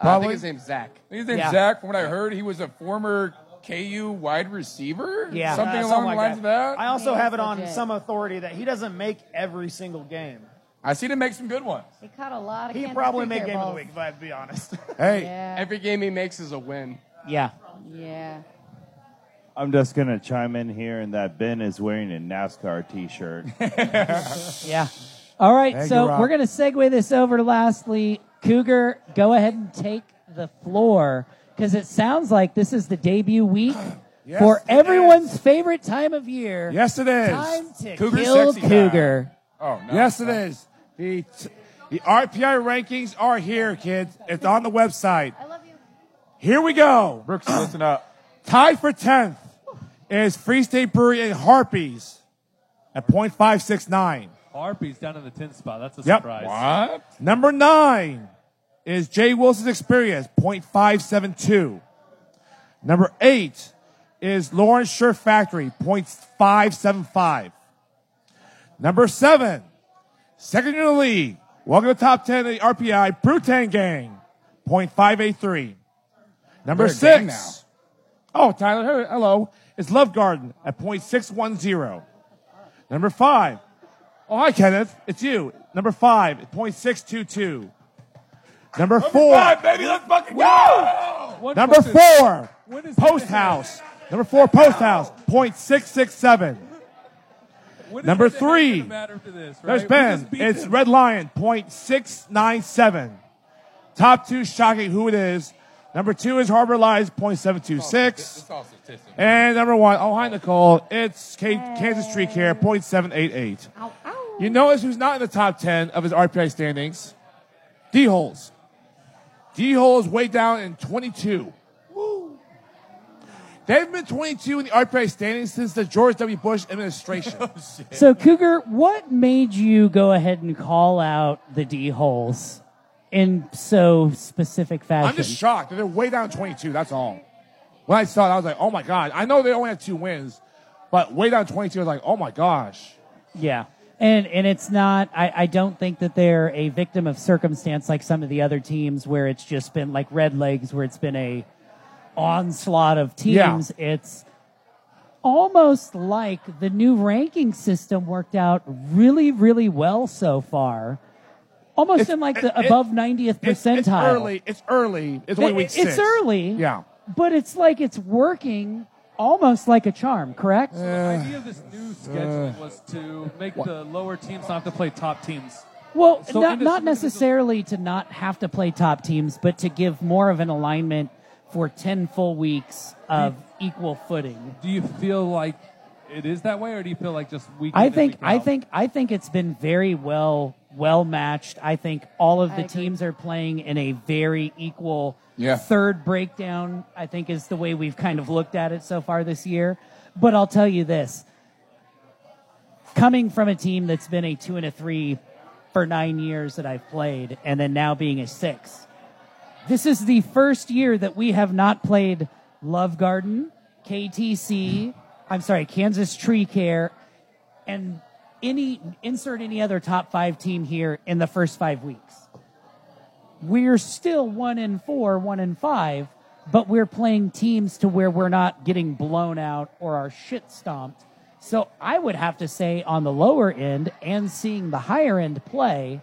K: Probably.
I: I think his name's Zach.
K: I think his name's
I: Yeah.
K: Zach. From what I heard, he was a former KU wide receiver.
O: Yeah,
K: something
O: uh,
K: along
O: something
K: the
O: like
K: lines
O: that.
K: of that.
O: I also have it on
K: Legit.
O: some authority that he doesn't make every single game.
K: I seen him make some good ones.
G: He caught a lot of.
O: He
G: canned
O: probably
G: freaking
O: made game of the
G: balls.
O: week, if I be honest.
K: Hey,
G: Yeah.
K: every game he makes is a win.
B: Yeah.
G: Yeah.
U: I'm just gonna chime in here, and that Ben is wearing a NASCAR T-shirt.
B: yeah. All right,
U: Thank you,
B: so
U: Rob.
B: we're going to segue this over. Lastly, Cougar, go ahead and take the floor because it sounds like this is the debut week
A: Yes,
B: for
A: it
B: everyone's favorite time of year.
D: Yes, it is.
B: Time to
D: Cougar
B: kill
D: sexy time.
B: Cougar.
K: Oh,
B: no.
D: Yes, it is. The, t- the RPI rankings are here, kids. It's on the website. I love you. Here we go. Brooks, listen up. Tied for 10th is Free State Brewery and Harpies at .569.
C: Harpies down in the 10th spot. That's a
D: Yep.
C: surprise.
D: Number nine is Jay Wilson's Experience, 0.572. Number eight is Lawrence Shirt Factory, 0.575. Number seven, second in the league, welcome to top 10 of the RPI, Brutan Gang, 0.583. Number
K: We're a gang
D: six, oh, Tyler, hello, is Love Garden at 0.610. Number five, Oh, hi, Kenneth. It's you. Number five, 0.622. Number four.
K: Five, baby, let's fucking go!
D: Number four, Post House. Number four, Post House, 0.667. Number three, there's Ben. It's Red Lion, 0.697. Top two, shocking who it is. Number two is Harbor Lies, 0.726.
K: all statistics.
D: And number one, oh, hi, Nicole. It's K- Kansas Tree Care, 0.788. You notice who's not in the top 10 of his RPI standings? D Holes. D Holes way down in 22. They've been 22 in the RPI standings since the George W. Bush administration.
K: Oh,
B: So, Cougar, what made you go ahead and call out the D holes in so specific fashion?
D: I'm just shocked. that They're way down 22. That's all. When I saw it, I was like, oh my God. I know they only had two wins, but way down 22, I was like, oh my gosh.
B: Yeah. And and it's not I, I don't think that they're a victim of circumstance like some of the other teams where it's just been like red legs where it's been a onslaught of
A: Yeah.
B: teams. It's almost like the new ranking system worked out really, really well so far. Almost in like the
D: it-
B: above ninetieth
D: It's,
B: percentile.
D: it's early. It's early. It's only
B: It-
D: week
B: it's
D: six.
B: early.
D: Yeah.
B: But it's like it's working almost like a charm, correct?
C: The idea of this new scheduling was to make the lower teams not have to play top teams.
B: Well,
C: So
B: not,
C: indis-
B: not necessarily to not have to play top teams, but to give more of an alignment for 10 full weeks of equal footing.
C: Do you feel like it is that way, or do you feel like just week?
B: I
C: in and
B: think
C: week
B: I
C: out?
B: think I think it's been very well well matched. I think all of
C: I
B: the
C: agree.
B: teams are playing in a very equal
K: Yeah.
B: third breakdown. I think is the way we've kind of looked at it so far this year. But I'll tell you this. Coming from a team that's been a 2 and a 3 for 9 years that I've played and then now being a 6. This is the first year that we have not played Love Garden, KTC, I'm sorry, Kansas Tree Care, and any insert any other top five team here in the first five weeks. We're still one in four, one in five, but we're playing teams to where we're not getting blown out or our shit stomped. So I would have to say on the lower end and seeing the higher end play,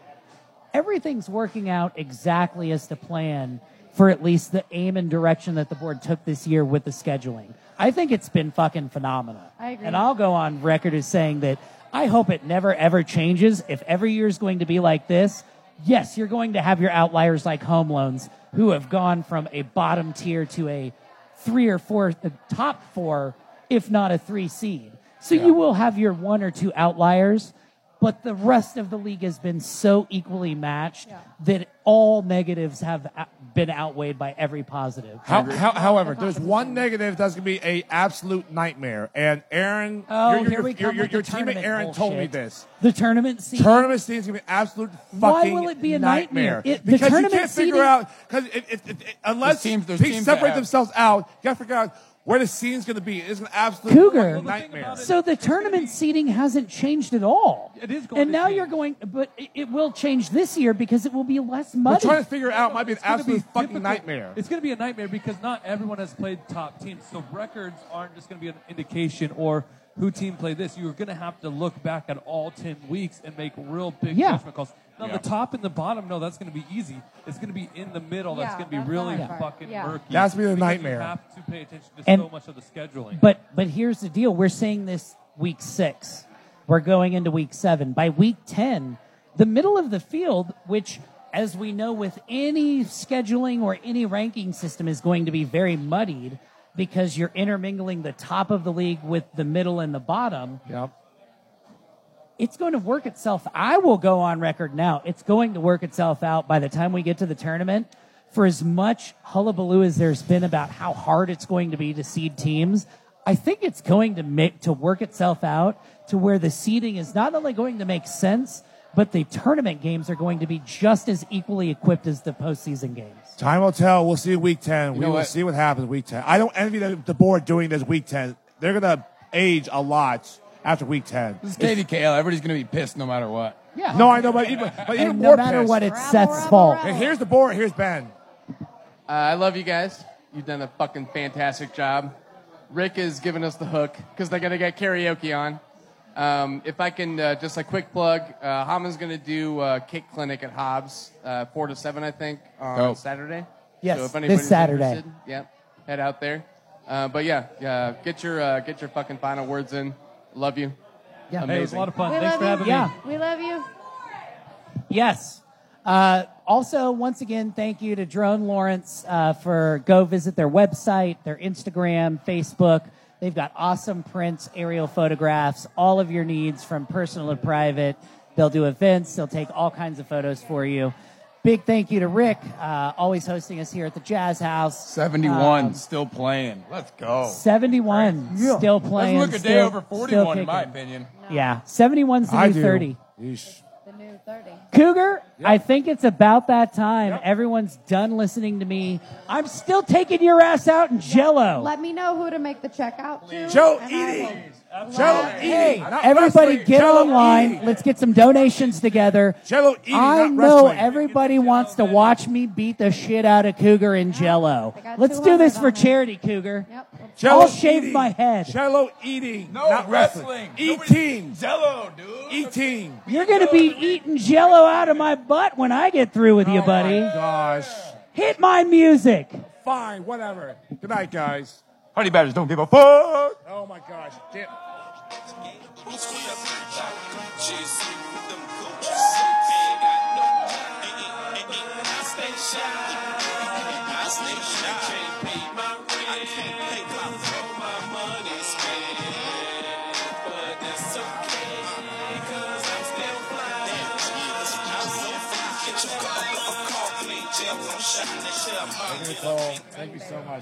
B: everything's working out exactly as the plan for at least the aim and direction that the board took this year with the scheduling. I think it's been fucking phenomenal.
A: I agree.
B: And I'll go on record as saying that I hope it never ever changes. If every year is going to be like this, yes, you're going to have your outliers like home loans who have gone from a bottom tier to a three or four, the top four, if not a three seed. So you will have your one or two outliers, but the rest of the league has been so equally matched that all negatives have uh, been outweighed by every positive.
D: How, how, however, there's one negative that's going to be a absolute nightmare, and Aaron,
B: Oh,
D: your, your,
B: here we
D: your-
B: come
D: your,
B: with
D: your
B: the
D: teammate
B: tournament
D: Aaron told me
B: bullshit.
D: this.
B: The tournament scene.
D: Tournament scene is going to be an absolute fucking
B: Why will it be a nightmare? It- the
D: because you
B: tournament
D: can't figure
B: seeding-
D: out because if, if, if, unless
K: There's teams- there's
D: teams
K: teams that
D: separate
K: have-
D: themselves out, you got to figure out
L: where the scene's going to be. It's an absolute
B: Cougar.
L: fucking nightmare.
B: So the tournament seating hasn't changed at all.
L: It is going
B: And
L: to
B: now you're going, but it, it will change this year because it will be less muddy.
L: We're trying to figure out might be an
C: It's gonna be
L: absolute fucking
C: difficult.
L: nightmare.
C: It's going to be a nightmare because not everyone has played top teams. So records aren't just going to be an indication or who team played this. You're going to have to look back at all 10 weeks and make real big
B: Yeah.
C: judgment calls. Now,
B: Yeah.
C: the top and the bottom, no, that's going to be easy. It's going to be in the middle.
B: Yeah,
C: that's going to be
B: that's
C: really
B: the hard part.
C: fucking
B: Yeah.
C: murky.
D: That's gonna be the
C: because
D: nightmare.
C: You have to pay attention to
B: And-
C: so much of the scheduling.
B: But but here's the deal: we're seeing this week six. We're going into week seven. By week ten, the middle of the field, which, as we know, with any scheduling or any ranking system, is going to be very muddied because you're intermingling the top of the league with the middle and the bottom.
D: Yep.
B: It's going to work itself. I will go on record now. It's going to work itself out by the time we get to the tournament. For as much hullabaloo as there's been about how hard it's going to be to seed teams, I think it's going to make to work itself out to where the seeding is not only going to make sense, but the tournament games are going to be just as equally equipped as the postseason games.
D: Time will tell. We'll see week 10. we
B: know
D: will
B: what?
D: see what happens week 10. I don't envy the, the board doing this week 10. They're going to age a lot after week 10.
E: This is KDKL. Everybody's going to be pissed no matter what.
D: Yeah. No, I know, but even, but even
E: And
D: more
E: no matter
D: pissed.
E: what, it's Rabble, Seth's rabble, fault.
D: And here's the board. Here's Ben.
E: Uh, I love you guys. You've done a fucking fantastic job. Rick is giving us the hook because they're going to get karaoke on. Um, if I can, uh, just a quick plug. Uh, Haman's going to do uh, Kick Clinic at Hobbs, uh, 4 to 7, I think, on
B: Dope.
E: Saturday.
B: Yes,
E: so if
B: this
E: anybody's
B: Saturday.
E: Interested, yeah, head out there. Uh, but yeah, yeah, get your uh, get your fucking final words in. Love you.
B: Yeah.
E: Amazing.
B: Hey, it was a lot of fun.
G: We
B: Thanks
G: love
B: for
G: you.
B: having me. Yeah.
G: We love you.
B: Yes. Uh, also, once again, thank you to Drone Lawrence uh, for go visit their website, their Instagram, Facebook. They've got awesome prints, aerial photographs, all of your needs from personal to private. They'll do events, they'll take all kinds of photos for you. Big thank you to Rick, uh, always hosting us here at the Jazz House.
E: 71,
B: Um,
E: still playing. Let's go.
B: 71, still playing.
E: Let's look a day
B: still-
E: over
B: still
E: 41, in my
B: kicking.
E: opinion.
B: Yeah, 71's the
D: I
B: new
D: do.
B: 30.
D: Yeesh.
G: The new 30.
B: Cougar, I think it's about that time. Everyone's done listening to me. I'm still taking your ass out in jello.
G: Let me know who to make the check out to.
B: Joe
G: and I will-
D: Jello
G: Hey,
D: eating. not
B: everybody
D: wrestling.
B: get
D: Jell-O
B: online.
D: eating.
B: Let's get some donations together.
D: Jello eating,
B: I
D: not
B: know
D: wrestling.
B: everybody wants to watch me beat the shit out of Cougar in jello.
D: got
B: Let's
D: two
B: do
D: on
B: this
D: it,
B: for
D: on it.
B: charity, Cougar.
D: Jell-O
B: I'll shave
D: eating.
B: my head.
D: Jello eating.
B: No
D: not wrestling. E Eating.
E: Jello, dude.
D: Eating.
B: You're going to be eating jello out of my butt when I get through
D: Oh
B: with you, buddy.
D: gosh.
B: Hit my music.
D: Fine, whatever. Good night, guys.
K: Honey Badgers don't give a fuck.
D: Oh my gosh. Get-
E: Thank you so much.